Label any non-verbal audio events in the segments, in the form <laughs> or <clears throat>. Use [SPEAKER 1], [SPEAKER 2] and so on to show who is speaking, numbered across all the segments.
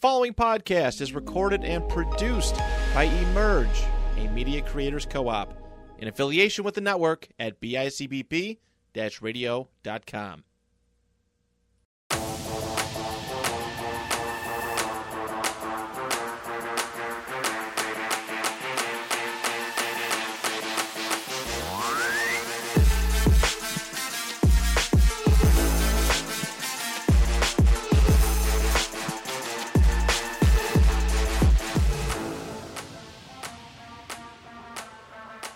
[SPEAKER 1] following podcast is recorded and produced by Emerge, a media creators co op, in affiliation with the network at bicbp radio.com.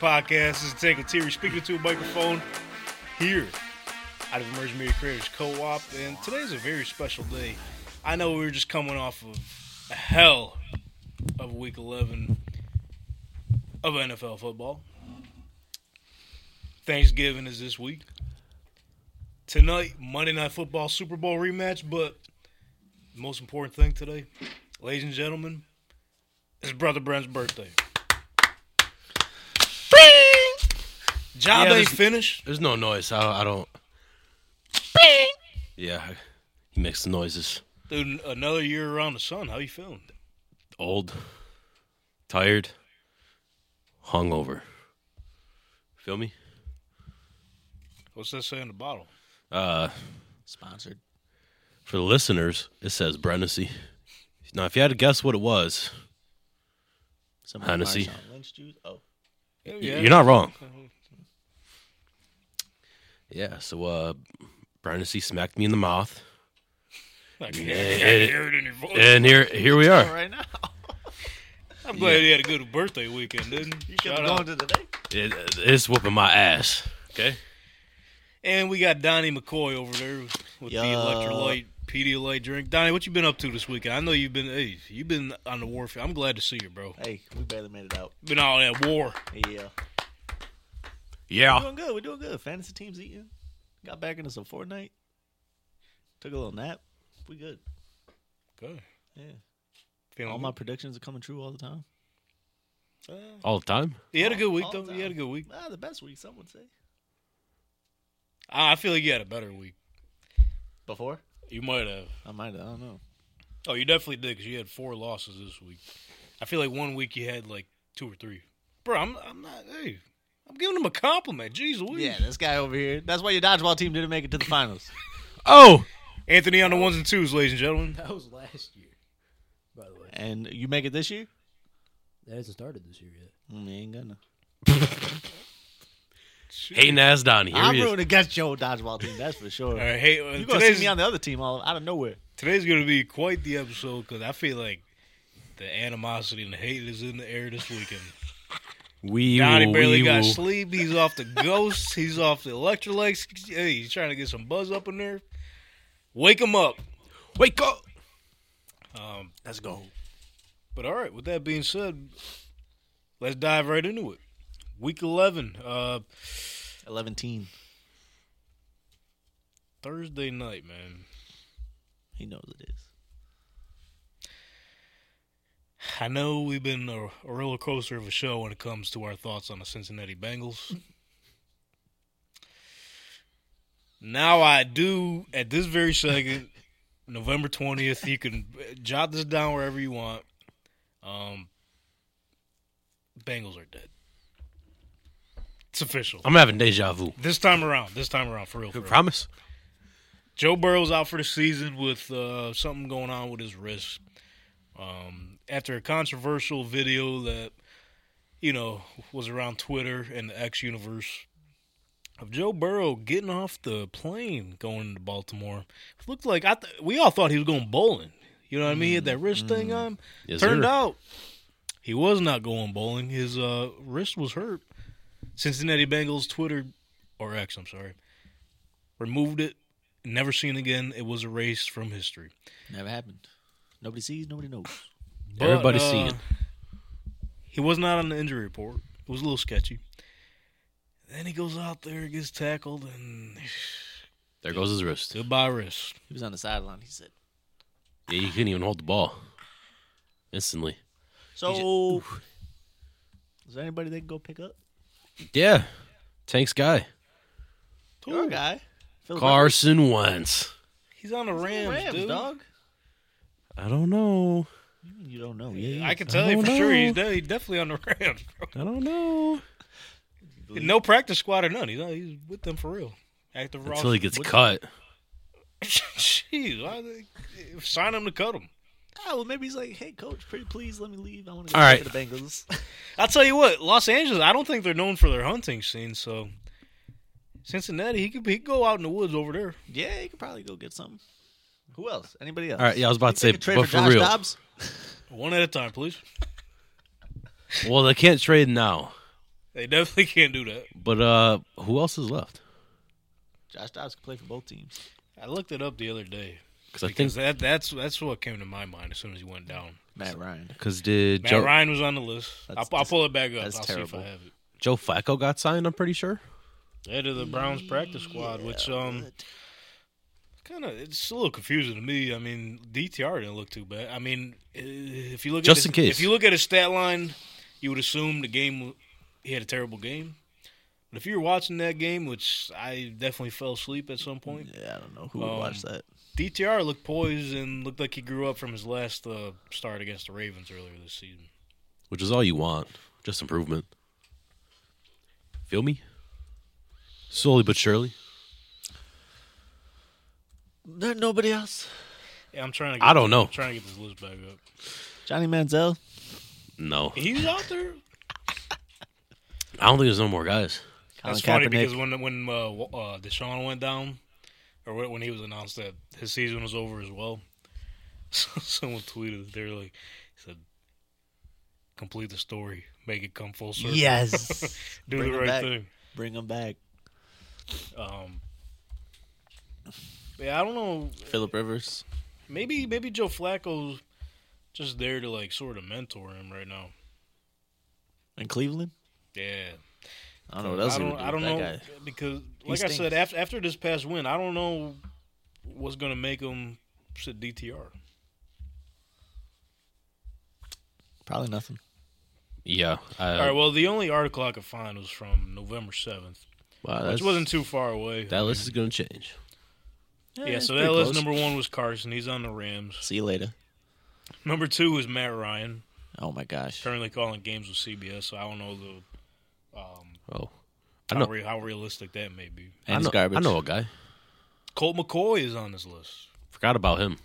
[SPEAKER 2] podcast. This is Tank and Terry speaking to a microphone here out of Emerging Media Creators Co-op, and today's a very special day. I know we were just coming off of a hell of Week 11 of NFL football. Thanksgiving is this week. Tonight, Monday Night Football Super Bowl rematch, but the most important thing today, ladies and gentlemen, is Brother Brent's birthday. Job
[SPEAKER 3] Yeah,
[SPEAKER 2] ain't
[SPEAKER 3] this-
[SPEAKER 2] finished.
[SPEAKER 3] There's no noise. I, I don't. Yeah, he makes the noises.
[SPEAKER 2] Dude, another year around the sun. How you feeling?
[SPEAKER 3] Old, tired, hungover. Feel me?
[SPEAKER 2] What's that say in the bottle?
[SPEAKER 3] Uh,
[SPEAKER 4] Sponsored.
[SPEAKER 3] for the listeners, it says Brennessy. Now, if you had to guess what it was,
[SPEAKER 4] Some
[SPEAKER 3] Hennessy.
[SPEAKER 4] Marshawn Lynch juice. Oh,
[SPEAKER 3] y-
[SPEAKER 2] Yeah.
[SPEAKER 3] you're not wrong. Yeah. So, uh, Brennessy smacked me in the mouth,
[SPEAKER 2] I can't, I
[SPEAKER 3] Yeah.
[SPEAKER 2] can't hear it in your voice.
[SPEAKER 3] and here, here we are.
[SPEAKER 4] right now.
[SPEAKER 2] I'm glad he had a good birthday weekend, didn't he?
[SPEAKER 4] You should
[SPEAKER 2] Shout
[SPEAKER 4] have
[SPEAKER 2] out.
[SPEAKER 4] gone to the day.
[SPEAKER 3] It, it's whooping my ass. Okay.
[SPEAKER 2] And we got Donnie McCoy over there with
[SPEAKER 4] Yeah.
[SPEAKER 2] the electrolyte Pedialyte drink. Donnie, what you been up to this weekend? I know you've been hey, you've been on the warfare. I'm glad to see you, bro.
[SPEAKER 4] Hey, we barely made it out.
[SPEAKER 2] Been all that war.
[SPEAKER 4] Yeah. We're
[SPEAKER 3] Yeah.
[SPEAKER 4] doing good. We're doing good. Fantasy team's eating. Got back into some Fortnite. Took a little nap. We good.
[SPEAKER 2] Okay.
[SPEAKER 4] Yeah.
[SPEAKER 2] Feeling
[SPEAKER 4] All
[SPEAKER 2] good?
[SPEAKER 4] my predictions are coming true all the time.
[SPEAKER 2] Uh,
[SPEAKER 3] All the time.
[SPEAKER 2] you had a good week
[SPEAKER 4] all
[SPEAKER 2] though.
[SPEAKER 4] the
[SPEAKER 2] You had a good week.
[SPEAKER 4] Ah, the best week, some would say.
[SPEAKER 2] I I feel like you had a better week.
[SPEAKER 4] Before?
[SPEAKER 2] You might have.
[SPEAKER 4] I might I don't know.
[SPEAKER 2] Oh, you definitely did because you had four losses this week. I feel like one week you had like two or three. Bro, I'm I'm not. Hey, I'm giving him a compliment. Jeez Louise.
[SPEAKER 4] Yeah, this guy over here. That's why your dodgeball team didn't make it to the finals.
[SPEAKER 3] Oh.
[SPEAKER 2] Anthony on the ones and twos, ladies and gentlemen.
[SPEAKER 5] That was last year, by the way.
[SPEAKER 4] and you make it this year?
[SPEAKER 5] That hasn't started this year yet.
[SPEAKER 4] Mm, you ain't gonna.
[SPEAKER 3] Hating ass Donnie. Here
[SPEAKER 4] I'm
[SPEAKER 3] he is.
[SPEAKER 4] rooting against your dodgeball team, that's for
[SPEAKER 2] All
[SPEAKER 4] sure.
[SPEAKER 2] right, hey, uh,
[SPEAKER 4] You're gonna see
[SPEAKER 2] today's
[SPEAKER 4] me on the other team all out of nowhere.
[SPEAKER 2] today's gonna be quite the episode because I feel like the animosity and the hate is in the air this weekend.
[SPEAKER 3] We
[SPEAKER 2] Donnie
[SPEAKER 3] will,
[SPEAKER 2] barely
[SPEAKER 3] we
[SPEAKER 2] got
[SPEAKER 3] will.
[SPEAKER 2] sleep. He's off
[SPEAKER 4] <laughs>
[SPEAKER 2] the ghosts. He's off the electrolytes. Hey, he's trying to get some buzz up in there. Wake him up.
[SPEAKER 3] Wake up.
[SPEAKER 2] Um,
[SPEAKER 4] Let's go.
[SPEAKER 2] But all right, with that being said, let's dive right into it. Week 11, uh,
[SPEAKER 4] 11 teen.
[SPEAKER 2] Thursday night, man.
[SPEAKER 4] He knows it is.
[SPEAKER 2] I know we've been a, a roller coaster of a show when it comes to our thoughts on the Cincinnati Bengals. now I do, at this very second, <laughs> November 20th, you can uh, jot this down wherever you want. Um, Bengals are dead. It's official.
[SPEAKER 3] I'm having deja vu.
[SPEAKER 2] This time around, this time around, for real. For
[SPEAKER 3] Good
[SPEAKER 2] real.
[SPEAKER 3] promise.
[SPEAKER 2] Joe Burrow's out for the season with uh, something going on with his wrist. Um, after a controversial video that, you know, was around Twitter and the X universe of Joe Burrow getting off the plane going to Baltimore. It looked like I th- we all thought he was going bowling. You know what I mean? He had that wrist thing on.
[SPEAKER 3] Mm-hmm. Yes,
[SPEAKER 2] Turned
[SPEAKER 3] sir.
[SPEAKER 2] out he was not going bowling. His uh, wrist was hurt. Cincinnati Bengals Twitter or X, I'm sorry, removed it. Never seen again. It was erased from history.
[SPEAKER 4] Never happened. Nobody sees, nobody knows.
[SPEAKER 2] But,
[SPEAKER 3] Everybody's
[SPEAKER 2] uh,
[SPEAKER 3] seeing.
[SPEAKER 2] He was not on the injury report. It was a little sketchy. Then he goes out there, gets tackled, and <sighs>
[SPEAKER 3] There goes his wrist.
[SPEAKER 2] goodbye wrist.
[SPEAKER 4] He was on the sideline. He said,
[SPEAKER 3] Yeah, you couldn't even hold the ball. Instantly.
[SPEAKER 4] "So, is there anybody they can go pick up?
[SPEAKER 3] Yeah. Tank's guy.
[SPEAKER 4] Your guy, Philip
[SPEAKER 3] Carson Wentz.
[SPEAKER 2] He's on the Rams,
[SPEAKER 4] Rams,
[SPEAKER 2] dude.
[SPEAKER 4] dog.
[SPEAKER 3] I don't know.
[SPEAKER 4] You mean you don't know? Yeah,
[SPEAKER 2] I can tell you
[SPEAKER 3] don't
[SPEAKER 2] for sure
[SPEAKER 3] know.
[SPEAKER 2] he's, de- he's definitely on the <laughs> Rams, bro.
[SPEAKER 3] I don't know.
[SPEAKER 2] No practice squad or none. He's, he's with them for real. Active
[SPEAKER 3] Until he
[SPEAKER 2] roster.
[SPEAKER 3] gets cut.
[SPEAKER 2] <laughs> Jeez, why they- sign him to cut him.
[SPEAKER 4] Oh, well, maybe he's like, "Hey, coach, pretty please let me leave. I want to go
[SPEAKER 3] All
[SPEAKER 4] play
[SPEAKER 3] right.
[SPEAKER 4] for the Bengals." <laughs>
[SPEAKER 2] I'll tell you what, Los Angeles. I don't think they're known for their hunting scene. So Cincinnati, he could he could go out in the woods over there.
[SPEAKER 4] yeah, you could probably go get some. Who else? Anybody else?
[SPEAKER 3] All right, yeah, I was about to
[SPEAKER 4] They
[SPEAKER 3] say,
[SPEAKER 4] could trade
[SPEAKER 3] but
[SPEAKER 4] for
[SPEAKER 3] for
[SPEAKER 4] Josh
[SPEAKER 3] real.
[SPEAKER 4] Dobbs?
[SPEAKER 2] One at a time, please.
[SPEAKER 3] Well, they can't trade now.
[SPEAKER 2] They definitely <laughs> can't do that.
[SPEAKER 3] But uh who else is left?
[SPEAKER 4] Josh Dobbs could play for both teams.
[SPEAKER 2] I looked it up the other day
[SPEAKER 3] Because I think
[SPEAKER 2] because that that's that's what came to my mind as soon as he went down.
[SPEAKER 4] Matt Ryan.
[SPEAKER 3] because did
[SPEAKER 2] Matt
[SPEAKER 3] Joe,
[SPEAKER 2] Ryan was on the list. I'll,
[SPEAKER 4] That's-
[SPEAKER 2] I'll pull it back up.
[SPEAKER 4] that's
[SPEAKER 2] I'll see
[SPEAKER 4] terrible.
[SPEAKER 2] if I have it.
[SPEAKER 3] Joe Flacco got signed? I'm pretty sure.
[SPEAKER 2] Head of the Browns practice squad, which um, kind of it's a little confusing to me. I mean, DTR didn't look too bad. I mean, uh, if you look
[SPEAKER 3] Just
[SPEAKER 2] at
[SPEAKER 3] in
[SPEAKER 2] his-
[SPEAKER 3] case.
[SPEAKER 2] if you look at his stat line, you would assume the game he had a terrible game. But if you were watching that game, which I definitely fell asleep at some point,
[SPEAKER 4] Yeah, I don't know who would
[SPEAKER 2] Um,
[SPEAKER 4] watch that.
[SPEAKER 2] DTR looked poised and looked like he grew up from his last uh, start against the Ravens earlier this season.
[SPEAKER 3] Which is all you want. Just improvement. Feel me? Slowly but surely.
[SPEAKER 4] There, nobody else.
[SPEAKER 2] Yeah, I'm trying to. Get
[SPEAKER 3] I don't know.
[SPEAKER 2] I'm trying to get this list back up.
[SPEAKER 4] Johnny Manziel.
[SPEAKER 3] No.
[SPEAKER 2] He's out there.
[SPEAKER 3] I don't think there's no more guys.
[SPEAKER 4] Colin
[SPEAKER 2] That's funny
[SPEAKER 4] Kaepernick.
[SPEAKER 2] because when when uh, w- uh, Deshaun went down, or when when he was announced that his season was over as well, <laughs> someone tweeted they're like, said, "Complete the story, make it come full circle,
[SPEAKER 3] <laughs>
[SPEAKER 4] yes,
[SPEAKER 2] do
[SPEAKER 4] Bring
[SPEAKER 2] the
[SPEAKER 4] him
[SPEAKER 2] right
[SPEAKER 4] back.
[SPEAKER 2] thing."
[SPEAKER 4] bring him back.
[SPEAKER 2] Um, yeah, I don't know.
[SPEAKER 4] Philip Rivers.
[SPEAKER 2] Maybe maybe Joe Flacco's just there to like sort of mentor him right now.
[SPEAKER 4] In Cleveland?
[SPEAKER 2] Yeah,
[SPEAKER 4] I don't know what else
[SPEAKER 2] I
[SPEAKER 4] he
[SPEAKER 2] don't,
[SPEAKER 4] would do
[SPEAKER 2] I don't
[SPEAKER 4] with
[SPEAKER 2] know
[SPEAKER 4] that guy.
[SPEAKER 2] because, like I
[SPEAKER 4] stinks.
[SPEAKER 2] said, after after this past win, I don't know what's gonna make him sit DTR.
[SPEAKER 4] Probably nothing.
[SPEAKER 3] Yeah. I,
[SPEAKER 2] All right. Well, the only article I could find was from November seventh,
[SPEAKER 3] wow,
[SPEAKER 2] which
[SPEAKER 3] that's-
[SPEAKER 2] wasn't too far away.
[SPEAKER 3] that list is going to change.
[SPEAKER 2] yeah.
[SPEAKER 4] it's
[SPEAKER 2] So
[SPEAKER 4] pretty
[SPEAKER 2] that list
[SPEAKER 4] close.
[SPEAKER 2] number one was Carson. He's on the Rams.
[SPEAKER 4] See you later.
[SPEAKER 2] Number two is Matt Ryan,
[SPEAKER 4] Oh my gosh.
[SPEAKER 2] currently calling games with CBS. So I don't know the um,
[SPEAKER 3] Oh. I
[SPEAKER 2] how,
[SPEAKER 3] know-
[SPEAKER 2] re- how realistic that may be.
[SPEAKER 3] I
[SPEAKER 4] And
[SPEAKER 3] know,
[SPEAKER 4] he's garbage.
[SPEAKER 3] I know a guy.
[SPEAKER 2] Colt McCoy is on this list.
[SPEAKER 3] Forgot about him.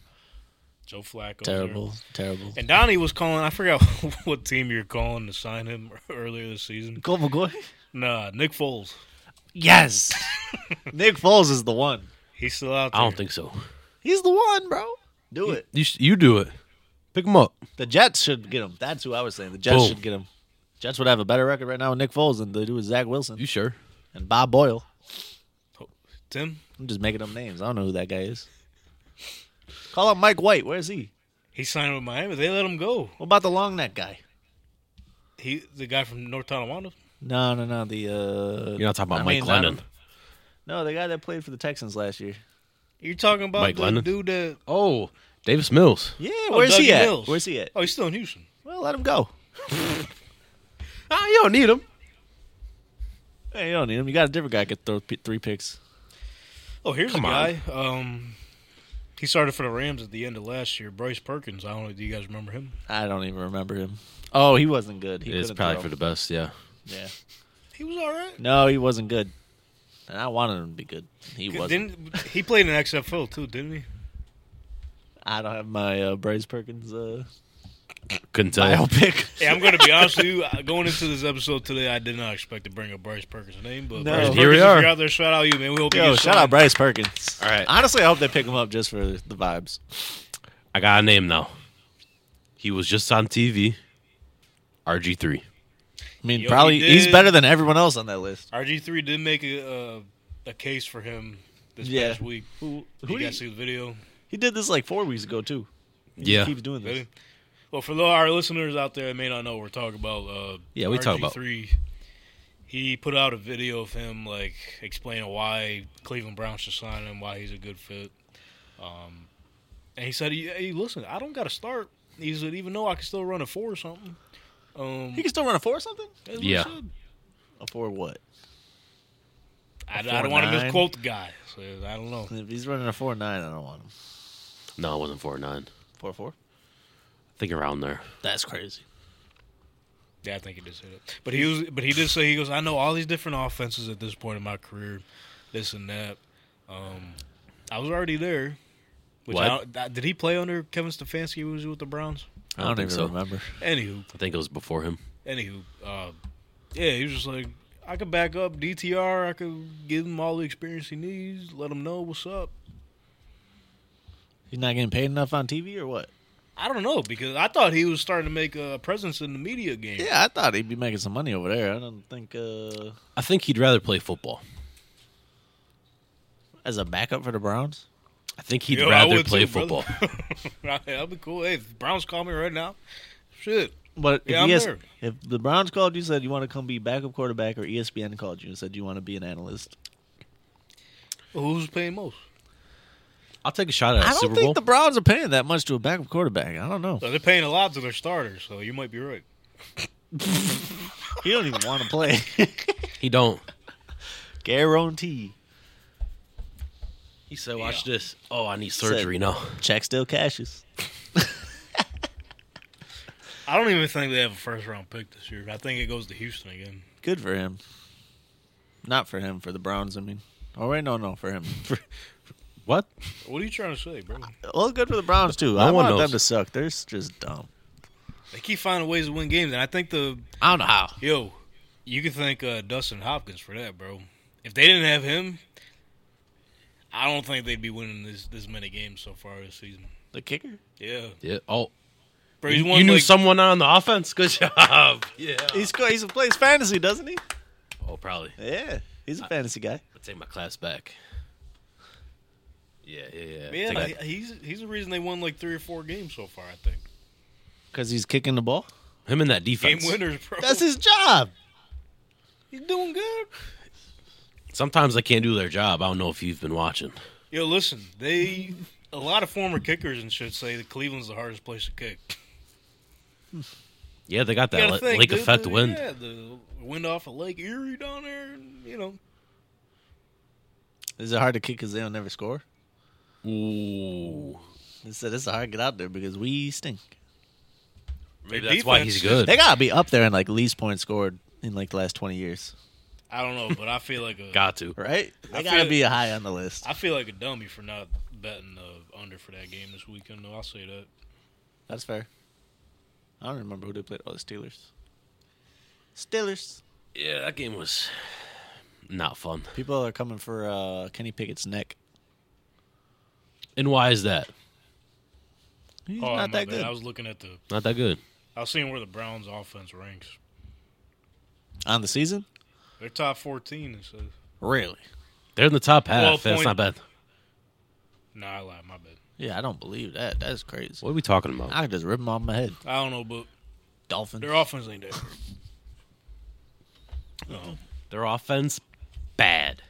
[SPEAKER 2] Joe Flacco.
[SPEAKER 4] Terrible. Terrible.
[SPEAKER 2] And Donnie was calling. I forgot <laughs> what team you were calling to sign him <laughs> earlier this season.
[SPEAKER 4] Colt McCoy?
[SPEAKER 2] Nah, Nick Foles.
[SPEAKER 4] Yes. <laughs> Nick Foles is the one.
[SPEAKER 2] He's still out there.
[SPEAKER 3] I don't think so.
[SPEAKER 4] He's the one, bro. Do it.
[SPEAKER 3] You, sh- you do it. Pick him up.
[SPEAKER 4] The Jets should get him. That's who I was saying. The Jets
[SPEAKER 3] Boom.
[SPEAKER 4] should get him. Jets would have a better record right now with Nick Foles than they do with Zach Wilson
[SPEAKER 3] You sure?
[SPEAKER 4] and Bob Boyle.
[SPEAKER 2] Tim.
[SPEAKER 4] I'm just making up names. I don't know who that guy is. Call up Mike White. Where is he?
[SPEAKER 2] He signed with Miami. They let him go.
[SPEAKER 4] What about the long neck guy?
[SPEAKER 2] He, the guy from North Tonawanda.
[SPEAKER 4] No, no, no. The uh,
[SPEAKER 3] You're not talking about
[SPEAKER 4] I
[SPEAKER 3] Mike
[SPEAKER 4] mean, I
[SPEAKER 3] Lennon.
[SPEAKER 4] don't- no, the guy that played for the Texans last year.
[SPEAKER 2] You're talking about
[SPEAKER 3] Mike
[SPEAKER 2] the
[SPEAKER 3] Lennon?
[SPEAKER 2] dude that
[SPEAKER 3] Oh, Davis Mills.
[SPEAKER 4] Yeah,
[SPEAKER 2] Oh,
[SPEAKER 4] where's he
[SPEAKER 2] Dougie
[SPEAKER 4] at?
[SPEAKER 2] Mills.
[SPEAKER 4] Where's he at?
[SPEAKER 2] Oh, he's still in Houston.
[SPEAKER 4] Well, let him go. <laughs>
[SPEAKER 3] Ah, you don't need him.
[SPEAKER 4] Hey, you don't need him. You got a different guy. Could throw p- three picks.
[SPEAKER 2] Oh, here's
[SPEAKER 3] Come
[SPEAKER 2] a
[SPEAKER 3] on.
[SPEAKER 2] guy. Um, he started for the Rams at the end of last year. Bryce Perkins. I don't know. Do you guys remember him?
[SPEAKER 4] I don't even remember him. Oh, he wasn't good. He
[SPEAKER 3] It's
[SPEAKER 4] couldn't
[SPEAKER 3] probably
[SPEAKER 4] throw.
[SPEAKER 3] for the best, yeah.
[SPEAKER 4] yeah.
[SPEAKER 2] He was all right.
[SPEAKER 4] No, he wasn't good. And I wanted him to be good. He wasn't.
[SPEAKER 2] Didn't he played in XFL too? Didn't he?
[SPEAKER 4] I don't have my uh, Bryce Perkins uh,
[SPEAKER 3] Couldn't tell. you.
[SPEAKER 4] biopic.
[SPEAKER 2] Yeah, I'm going to be honest with you. Uh, <laughs> Going into this episode today, I did not expect to bring up Bryce Perkins' name, but
[SPEAKER 4] No.
[SPEAKER 2] Bryce
[SPEAKER 4] Here
[SPEAKER 2] Perkins,
[SPEAKER 3] we
[SPEAKER 2] If
[SPEAKER 3] are.
[SPEAKER 2] you're out there, shout out you, man. We hope you
[SPEAKER 4] Yo,
[SPEAKER 2] get
[SPEAKER 4] shout out
[SPEAKER 2] signed.
[SPEAKER 4] Bryce Perkins.
[SPEAKER 3] All right.
[SPEAKER 4] Honestly, I hope they pick him up just for the vibes.
[SPEAKER 3] I got a name now. He was just on TV. RG3.
[SPEAKER 4] I mean,
[SPEAKER 2] Yo,
[SPEAKER 4] probably
[SPEAKER 2] he
[SPEAKER 4] he's
[SPEAKER 2] did.
[SPEAKER 4] better than everyone else on that list.
[SPEAKER 2] RG3 did make a uh, a case for him this
[SPEAKER 4] Yeah.
[SPEAKER 2] past week.
[SPEAKER 4] Who,
[SPEAKER 2] you
[SPEAKER 4] do
[SPEAKER 2] guys
[SPEAKER 4] you-
[SPEAKER 2] see the video?
[SPEAKER 4] he did this like four weeks ago too. He
[SPEAKER 3] Yeah.
[SPEAKER 4] keeps doing this.
[SPEAKER 2] Really? Well, for the- our listeners out there that may not know, we're talking about. Uh,
[SPEAKER 3] Yeah, we talk about-
[SPEAKER 2] RG3. He put out a video of him like explaining why Cleveland Browns should sign him, why he's a good fit. Um, and he said, "Hey, listen, I don't got to start." He said, "Even though I can still run a four or something." Um,
[SPEAKER 4] He can still run a four or something.
[SPEAKER 2] that's what he
[SPEAKER 3] Yeah.
[SPEAKER 2] said.
[SPEAKER 4] A four what?
[SPEAKER 2] I, I
[SPEAKER 4] four
[SPEAKER 2] don't want to
[SPEAKER 4] nine.
[SPEAKER 2] misquote the guy. So I don't know.
[SPEAKER 4] If he's running a four nine, I don't want him.
[SPEAKER 3] No, it wasn't 4 9.
[SPEAKER 4] Four four.
[SPEAKER 3] think around there.
[SPEAKER 4] That's crazy.
[SPEAKER 2] Yeah, I think he did say that. But he was, but he did say he goes. I know all these different offenses at this point in my career, this and that. Um, I was already there. Which I
[SPEAKER 3] What?
[SPEAKER 2] don't- I, did he play under Kevin Stefanski? when He was with the Browns.
[SPEAKER 4] I don't,
[SPEAKER 3] think
[SPEAKER 4] even
[SPEAKER 3] so.
[SPEAKER 4] remember.
[SPEAKER 2] Anywho,
[SPEAKER 3] I think it was before him.
[SPEAKER 2] anywho, uh, yeah, he was just like, I could back up DTR. I could give him all the experience he needs. Let him know what's up.
[SPEAKER 4] He's not getting paid enough on TV or what?
[SPEAKER 2] I don't know because I thought he was starting to make a presence in the media game.
[SPEAKER 4] Yeah, I thought he'd be making some money over there. I don't think uh,
[SPEAKER 3] I think he'd rather play football.
[SPEAKER 4] as a backup for the Browns.
[SPEAKER 3] I think he'd
[SPEAKER 2] Yo, I
[SPEAKER 3] rather
[SPEAKER 2] would
[SPEAKER 3] play
[SPEAKER 2] too, brother.
[SPEAKER 3] football.
[SPEAKER 2] <laughs> That'd be cool. Hey, if the Browns call me right now, shit.
[SPEAKER 4] But if,
[SPEAKER 2] Yeah, I'm
[SPEAKER 4] ES
[SPEAKER 2] there.
[SPEAKER 4] if the Browns called you and said you want to come be backup quarterback, or E ESPN called you and said you want to be an analyst,
[SPEAKER 2] Who's paying most?
[SPEAKER 3] I'll take a shot at a
[SPEAKER 4] I don't
[SPEAKER 3] Super
[SPEAKER 4] think
[SPEAKER 3] Bowl.
[SPEAKER 4] the Browns are paying that much to a backup quarterback. I don't know.
[SPEAKER 2] So they're paying a lot to their starters, so you might be right.
[SPEAKER 4] He don't even want to play. <laughs>
[SPEAKER 3] he don't.
[SPEAKER 4] Guarantee.
[SPEAKER 3] He said, "Watch this. Oh, I need surgery
[SPEAKER 4] Said-
[SPEAKER 3] now."
[SPEAKER 4] Check still cashes.
[SPEAKER 2] I don't even think they have a first round pick this year. I think it goes to Houston again.
[SPEAKER 4] Good for him. Not for him. For the Browns, I mean. Oh wait, no, no, for him.
[SPEAKER 3] What?
[SPEAKER 2] What are you trying to say, bro?
[SPEAKER 4] well, good for the Browns too. I
[SPEAKER 3] one
[SPEAKER 4] want
[SPEAKER 3] knows.
[SPEAKER 4] them to suck. They're s- just dumb.
[SPEAKER 2] They keep finding ways to win games, and I think the
[SPEAKER 4] I don't know how.
[SPEAKER 2] yo, you can thank uh, Dustin Hopkins for that, bro. If they didn't have him, I don't think they'd be winning this this many games so far this season.
[SPEAKER 4] The kicker.
[SPEAKER 2] Yeah,
[SPEAKER 3] Yeah. Oh,
[SPEAKER 2] bro, he's
[SPEAKER 3] you,
[SPEAKER 2] won
[SPEAKER 3] you knew
[SPEAKER 2] like-
[SPEAKER 3] someone on the offense. Good job. <laughs> Yeah.
[SPEAKER 4] He's co- he's plays fantasy, doesn't he?
[SPEAKER 3] Oh, probably.
[SPEAKER 4] Yeah, he's a fantasy guy.
[SPEAKER 3] I take my class back. Yeah, yeah, yeah.
[SPEAKER 2] Yeah,
[SPEAKER 3] Take
[SPEAKER 2] he- he's he's the reason they won like three or four games so far. I think
[SPEAKER 4] Because he's kicking the ball.
[SPEAKER 3] that- him in that
[SPEAKER 2] game
[SPEAKER 3] defense.
[SPEAKER 2] winners, bro.
[SPEAKER 4] That's his job.
[SPEAKER 2] he's doing good.
[SPEAKER 3] Sometimes they can't do their job. I don't know if you've been watching.
[SPEAKER 2] Yo, listen, they a lot of former kickers and should say that Cleveland's the hardest place to kick.
[SPEAKER 3] Yeah, they got
[SPEAKER 2] You
[SPEAKER 3] that
[SPEAKER 2] gotta
[SPEAKER 3] li-
[SPEAKER 2] think,
[SPEAKER 3] lake
[SPEAKER 2] the-
[SPEAKER 3] effect
[SPEAKER 2] the,
[SPEAKER 3] wind.
[SPEAKER 2] Yeah, the wind off of Lake Erie down there, and, you know.
[SPEAKER 4] Is it hard to kick because they'll never score?
[SPEAKER 3] Ooh,
[SPEAKER 4] He said it's hard to get out there because we stink.
[SPEAKER 3] maybe
[SPEAKER 2] Their
[SPEAKER 3] that's why
[SPEAKER 2] defense
[SPEAKER 3] he's
[SPEAKER 2] is-
[SPEAKER 3] good.
[SPEAKER 4] They gotta be up there in like least points scored in like the last twenty years,
[SPEAKER 2] I don't know, but I feel like a I
[SPEAKER 3] <laughs> Got to.
[SPEAKER 4] right?
[SPEAKER 2] I
[SPEAKER 4] They gotta
[SPEAKER 2] feel-
[SPEAKER 4] be high on the list.
[SPEAKER 2] feel like a dummy for not betting the under for that game this weekend. Though I'll say that.
[SPEAKER 4] That's fair. I don't remember who they played. Oh, the Steelers. Steelers.
[SPEAKER 3] Yeah, that game was not fun.
[SPEAKER 4] People are coming for uh, Kenny Pickett's neck.
[SPEAKER 3] And why is that?
[SPEAKER 4] He's
[SPEAKER 2] Oh,
[SPEAKER 4] not
[SPEAKER 2] my
[SPEAKER 4] that
[SPEAKER 2] bad.
[SPEAKER 4] good.
[SPEAKER 2] I was looking at the.
[SPEAKER 3] Not that good.
[SPEAKER 2] I was seeing where the Browns' offense ranks.
[SPEAKER 4] On the season?
[SPEAKER 2] They're top fourteen. It says.
[SPEAKER 4] Really?
[SPEAKER 3] They're in the top
[SPEAKER 2] Well,
[SPEAKER 3] half. That's
[SPEAKER 2] point-
[SPEAKER 3] not bad.
[SPEAKER 2] Nah, I lied. My bad.
[SPEAKER 4] Yeah, I don't believe that. That's crazy.
[SPEAKER 3] What are we talking about?
[SPEAKER 4] I could just rip him off my head.
[SPEAKER 2] I don't know, but
[SPEAKER 4] Dolphins.
[SPEAKER 2] their offense ain't
[SPEAKER 3] <laughs>
[SPEAKER 2] that. good. No.
[SPEAKER 3] Their offense bad.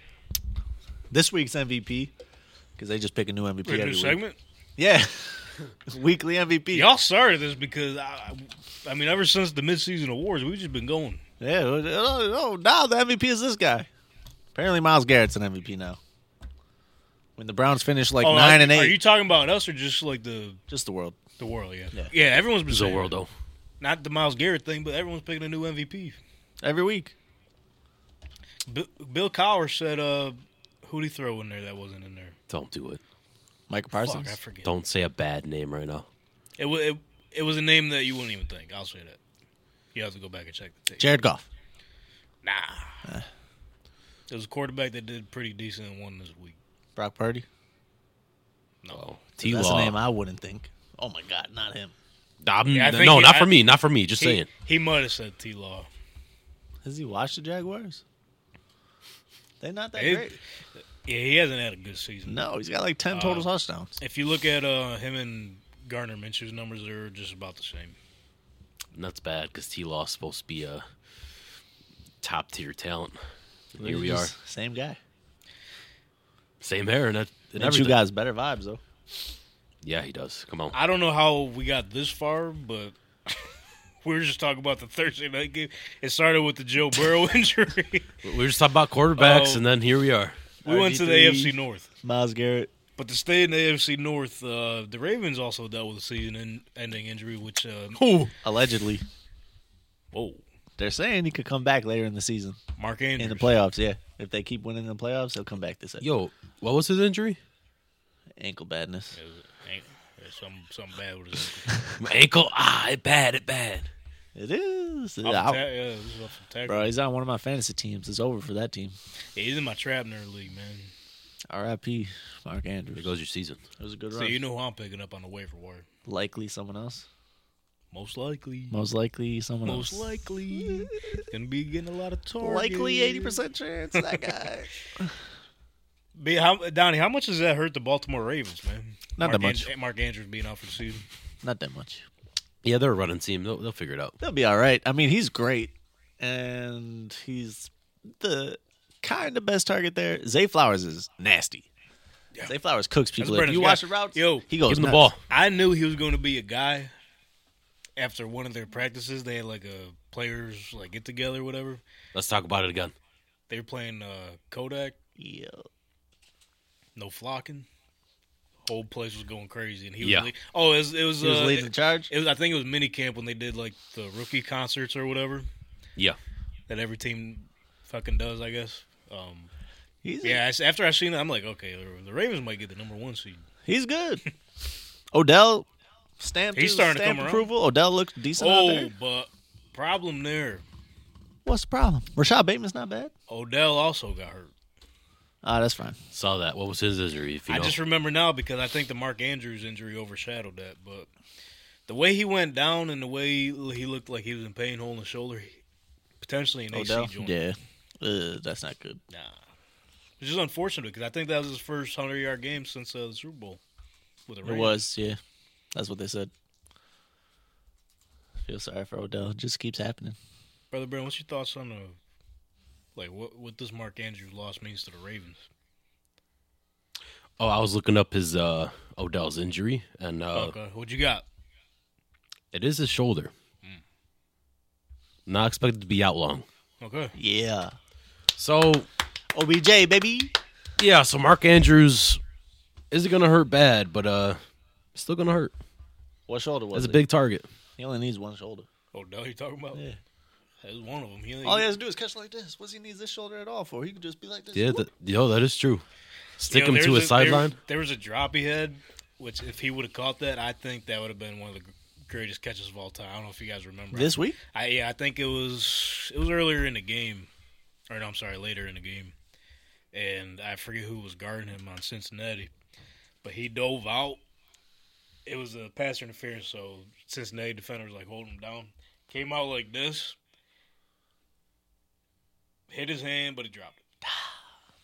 [SPEAKER 4] This week's MVP, because they just pick a new
[SPEAKER 2] Wait,
[SPEAKER 4] MVP every
[SPEAKER 2] new
[SPEAKER 4] week.
[SPEAKER 2] segment.
[SPEAKER 4] Yeah. <laughs> Weekly MVP.
[SPEAKER 2] Y'all started this because I, I mean, ever since the midseason awards, we've just been going.
[SPEAKER 4] Yeah. well, Oh, oh, now the MVP is this guy. Apparently, Miles Garrett's an MVP now. When the Browns finished like
[SPEAKER 2] Oh,
[SPEAKER 4] nine
[SPEAKER 2] are-
[SPEAKER 4] and eight,
[SPEAKER 2] Are you talking about us or just like the
[SPEAKER 4] just the world.
[SPEAKER 2] the world? Yeah, yeah.
[SPEAKER 4] Yeah.
[SPEAKER 2] everyone's been
[SPEAKER 3] It's a
[SPEAKER 2] saying
[SPEAKER 3] world
[SPEAKER 2] it.
[SPEAKER 3] though.
[SPEAKER 2] Not the Miles Garrett thing, but everyone's picking a new MVP.
[SPEAKER 4] Every week.
[SPEAKER 2] B- Bill Cowher said, uh, "Who'd he throw in there that wasn't in there?"
[SPEAKER 3] Don't do it.
[SPEAKER 4] Michael
[SPEAKER 2] Fuck,
[SPEAKER 4] Parsons.
[SPEAKER 2] I forget.
[SPEAKER 3] Don't say a bad name right now.
[SPEAKER 2] It, wa it it was a name that you wouldn't even think. I'll say that. You have to go back and check the tape.
[SPEAKER 4] Jared Goff.
[SPEAKER 2] Nah, it was a quarterback that did pretty decent and won this week.
[SPEAKER 4] Brock Purdy.
[SPEAKER 2] No,
[SPEAKER 3] T
[SPEAKER 4] Oh, That's a name
[SPEAKER 3] Law.
[SPEAKER 4] I wouldn't think. Oh my God, not him.
[SPEAKER 2] Yeah, I think
[SPEAKER 3] no,
[SPEAKER 2] he-
[SPEAKER 3] not
[SPEAKER 2] I-
[SPEAKER 3] for me. Not for me. Just
[SPEAKER 2] he,
[SPEAKER 3] saying.
[SPEAKER 2] he might have said T Law.
[SPEAKER 4] Has he watched the Jaguars? They're not that
[SPEAKER 2] It-
[SPEAKER 4] great.
[SPEAKER 2] Yeah, he hasn't had a good season.
[SPEAKER 4] No, he's got like ten
[SPEAKER 2] Uh,
[SPEAKER 4] total touchdowns.
[SPEAKER 2] If you look at uh, him and Garner Minshew's numbers, they're just about the same.
[SPEAKER 3] And that's bad because T Law is supposed to be a top tier talent. And here we are.
[SPEAKER 4] Just Same guy.
[SPEAKER 3] Same hair and, that, and
[SPEAKER 4] And you
[SPEAKER 3] everything.
[SPEAKER 4] guys better vibes though.
[SPEAKER 3] yeah, he does. Come on.
[SPEAKER 2] I don't know how we got this far, but <laughs> we were just talking about the Thursday night game. It started with the Joe Burrow <laughs> injury.
[SPEAKER 3] We were just talking about quarterbacks,
[SPEAKER 2] Oh.
[SPEAKER 3] and then here we are.
[SPEAKER 2] we went to the
[SPEAKER 4] RG3.
[SPEAKER 2] AFC North.
[SPEAKER 4] Miles Garrett.
[SPEAKER 2] But to stay in the AFC North, uh, the Ravens also dealt with a season-ending injury, which uh,
[SPEAKER 4] Allegedly,
[SPEAKER 2] whoa,
[SPEAKER 4] they're saying he could come back later in the season
[SPEAKER 2] Mark Andrews
[SPEAKER 4] in the playoffs. Yeah, if they keep winning the playoffs, he'll come back this year.
[SPEAKER 3] Yo, what was his injury?
[SPEAKER 4] Ankle badness.
[SPEAKER 2] It was- ain't- there's Something, something bad with
[SPEAKER 4] <laughs>
[SPEAKER 2] his
[SPEAKER 3] My ankle. Ah, it bad. It bad.
[SPEAKER 4] It is.
[SPEAKER 2] Off the
[SPEAKER 4] Out.
[SPEAKER 2] ta- yeah, it was off the tackle.
[SPEAKER 4] Bro, he's on one of my fantasy teams. It's over for that team.
[SPEAKER 2] Yeah, he's in my Trapner league, man.
[SPEAKER 4] R.I.P. Mark Andrews.
[SPEAKER 3] There goes your season.
[SPEAKER 4] It was a good
[SPEAKER 2] So
[SPEAKER 4] run.
[SPEAKER 2] you know who I'm picking up on the waiver wire.
[SPEAKER 4] likely someone else.
[SPEAKER 2] Most likely.
[SPEAKER 4] Most likely someone
[SPEAKER 2] Most
[SPEAKER 4] else.
[SPEAKER 2] likely. Gonna be getting a lot of targets.
[SPEAKER 4] likely eighty percent chance that guy.
[SPEAKER 2] Be how Donnie, how much does that hurt the Baltimore Ravens, man?
[SPEAKER 4] Not
[SPEAKER 2] Mark
[SPEAKER 4] that much.
[SPEAKER 2] And- Mark Andrews being out for the season.
[SPEAKER 4] <laughs> Not that much.
[SPEAKER 3] Yeah, they're a running team. They'll, they'll figure it out.
[SPEAKER 4] They'll be all right. I mean, he's great, and he's the kind of best target there. Zay Flowers is nasty. Zay Flowers cooks people. If
[SPEAKER 2] Brennan's
[SPEAKER 4] you
[SPEAKER 2] guy.
[SPEAKER 4] watch the routes,
[SPEAKER 2] Yo,
[SPEAKER 4] he goes
[SPEAKER 3] Give him the
[SPEAKER 4] nuts.
[SPEAKER 3] ball.
[SPEAKER 2] I knew he was going to be a guy. After one of their practices, they had like a players like get together, or whatever.
[SPEAKER 3] Let's talk about it again.
[SPEAKER 2] They were playing uh, Kodak,
[SPEAKER 4] Yeah.
[SPEAKER 2] no flocking. Whole place was going crazy, and he was
[SPEAKER 3] Yeah.
[SPEAKER 2] lea- oh, it was it was,
[SPEAKER 4] He was
[SPEAKER 2] uh,
[SPEAKER 4] leading the charge.
[SPEAKER 2] It was, I think it was mini camp when they did like the rookie concerts or whatever
[SPEAKER 3] Yeah.
[SPEAKER 2] that every team fucking does, I guess. Um,
[SPEAKER 4] He's
[SPEAKER 2] yeah, I s- after I seen it, I'm like, okay, the Ravens might get the number one seed. <laughs>
[SPEAKER 4] he's good. Odell stamped.
[SPEAKER 2] He's
[SPEAKER 4] his
[SPEAKER 2] starting to
[SPEAKER 4] stamp
[SPEAKER 2] come around.
[SPEAKER 4] approval. Odell looks decent. out
[SPEAKER 2] Oh,
[SPEAKER 4] there.
[SPEAKER 2] but problem there,
[SPEAKER 4] what's the problem? Rashad Bateman's not bad.
[SPEAKER 2] Odell also got hurt.
[SPEAKER 4] Ah, that's fine.
[SPEAKER 3] Saw that. What was his injury? If you
[SPEAKER 2] I
[SPEAKER 3] know.
[SPEAKER 2] just remember now because I think the Mark Andrews injury overshadowed that. But the way he went down and the way he looked like he was in pain, holding his shoulder, potentially an
[SPEAKER 4] Odell.
[SPEAKER 2] AC joint.
[SPEAKER 4] Yeah, uh, that's not good.
[SPEAKER 2] Nah. Which is unfortunate because I think that was his first 100 yard game since uh, the Super Bowl. With the
[SPEAKER 4] It
[SPEAKER 2] Rams.
[SPEAKER 4] was, yeah. That's what they said. Feel sorry for Odell. It just keeps happening.
[SPEAKER 2] Brother Brent, what's your thoughts on the. Like, what, what this Mark Andrews loss means to the Ravens?
[SPEAKER 3] oh, I was looking up his uh, Odell's injury, and uh,
[SPEAKER 2] okay, what you got?
[SPEAKER 3] it is his shoulder. Mm. Not expected to be out long.
[SPEAKER 2] Okay.
[SPEAKER 4] Yeah.
[SPEAKER 3] So
[SPEAKER 4] OBJ, baby.
[SPEAKER 3] yeah, so Mark Andrews is it gonna hurt bad, but uh, still gonna hurt.
[SPEAKER 4] What shoulder was
[SPEAKER 3] That's a
[SPEAKER 4] it?
[SPEAKER 3] big target.
[SPEAKER 4] He only needs one shoulder.
[SPEAKER 2] Odell, Oh, you talking about?
[SPEAKER 4] Yeah.
[SPEAKER 2] That was one of them. He,
[SPEAKER 3] Oh,
[SPEAKER 4] All he has to do is catch like this. What's he needs this shoulder at all for? He could just be like this.
[SPEAKER 3] Yeah, that, yo, that is true. Stick
[SPEAKER 2] Yo,
[SPEAKER 3] him
[SPEAKER 2] there's
[SPEAKER 3] to
[SPEAKER 2] a-
[SPEAKER 3] his sideline.
[SPEAKER 2] There, there was a drop he had, which if he would have caught that, I think that would have been one of the gr- greatest catches of all time. I don't know if you guys remember
[SPEAKER 4] This week?
[SPEAKER 2] I, yeah, I think it was it was earlier in the game, or no, I'm sorry, later in the game, and I forget who was guarding him on Cincinnati, but he dove out. It was a pass interference, so Cincinnati defender was like holding him down. Came out like this, hit his hand, but he dropped it.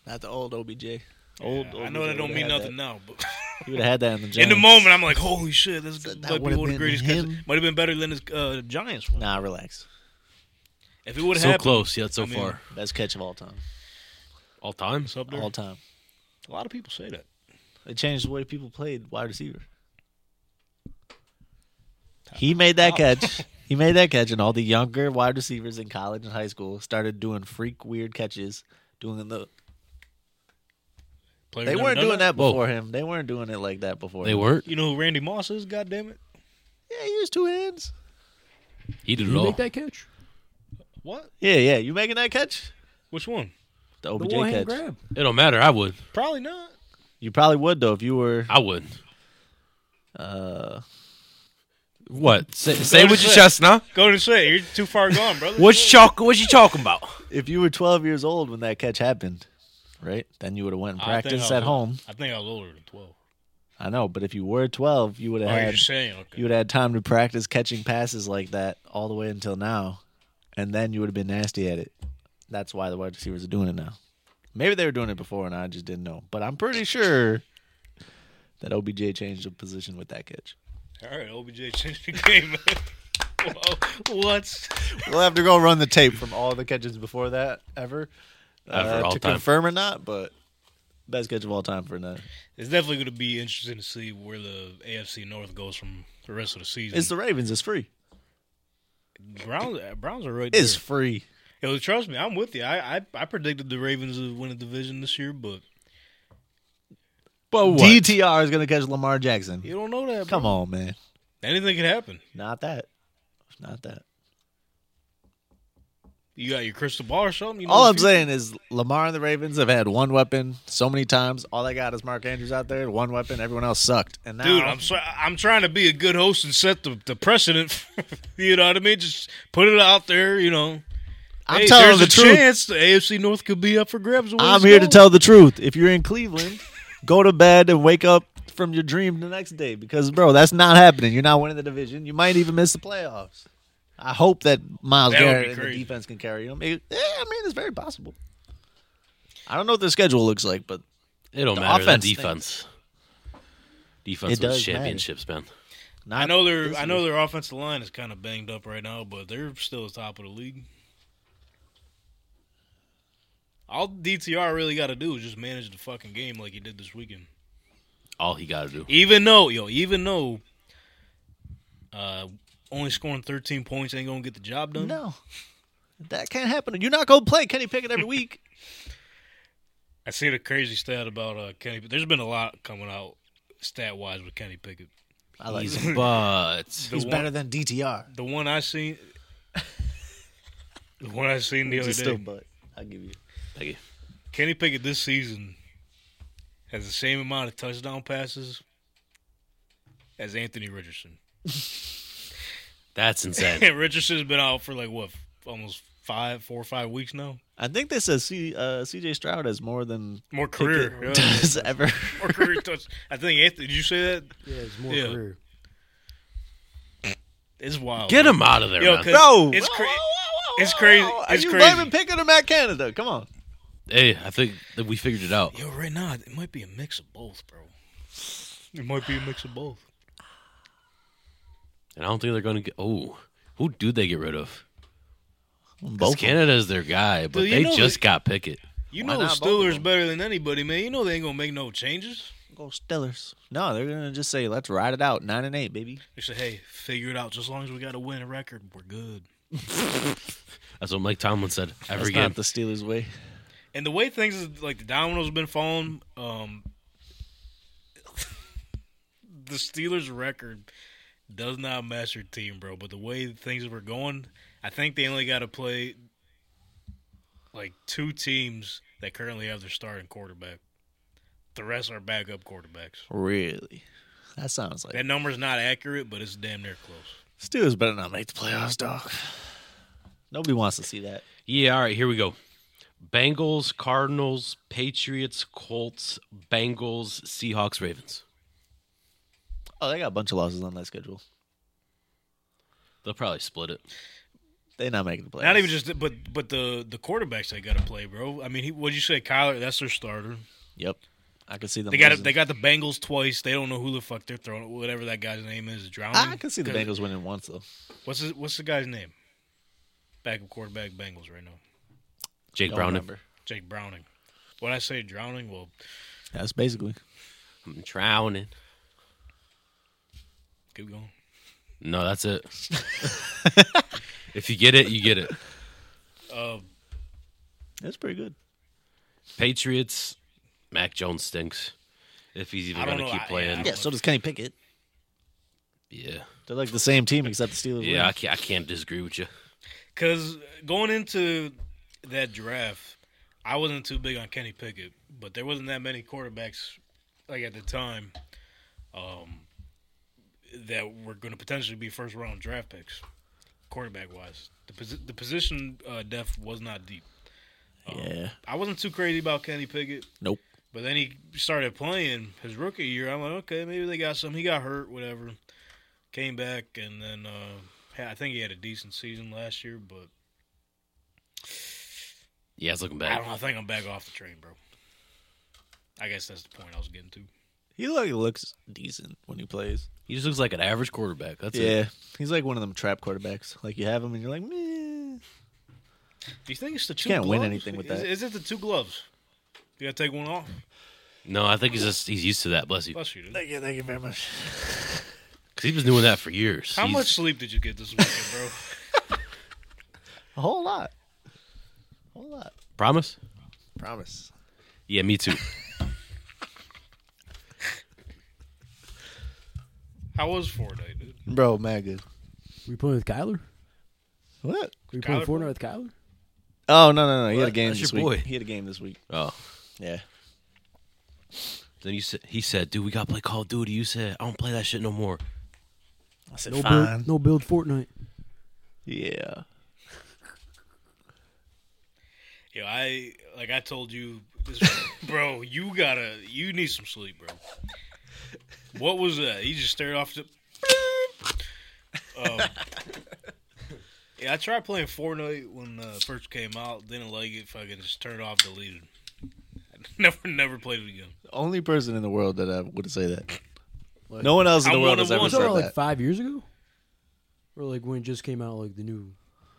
[SPEAKER 4] Not the old OBJ. Old.
[SPEAKER 2] I know that
[SPEAKER 4] OBJ
[SPEAKER 2] don't
[SPEAKER 4] would've
[SPEAKER 2] mean
[SPEAKER 4] had
[SPEAKER 2] nothing
[SPEAKER 4] That.
[SPEAKER 2] now, but.
[SPEAKER 4] He would have had that in
[SPEAKER 2] <laughs>
[SPEAKER 4] the
[SPEAKER 2] In
[SPEAKER 4] Giants.
[SPEAKER 2] the moment, I'm like, "Holy shit, this
[SPEAKER 4] That- that
[SPEAKER 2] might be
[SPEAKER 4] would've
[SPEAKER 2] one of the
[SPEAKER 4] been
[SPEAKER 2] greatest." catches.
[SPEAKER 4] him.
[SPEAKER 2] Might have been better than his uh, Giants one.
[SPEAKER 4] Nah, relax.
[SPEAKER 2] If it would have
[SPEAKER 3] So
[SPEAKER 2] happened,
[SPEAKER 3] close, yet so
[SPEAKER 2] I mean,
[SPEAKER 3] far.
[SPEAKER 4] Best catch of all time.
[SPEAKER 3] All time.
[SPEAKER 2] it's up there.
[SPEAKER 4] All time.
[SPEAKER 2] A lot of people say that.
[SPEAKER 4] It changed the way people played wide receiver. He made that catch. He made that catch, and all the younger wide receivers in college and high school started doing freak, weird catches. Doing the
[SPEAKER 2] Player
[SPEAKER 4] they
[SPEAKER 2] never
[SPEAKER 4] weren't
[SPEAKER 2] done
[SPEAKER 4] doing that
[SPEAKER 3] Whoa.
[SPEAKER 4] before him. They weren't doing it like that before.
[SPEAKER 3] They
[SPEAKER 4] him.
[SPEAKER 3] weren't.
[SPEAKER 2] You know who Randy Moss is? God damn it!
[SPEAKER 4] Yeah, he used two hands.
[SPEAKER 3] He did
[SPEAKER 5] Did
[SPEAKER 3] it
[SPEAKER 5] you
[SPEAKER 3] all.
[SPEAKER 5] make that catch?
[SPEAKER 2] What?
[SPEAKER 4] Yeah, yeah. You making that catch?
[SPEAKER 2] Which one?
[SPEAKER 4] The
[SPEAKER 5] The
[SPEAKER 4] OBJ
[SPEAKER 5] one hand
[SPEAKER 4] catch.
[SPEAKER 5] grab.
[SPEAKER 3] It don't matter. I would.
[SPEAKER 2] Probably not.
[SPEAKER 4] You probably would though if you were.
[SPEAKER 3] I would.
[SPEAKER 4] Uh,
[SPEAKER 3] What? Say, say
[SPEAKER 2] to
[SPEAKER 3] with your
[SPEAKER 2] say.
[SPEAKER 3] chest now.
[SPEAKER 2] Go to say you're too far gone, brother.
[SPEAKER 3] What you talk? What you talking about?
[SPEAKER 4] if you were 12 years old when that catch happened, right? Then you would have went <laughs> and
[SPEAKER 2] I think I
[SPEAKER 4] practiced
[SPEAKER 2] was
[SPEAKER 4] at
[SPEAKER 2] old-
[SPEAKER 4] home.
[SPEAKER 2] I think I was older than twelve.
[SPEAKER 4] I know, but if you were 12, you would have
[SPEAKER 2] Oh, you're
[SPEAKER 4] had
[SPEAKER 2] just saying. Okay.
[SPEAKER 4] you would have had time to practice catching passes like that all the way until now, and then you would have been nasty at it. That's why the wide receivers are doing it now. Maybe they were doing it before and I just didn't know, but I'm pretty sure that OBJ changed the position with that catch.
[SPEAKER 2] All right, <laughs> OBJ changed the game. man. Whoa, what?
[SPEAKER 4] We'll have to go run the tape from all the catches before that ever, uh,
[SPEAKER 3] Ever, all
[SPEAKER 4] to
[SPEAKER 3] time.
[SPEAKER 4] confirm or not. But best catch of all time for now.
[SPEAKER 2] It's definitely going to be interesting to see where the AFC North goes from the rest of the season.
[SPEAKER 4] It's the Ravens. It's free.
[SPEAKER 2] Browns. uh, Browns are right.
[SPEAKER 4] It's
[SPEAKER 2] there.
[SPEAKER 4] free.
[SPEAKER 2] Yo, trust me, I'm with you. I, I I predicted the Ravens would win a division this year, but
[SPEAKER 3] But what?
[SPEAKER 4] DTR is going to catch Lamar Jackson.
[SPEAKER 2] You don't know that. Bro.
[SPEAKER 4] Come on, man.
[SPEAKER 2] Anything can happen.
[SPEAKER 4] Not that. Not that.
[SPEAKER 2] You got your crystal ball or something. You know
[SPEAKER 4] All
[SPEAKER 2] the
[SPEAKER 4] I'm
[SPEAKER 2] future.
[SPEAKER 4] saying is Lamar and the Ravens have had one weapon so many times. All they got is Mark Andrews out there, one weapon. Everyone else sucked. And now,
[SPEAKER 2] Dude, I'm so, I'm trying to be a good host and set the, the precedent. <laughs> you know what I mean? Just put it out there. You know,
[SPEAKER 4] I'm
[SPEAKER 2] Hey, if
[SPEAKER 4] telling
[SPEAKER 2] there's
[SPEAKER 4] the
[SPEAKER 2] a
[SPEAKER 4] truth.
[SPEAKER 2] Chance the AFC North could be up for grabs. and
[SPEAKER 4] I'm
[SPEAKER 2] let's
[SPEAKER 4] here to
[SPEAKER 2] go.
[SPEAKER 4] tell the truth. If you're in Cleveland, go to bed and wake up from your dream the next day because, bro, that's not happening. You're not winning the division. You might even miss the playoffs. I hope that Miles
[SPEAKER 2] That would be
[SPEAKER 4] Garrett and the
[SPEAKER 2] crazy.
[SPEAKER 4] defense can carry him. It- yeah, I mean, it's very possible. I don't know what their schedule looks like, but
[SPEAKER 3] It don't
[SPEAKER 4] The
[SPEAKER 3] matter. That
[SPEAKER 4] offense thing.
[SPEAKER 3] defense.
[SPEAKER 4] It
[SPEAKER 3] Defense
[SPEAKER 4] does
[SPEAKER 3] wins championships, man.
[SPEAKER 4] not
[SPEAKER 2] I know
[SPEAKER 4] this
[SPEAKER 2] their I know
[SPEAKER 4] year.
[SPEAKER 2] their offensive line is kind of banged up right now, but they're still top of the league. All DTR really got to do is just manage the fucking game like he did this weekend.
[SPEAKER 3] All he got to do.
[SPEAKER 2] Even though, yo, even though uh only scoring 13 points ain't going to get the job done.
[SPEAKER 4] No, that can't happen. You're not going to play Kenny Pickett
[SPEAKER 2] <laughs>
[SPEAKER 4] every week.
[SPEAKER 2] I see the crazy stat about uh Kenny. There's been a lot coming out stat-wise with Kenny Pickett.
[SPEAKER 4] <laughs> I like
[SPEAKER 3] He's
[SPEAKER 4] <laughs> him.
[SPEAKER 3] but
[SPEAKER 2] The
[SPEAKER 4] He's
[SPEAKER 2] one,
[SPEAKER 4] better than DTR.
[SPEAKER 2] The one I seen The one I seen the
[SPEAKER 4] Which
[SPEAKER 2] other day.
[SPEAKER 4] is still but I'll give you.
[SPEAKER 3] Thank you.
[SPEAKER 2] Kenny Pickett this season has the same amount of touchdown passes as Anthony Richardson.
[SPEAKER 3] that's
[SPEAKER 4] <laughs>
[SPEAKER 3] insane.
[SPEAKER 2] And Richardson's been out for like what, almost five, four or five weeks now.
[SPEAKER 4] I think this is C, uh, CJ Stroud has more than
[SPEAKER 2] More
[SPEAKER 4] Pickett
[SPEAKER 2] career,
[SPEAKER 3] <laughs>
[SPEAKER 2] yeah.
[SPEAKER 4] <laughs> does ever.
[SPEAKER 2] more career touch. I think Anthony. Did you say that?
[SPEAKER 5] Yeah, it's more
[SPEAKER 2] Yeah.
[SPEAKER 5] career.
[SPEAKER 2] It's wild.
[SPEAKER 3] Get him out of there,
[SPEAKER 2] Yo,
[SPEAKER 3] man.
[SPEAKER 2] 'cause
[SPEAKER 4] No,
[SPEAKER 2] it's
[SPEAKER 4] Whoa,
[SPEAKER 2] cra-
[SPEAKER 4] whoa, whoa, whoa,
[SPEAKER 2] it's crazy-
[SPEAKER 4] whoa. Are
[SPEAKER 2] it's
[SPEAKER 4] you
[SPEAKER 2] crazy.
[SPEAKER 4] blaming Pickett or Matt Canada? Come on.
[SPEAKER 3] Hey, I think that we figured it out.
[SPEAKER 2] Yo, right now it might be a mix of both, bro. It might be a mix of both.
[SPEAKER 3] And I don't think they're going to get. Oh, who do they get rid of? Because
[SPEAKER 4] Both.
[SPEAKER 3] Canada's their guy, but
[SPEAKER 2] Dude, you
[SPEAKER 3] they
[SPEAKER 2] know
[SPEAKER 3] just
[SPEAKER 2] that-
[SPEAKER 3] got Pickett.
[SPEAKER 2] You
[SPEAKER 4] Why
[SPEAKER 2] know the
[SPEAKER 4] not both of
[SPEAKER 2] Steelers
[SPEAKER 4] them?
[SPEAKER 2] better than anybody, man. You know they ain't gonna make no changes.
[SPEAKER 4] Go Stellars. No, they're gonna just say let's ride it out. Nine and eight, baby.
[SPEAKER 2] They say, hey, figure it out. Just as long as we got a win record, we're good.
[SPEAKER 3] That's what Mike Tomlin said
[SPEAKER 4] That's
[SPEAKER 3] every game.
[SPEAKER 4] not the Steelers' way.
[SPEAKER 2] And the way things is like the dominoes have been falling, um, <laughs> the Steelers' record does not match their team, bro. But the way things were going, I think they only got to play like two teams that currently have their starting quarterback. The rest are backup quarterbacks.
[SPEAKER 4] Really, that sounds like
[SPEAKER 2] That number's not accurate, but it's damn near close.
[SPEAKER 4] Steelers better not make the playoffs, dog. Nobody wants to see that.
[SPEAKER 3] Yeah, all right, here we go. Bengals, Cardinals, Patriots, Colts, Bengals, Seahawks, Ravens.
[SPEAKER 4] Oh, they got a bunch of losses on that schedule.
[SPEAKER 3] They'll probably split it.
[SPEAKER 4] They're not making the playoffs.
[SPEAKER 2] Not even just, but but the the quarterbacks they got to play, bro. I mean, he, what'd you say, Kyler? That's their starter.
[SPEAKER 4] Yep, I could see them.
[SPEAKER 2] They got
[SPEAKER 4] losing.
[SPEAKER 2] they got the Bengals twice. They don't know who the fuck they're throwing. Whatever that guy's name is, drowning.
[SPEAKER 4] I could see the Bengals winning once though.
[SPEAKER 2] What's his, what's the guy's name? Backup quarterback Bengals right now.
[SPEAKER 3] Jake
[SPEAKER 4] Don't
[SPEAKER 3] Browning.
[SPEAKER 4] remember.
[SPEAKER 2] Jake Browning. When I say drowning, well,
[SPEAKER 4] That's basically.
[SPEAKER 3] I'm drowning.
[SPEAKER 2] keep going.
[SPEAKER 3] No,
[SPEAKER 2] <laughs>
[SPEAKER 3] that's it. if you get it, you get it.
[SPEAKER 2] Uh,
[SPEAKER 4] That's pretty good.
[SPEAKER 3] Patriots, Mac Jones stinks. If he's even
[SPEAKER 2] I don't
[SPEAKER 3] going to
[SPEAKER 2] know,
[SPEAKER 3] keep
[SPEAKER 2] I-
[SPEAKER 3] playing.
[SPEAKER 2] yeah,
[SPEAKER 3] Yeah.
[SPEAKER 4] Yeah. So does Kenny Pickett.
[SPEAKER 3] Yeah,
[SPEAKER 4] They're like the same team except the Steelers. win.
[SPEAKER 3] I, can't, I can't disagree with you.
[SPEAKER 2] Cause going into that draft, I wasn't too big on Kenny Pickett, but there wasn't that many quarterbacks like at the time, um, that were going to potentially be first round draft picks, quarterback wise. The posi- the position uh, depth was not deep.
[SPEAKER 4] Yeah.
[SPEAKER 2] I wasn't too crazy about Kenny Pickett.
[SPEAKER 4] Nope.
[SPEAKER 2] But then he started playing his rookie year. I'm like, okay, maybe they got some. He got hurt, whatever. Came back, and then uh, ha- I think he had a decent season last year. But
[SPEAKER 3] Yeah, it's looking
[SPEAKER 2] I
[SPEAKER 3] bad.
[SPEAKER 2] don't. know, I think I'm back off the train, bro. I guess that's the point I was getting to.
[SPEAKER 4] He like looks decent when he plays.
[SPEAKER 3] He just looks like an average quarterback. That's it.
[SPEAKER 4] yeah, he's like one of them trap quarterbacks. Like you have him and you're like, meh.
[SPEAKER 2] Do you think it's the two?
[SPEAKER 4] can't win
[SPEAKER 2] gloves?
[SPEAKER 4] anything with
[SPEAKER 2] Is-
[SPEAKER 4] that.
[SPEAKER 2] Is it the two gloves? You gotta take one off.
[SPEAKER 3] No, I think he's just he's used to that. Bless you.
[SPEAKER 2] Bless you. Dude.
[SPEAKER 4] Thank you, thank you very much.
[SPEAKER 3] 'Cause he was doing that for years.
[SPEAKER 2] How
[SPEAKER 3] He's-
[SPEAKER 2] much sleep did you get this weekend,
[SPEAKER 4] <laughs>
[SPEAKER 2] bro?
[SPEAKER 4] A whole lot, a whole lot.
[SPEAKER 3] Promise?
[SPEAKER 4] Promise.
[SPEAKER 3] Yeah, me too.
[SPEAKER 2] How was Fortnite, dude?
[SPEAKER 4] Bro, mad good.
[SPEAKER 5] Were you playing with Kyler?
[SPEAKER 4] What?
[SPEAKER 5] Were you playing
[SPEAKER 2] Kyler
[SPEAKER 5] Fortnite with Kyler?
[SPEAKER 4] Oh no no no! He had a
[SPEAKER 3] What?
[SPEAKER 4] game
[SPEAKER 3] That's
[SPEAKER 4] this
[SPEAKER 3] your
[SPEAKER 4] week.
[SPEAKER 3] boy.
[SPEAKER 4] He had a game this week.
[SPEAKER 3] <laughs> Oh,
[SPEAKER 4] Yeah.
[SPEAKER 3] then you said he said, "Dude, we gotta play Call of Duty." You said, "I don't play that shit no more."
[SPEAKER 4] I said
[SPEAKER 5] No
[SPEAKER 4] fine.
[SPEAKER 5] build, no build Fortnite.
[SPEAKER 4] Yeah.
[SPEAKER 2] Yo, I like I told you, this, <laughs> bro. You gotta, you need some sleep, bro. What was that? You just stared
[SPEAKER 4] <laughs>
[SPEAKER 2] off the. Um, yeah, I tried playing Fortnite when uh, first came out. Didn't like it. Fucking just turned off, deleted. <laughs> Never, never played it again.
[SPEAKER 4] Only person in the world that I would say that. no one else in the
[SPEAKER 2] I
[SPEAKER 4] world
[SPEAKER 2] wanna
[SPEAKER 4] has ever
[SPEAKER 2] want-
[SPEAKER 5] Talking
[SPEAKER 4] said
[SPEAKER 5] about like
[SPEAKER 4] that.
[SPEAKER 5] five years ago, or like when it just came out, like the new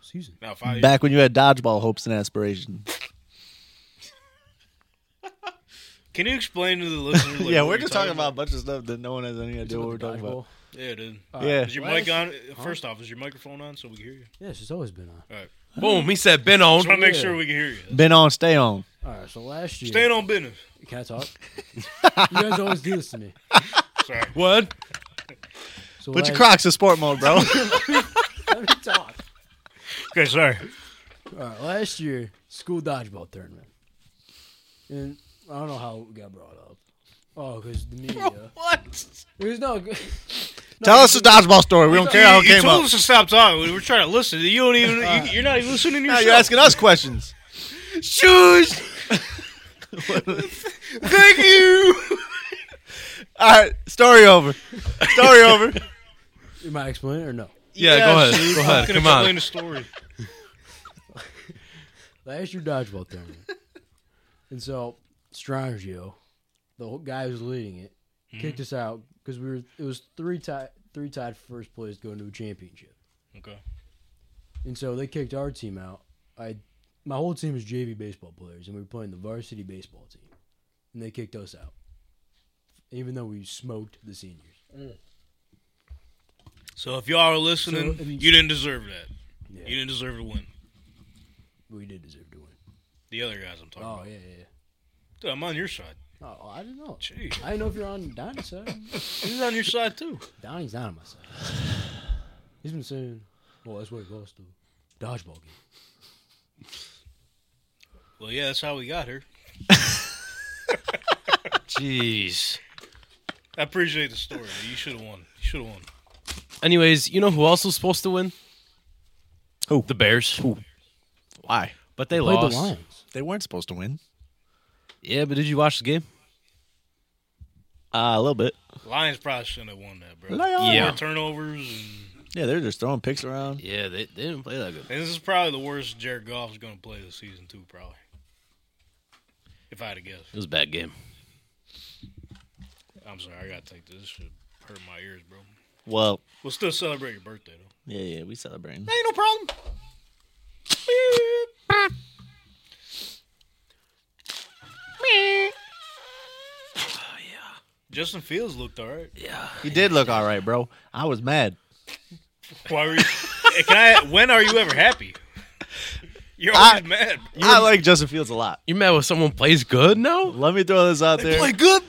[SPEAKER 5] season.
[SPEAKER 2] Now, if I
[SPEAKER 4] Back when you had dodgeball hopes and aspirations.
[SPEAKER 2] can you explain to the listeners? like,
[SPEAKER 4] <laughs> yeah,
[SPEAKER 2] what
[SPEAKER 4] we're
[SPEAKER 2] you're
[SPEAKER 4] just talking about a bunch of stuff that no one has any idea what we're talking about.
[SPEAKER 2] Yeah, dude.
[SPEAKER 4] Yeah. Oh,
[SPEAKER 2] Is your
[SPEAKER 5] Why
[SPEAKER 2] mic
[SPEAKER 5] is-
[SPEAKER 2] on? First off, is your microphone on so we can hear you?
[SPEAKER 5] Yeah, she's always been on.
[SPEAKER 2] All right.
[SPEAKER 3] Boom. He said, "Been on."
[SPEAKER 2] Trying to make sure we can hear you.
[SPEAKER 4] Been on, stay on.
[SPEAKER 5] All right, so last year,
[SPEAKER 2] Staying on business.
[SPEAKER 5] can I
[SPEAKER 4] <laughs>
[SPEAKER 5] talk? you guys always do this to me.
[SPEAKER 2] Sorry.
[SPEAKER 3] What?
[SPEAKER 5] So
[SPEAKER 4] Put
[SPEAKER 5] last,
[SPEAKER 4] your Crocs in sport mode, <laughs> bro.
[SPEAKER 5] Let me talk.
[SPEAKER 2] Okay, sorry.
[SPEAKER 5] All right, last year, school dodgeball tournament, and I don't know how it got brought up. Oh, because the media.
[SPEAKER 4] <laughs>
[SPEAKER 3] What?
[SPEAKER 5] It was no. no
[SPEAKER 4] Tell us the dodgeball story. We don't care how it
[SPEAKER 2] you, you
[SPEAKER 4] came
[SPEAKER 2] told
[SPEAKER 4] up.
[SPEAKER 2] us to stop talking. We were trying to listen. You don't even. You, you're not even listening to
[SPEAKER 4] Now
[SPEAKER 2] yourself.
[SPEAKER 4] you're asking us questions. <laughs>
[SPEAKER 3] Shoes.
[SPEAKER 4] Thank you. All right, story over. Story over.
[SPEAKER 5] <laughs> Am I explaining it or no?
[SPEAKER 3] Yeah,
[SPEAKER 4] Yeah,
[SPEAKER 3] go ahead.
[SPEAKER 4] Steve.
[SPEAKER 3] Go
[SPEAKER 2] I'm
[SPEAKER 3] ahead.
[SPEAKER 2] gonna
[SPEAKER 3] Come
[SPEAKER 2] explain
[SPEAKER 3] on.
[SPEAKER 2] the story.
[SPEAKER 5] Last year dodgeball tournament, and so Strangio, the whole guy who's leading it, kicked us out because we were. It was three tied, three tied for first place going to a championship,
[SPEAKER 2] Okay.
[SPEAKER 5] and so they kicked our team out. I, my whole team is JV baseball players, and we were playing the varsity baseball team, and they kicked us out, even though we smoked the seniors.
[SPEAKER 2] So if y'all are listening,
[SPEAKER 5] So, I mean-
[SPEAKER 2] you didn't deserve that.
[SPEAKER 5] Yeah,
[SPEAKER 2] You didn't deserve to win.
[SPEAKER 5] we did deserve to win.
[SPEAKER 2] The other guys I'm talking
[SPEAKER 5] Oh
[SPEAKER 2] about.
[SPEAKER 5] yeah, yeah.
[SPEAKER 2] Dude, I'm on your side.
[SPEAKER 5] yeah. Oh, I didn't know.
[SPEAKER 2] Jeez.
[SPEAKER 5] I didn't know if you're on Donnie's side.
[SPEAKER 2] He's on your side too.
[SPEAKER 5] Donnie's not on my side. <sighs> He's been saying, "Well, that's what he lost to dodgeball game."
[SPEAKER 2] Well, yeah, that's how we got here.
[SPEAKER 3] Jeez.
[SPEAKER 2] I appreciate the story. but You should have won. You should have won.
[SPEAKER 3] Anyways, you know who else was supposed to win?
[SPEAKER 4] Who?
[SPEAKER 3] The Bears.
[SPEAKER 4] Why?
[SPEAKER 3] But they
[SPEAKER 5] Played
[SPEAKER 3] lost.
[SPEAKER 5] the Lions.
[SPEAKER 4] They weren't supposed to win.
[SPEAKER 3] Yeah, but did you watch the game?
[SPEAKER 4] Uh, a little bit.
[SPEAKER 2] Lions probably shouldn't have won that, bro.
[SPEAKER 4] Lions.
[SPEAKER 3] Yeah.
[SPEAKER 2] More turnovers. And,
[SPEAKER 4] Yeah, they're just throwing picks around.
[SPEAKER 3] Yeah, they, they didn't play that good.
[SPEAKER 2] and this is probably the worst Jared Goff's going to play this season too, probably. If I had to guess.
[SPEAKER 3] It was a bad game.
[SPEAKER 2] I'm sorry, I gotta take this. This should hurt my ears, bro.
[SPEAKER 4] Well,
[SPEAKER 2] We'll still celebrate your birthday though.
[SPEAKER 4] yeah, yeah, we celebrating.
[SPEAKER 2] Ain't no problem. Justin Fields looked all right.
[SPEAKER 3] Yeah.
[SPEAKER 4] He did look all right, bro. I was mad.
[SPEAKER 2] Why were you? Hey, Can I? When are you ever happy? You're
[SPEAKER 4] I-
[SPEAKER 2] always mad. bro.
[SPEAKER 4] I like Justin Fields a lot.
[SPEAKER 3] You mad when someone plays good now?
[SPEAKER 4] Let me throw this out there.
[SPEAKER 3] good?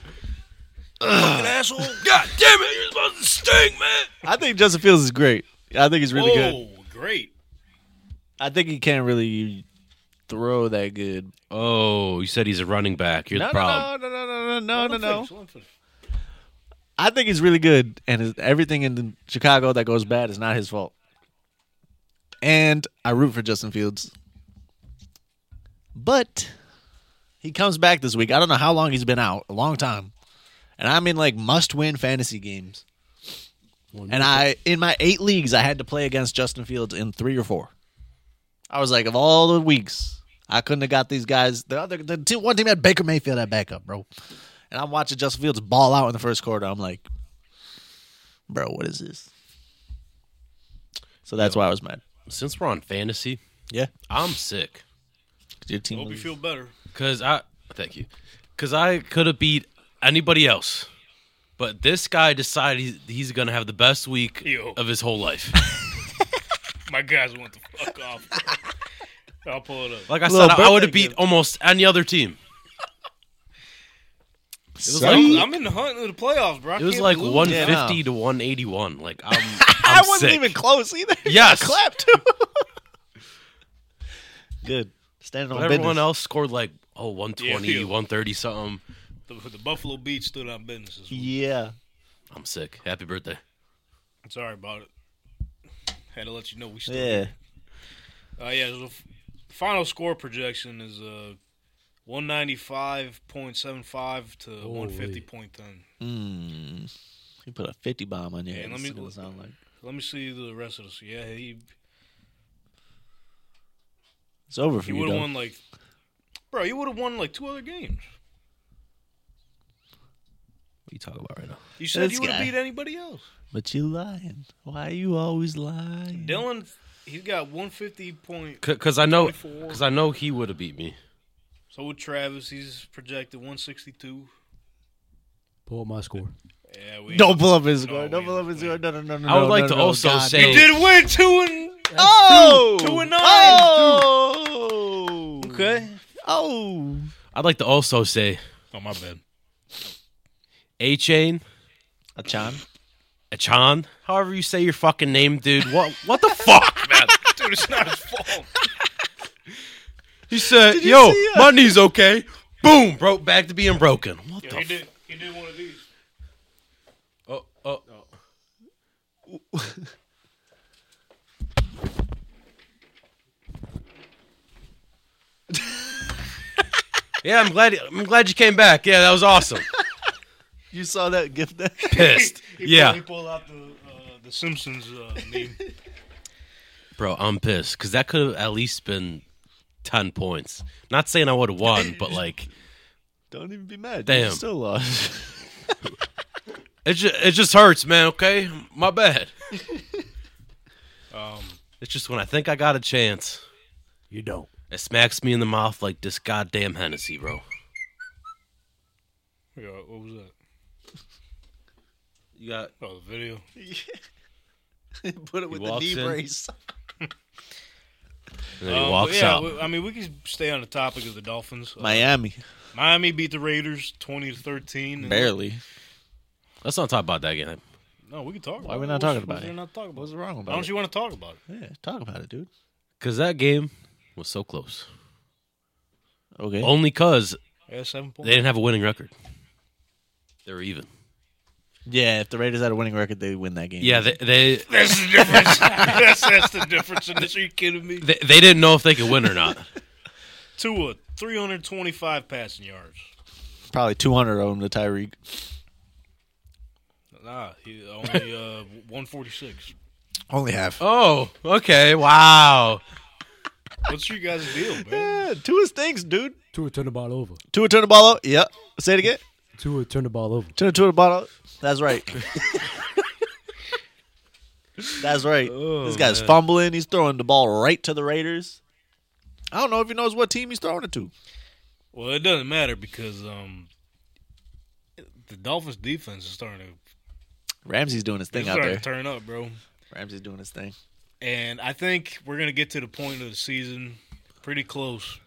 [SPEAKER 2] Fucking asshole.
[SPEAKER 3] God damn it, you're supposed to stink, man.
[SPEAKER 4] I think Justin Fields is great. I think he's really good.
[SPEAKER 2] oh, great.
[SPEAKER 4] I think he can't really throw that good.
[SPEAKER 3] Oh, you said he's a running back. You're the problem.
[SPEAKER 4] no, no, no, no, no,
[SPEAKER 2] Let him finish, let him finish.
[SPEAKER 4] I think he's really good, and his, everything in the- Chicago that goes bad is not his fault. And I root for Justin Fields, but he comes back this week. I don't know how long he's been out, a long time, and I'm in like must-win fantasy games.
[SPEAKER 5] One
[SPEAKER 4] And I, in my eight leagues, I had to play against Justin Fields in three or four. I was like, of all the weeks, I couldn't have got these guys. The other, the two, one team had Baker Mayfield at backup, bro. And I'm watching Justin Fields ball out in the first quarter. I'm like, bro, what is this? So that's why I was mad.
[SPEAKER 3] Since we're on fantasy,
[SPEAKER 4] Yeah,
[SPEAKER 3] I'm sick.
[SPEAKER 4] 'Cause your team.
[SPEAKER 2] Hope you
[SPEAKER 4] loses.
[SPEAKER 2] feel better.
[SPEAKER 3] Cause I thank you. Cause I could have beat anybody else, but this guy decided he's, he's gonna have the best week
[SPEAKER 2] Yo.
[SPEAKER 3] of his whole <laughs> life.
[SPEAKER 2] My guys went the fuck off. bro. I'll pull it up.
[SPEAKER 3] Like I
[SPEAKER 4] Little
[SPEAKER 3] said, I, I would have
[SPEAKER 4] birthday
[SPEAKER 3] beat
[SPEAKER 4] gift.
[SPEAKER 3] almost any other team. was
[SPEAKER 2] I'm,
[SPEAKER 3] like-
[SPEAKER 2] I'm in the hunt of the playoffs, bro. I
[SPEAKER 3] It was
[SPEAKER 2] can't
[SPEAKER 3] like
[SPEAKER 2] believe-
[SPEAKER 3] 150
[SPEAKER 4] Yeah.
[SPEAKER 3] to 181. <laughs> Like I'm, I'm
[SPEAKER 4] I wasn't
[SPEAKER 3] sick.
[SPEAKER 4] even close either. <laughs>
[SPEAKER 3] Yes.
[SPEAKER 4] I clapped too. Good. Standing
[SPEAKER 3] But
[SPEAKER 4] on
[SPEAKER 3] everyone
[SPEAKER 4] business.
[SPEAKER 3] else scored like oh 120,
[SPEAKER 2] Yeah, yeah.
[SPEAKER 3] 130 something.
[SPEAKER 2] The, the Buffalo Beach stood on business. This week.
[SPEAKER 4] Yeah.
[SPEAKER 3] I'm sick. Happy birthday.
[SPEAKER 2] Sorry about it. Had to let you know we still.
[SPEAKER 4] Yeah.
[SPEAKER 2] Uh, yeah. The f- final score projection is uh, 195.75 to 150.10.
[SPEAKER 4] Mm. He put a 50 bomb on your
[SPEAKER 2] Yeah,
[SPEAKER 4] head.
[SPEAKER 2] let
[SPEAKER 4] It's
[SPEAKER 2] me-
[SPEAKER 4] gonna sound like.
[SPEAKER 2] Let me see the rest of this. Yeah, he
[SPEAKER 4] It's over for
[SPEAKER 2] he
[SPEAKER 4] you,
[SPEAKER 2] would
[SPEAKER 4] dog.
[SPEAKER 2] have won like, bro. He would have won like two other games.
[SPEAKER 3] What are you talking about right now?
[SPEAKER 2] You said
[SPEAKER 4] This
[SPEAKER 2] you would have
[SPEAKER 4] guy.
[SPEAKER 2] beat anybody else.
[SPEAKER 4] But you lying. Why are you always lying?
[SPEAKER 2] Dylan, he's got 150 point.
[SPEAKER 3] Because I know,
[SPEAKER 2] 24.
[SPEAKER 3] because I know he would have beat me.
[SPEAKER 2] So with Travis, he's projected 162.
[SPEAKER 5] Pull up my score.
[SPEAKER 2] Yeah, we
[SPEAKER 4] Don't pull up his score.
[SPEAKER 2] No,
[SPEAKER 4] Don't
[SPEAKER 2] we-
[SPEAKER 4] pull up his score. No, no, no, no.
[SPEAKER 3] I would
[SPEAKER 4] no,
[SPEAKER 3] like
[SPEAKER 4] no,
[SPEAKER 3] to
[SPEAKER 4] no.
[SPEAKER 3] also
[SPEAKER 4] God.
[SPEAKER 3] say-
[SPEAKER 2] He did win two and
[SPEAKER 4] Oh!
[SPEAKER 2] two and nine.
[SPEAKER 4] Oh!
[SPEAKER 2] okay.
[SPEAKER 4] Oh!
[SPEAKER 3] I'd like to also say,
[SPEAKER 2] Oh my bad.
[SPEAKER 3] A Chain,
[SPEAKER 4] Achan.
[SPEAKER 3] Achan, however you say your fucking name, dude. What what the fuck, man?
[SPEAKER 2] <laughs> Dude, it's not his fault.
[SPEAKER 3] He said,
[SPEAKER 4] you
[SPEAKER 3] "Yo,
[SPEAKER 4] see, uh,
[SPEAKER 3] my knee's okay." Boom, broke back to being broken. What the?
[SPEAKER 2] he did. He did one of these.
[SPEAKER 3] Oh, oh. yeah, I'm glad. I'm glad you came back. Yeah, that was awesome.
[SPEAKER 4] You saw that gift <laughs> there?
[SPEAKER 3] Pissed.
[SPEAKER 2] He
[SPEAKER 3] Yeah,
[SPEAKER 2] pulled out the uh, the Simpsons uh, <laughs> meme.
[SPEAKER 3] bro, I'm pissed because that could have at least been ten points. Not saying I would have won,
[SPEAKER 2] <laughs>
[SPEAKER 3] but like
[SPEAKER 4] Don't even be mad.
[SPEAKER 3] Damn.
[SPEAKER 4] You still lost.
[SPEAKER 3] it just it just hurts, man. Okay, my bad.
[SPEAKER 2] <laughs> Um,
[SPEAKER 3] It's just when I think I got a chance,
[SPEAKER 5] You don't.
[SPEAKER 3] it smacks me in the mouth like this goddamn Hennessy, bro.
[SPEAKER 2] yeah, what was that?
[SPEAKER 3] You got
[SPEAKER 2] Oh, the video.
[SPEAKER 4] <laughs> Put it with the
[SPEAKER 3] walks
[SPEAKER 4] knee
[SPEAKER 3] in.
[SPEAKER 4] brace.
[SPEAKER 3] and then he
[SPEAKER 2] Um,
[SPEAKER 3] walks
[SPEAKER 2] but yeah,
[SPEAKER 3] out.
[SPEAKER 2] we- I mean, we can stay on the topic of the Dolphins. Uh,
[SPEAKER 4] Miami.
[SPEAKER 2] Miami beat the Raiders twenty to thirteen. and-
[SPEAKER 4] Barely.
[SPEAKER 3] Let's not talk about that game.
[SPEAKER 2] No, we can talk.
[SPEAKER 4] Why
[SPEAKER 2] about
[SPEAKER 4] we
[SPEAKER 2] it.
[SPEAKER 4] not
[SPEAKER 2] What's-
[SPEAKER 4] talking
[SPEAKER 2] what's
[SPEAKER 4] about
[SPEAKER 2] there
[SPEAKER 4] it?
[SPEAKER 2] Not talking about.
[SPEAKER 4] What's wrong
[SPEAKER 2] Why
[SPEAKER 4] about
[SPEAKER 2] don't
[SPEAKER 4] it?
[SPEAKER 2] you want to talk about it?
[SPEAKER 4] Yeah, talk about it, dude.
[SPEAKER 3] Because that game was so close.
[SPEAKER 4] Okay.
[SPEAKER 3] Only because
[SPEAKER 2] Yeah, seven
[SPEAKER 3] they
[SPEAKER 2] points.
[SPEAKER 3] didn't have a winning record. They were even.
[SPEAKER 4] Yeah, if the Raiders had a winning record, they win that game.
[SPEAKER 3] Yeah, they they,
[SPEAKER 2] That's <laughs> the difference. that's, that's the difference in this. Are you kidding me?
[SPEAKER 3] they, they didn't know if they could win
[SPEAKER 2] <laughs>
[SPEAKER 3] or not.
[SPEAKER 2] Tua, 325 passing yards.
[SPEAKER 4] probably 200 of them to Tyreek.
[SPEAKER 2] Nah, he only uh, 146.
[SPEAKER 4] Only half.
[SPEAKER 3] oh, okay. Wow.
[SPEAKER 2] What's your guys' deal, man?
[SPEAKER 4] Yeah, two is things, dude.
[SPEAKER 5] Tua turned the ball over.
[SPEAKER 4] Two turn the ball over. Yep. Say it again.
[SPEAKER 5] Tua turned the ball over.
[SPEAKER 4] Two turn the ball over. That's right. <laughs> That's right. this guy's fumbling. He's throwing the ball right to the Raiders. I don't know if he knows what team he's throwing it to.
[SPEAKER 2] Well, it doesn't matter because um, the Dolphins' defense is starting to,
[SPEAKER 4] Ramsey's doing his
[SPEAKER 2] it's
[SPEAKER 4] thing out
[SPEAKER 2] starting
[SPEAKER 4] there.
[SPEAKER 2] to turn up, bro.
[SPEAKER 4] Ramsey's doing his thing.
[SPEAKER 2] And I think we're going to get to the point of the season pretty close.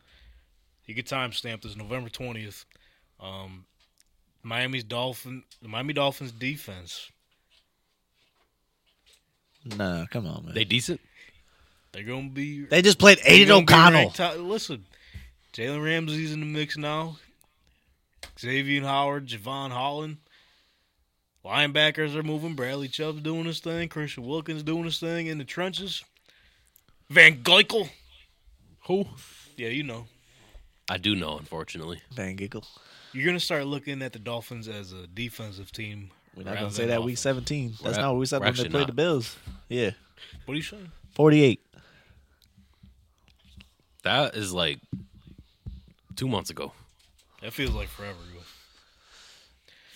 [SPEAKER 2] You get timestamped. It's November 20th. Um, Miami's Dolphin, the Miami Dolphins defense,
[SPEAKER 4] Nah, come on, man.
[SPEAKER 3] They
[SPEAKER 4] They,
[SPEAKER 3] decent?
[SPEAKER 2] they're going to be
[SPEAKER 4] just played Aiden
[SPEAKER 2] Gonna be
[SPEAKER 4] O'Connell.
[SPEAKER 2] ranked top- Listen, Jalen Ramsey's in the mix now. Xavier Howard, Javon Holland. Linebackers are moving. Bradley Chubb's doing his thing. Christian Wilkins doing his thing in the trenches. Van Geichel.
[SPEAKER 3] Who?
[SPEAKER 2] Yeah, you know.
[SPEAKER 3] I do know, unfortunately.
[SPEAKER 4] Van Giggle.
[SPEAKER 2] You're going to start looking at the Dolphins as a defensive team.
[SPEAKER 4] We're not
[SPEAKER 2] rather
[SPEAKER 4] going to say
[SPEAKER 2] than
[SPEAKER 4] that week
[SPEAKER 2] offense.
[SPEAKER 4] 17. That's
[SPEAKER 3] We're-
[SPEAKER 4] not what we said
[SPEAKER 3] we're
[SPEAKER 4] when they
[SPEAKER 3] actually
[SPEAKER 4] played
[SPEAKER 3] not.
[SPEAKER 4] the Bills. Yeah.
[SPEAKER 2] What are you saying?
[SPEAKER 4] 48.
[SPEAKER 3] That is like two months ago.
[SPEAKER 2] That feels like forever ago.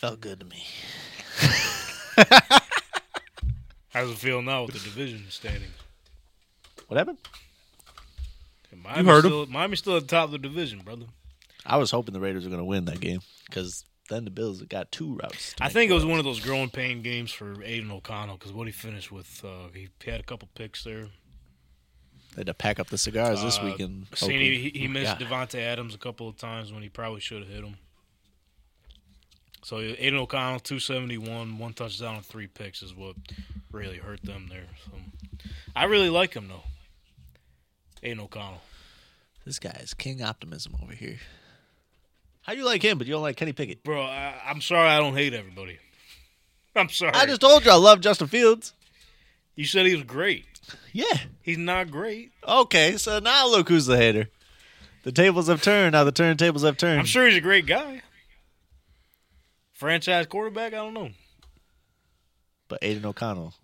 [SPEAKER 4] Felt good to me.
[SPEAKER 2] How does it feel now with the division standings?
[SPEAKER 4] What happened?
[SPEAKER 2] Miami's
[SPEAKER 3] heard 'em.
[SPEAKER 2] still, Miami's still at the top of the division, brother.
[SPEAKER 4] I was hoping the Raiders were going to win that game because then the Bills got two routes. to
[SPEAKER 2] I
[SPEAKER 4] make
[SPEAKER 2] think it was
[SPEAKER 4] playoffs.
[SPEAKER 2] one of those growing pain games for Aiden O'Connell because what he finished with, uh, he had a couple picks there.
[SPEAKER 4] They had to pack up the cigars this
[SPEAKER 2] Uh,
[SPEAKER 4] weekend. oh,
[SPEAKER 2] Seen he, he missed
[SPEAKER 3] God.
[SPEAKER 2] Devonte Adams a couple of times when he probably should have hit him. So Aiden O'Connell, 271, one touchdown and three picks is what really hurt them there. So I really like him, though. Aiden O'Connell.
[SPEAKER 4] This guy is King Optimism over here. How you like him, but you don't like Kenny Pickett?
[SPEAKER 2] Bro, I, I'm sorry I don't hate everybody. <laughs> I'm sorry.
[SPEAKER 4] I just told you I love Justin Fields.
[SPEAKER 2] you said he was great.
[SPEAKER 4] Yeah.
[SPEAKER 2] He's not great.
[SPEAKER 4] Okay, so now look who's the hater. The tables have turned. Now the turntables have turned.
[SPEAKER 2] I'm sure he's a great guy. Franchise quarterback? I don't know.
[SPEAKER 4] But Aiden O'Connell.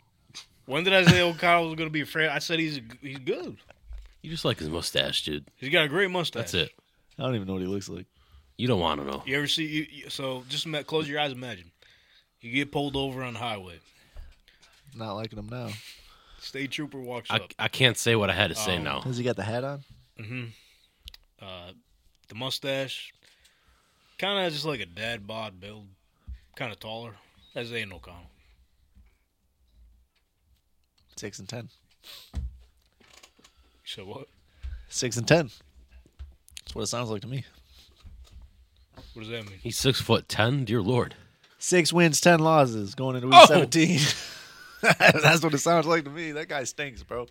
[SPEAKER 2] When did I say O'Connell was going to be a franchise? I said he's he's good.
[SPEAKER 3] You just like his mustache, dude.
[SPEAKER 2] He's got a great mustache.
[SPEAKER 3] That's it.
[SPEAKER 4] I don't even know what he looks like.
[SPEAKER 3] You don't want to know.
[SPEAKER 2] You ever see? You, you, so just ma- close your eyes. Imagine you get pulled over on the highway.
[SPEAKER 4] Not liking him now.
[SPEAKER 2] State trooper walks
[SPEAKER 3] I,
[SPEAKER 2] up.
[SPEAKER 3] I can't say what I had to say
[SPEAKER 2] Um,
[SPEAKER 3] now.
[SPEAKER 4] Has he got the hat on?
[SPEAKER 2] Uh, the mustache, kind of just like a dad bod build, kind of taller. That's Aiden O'Connell.
[SPEAKER 4] Six and ten.
[SPEAKER 2] So what?
[SPEAKER 4] Six and ten. That's what it sounds like to me.
[SPEAKER 2] What does that mean?
[SPEAKER 3] He's six foot ten. Dear Lord.
[SPEAKER 4] Six wins, ten losses going into week
[SPEAKER 3] Oh!
[SPEAKER 4] <laughs> 17. That's what it sounds like to me. That guy stinks, bro.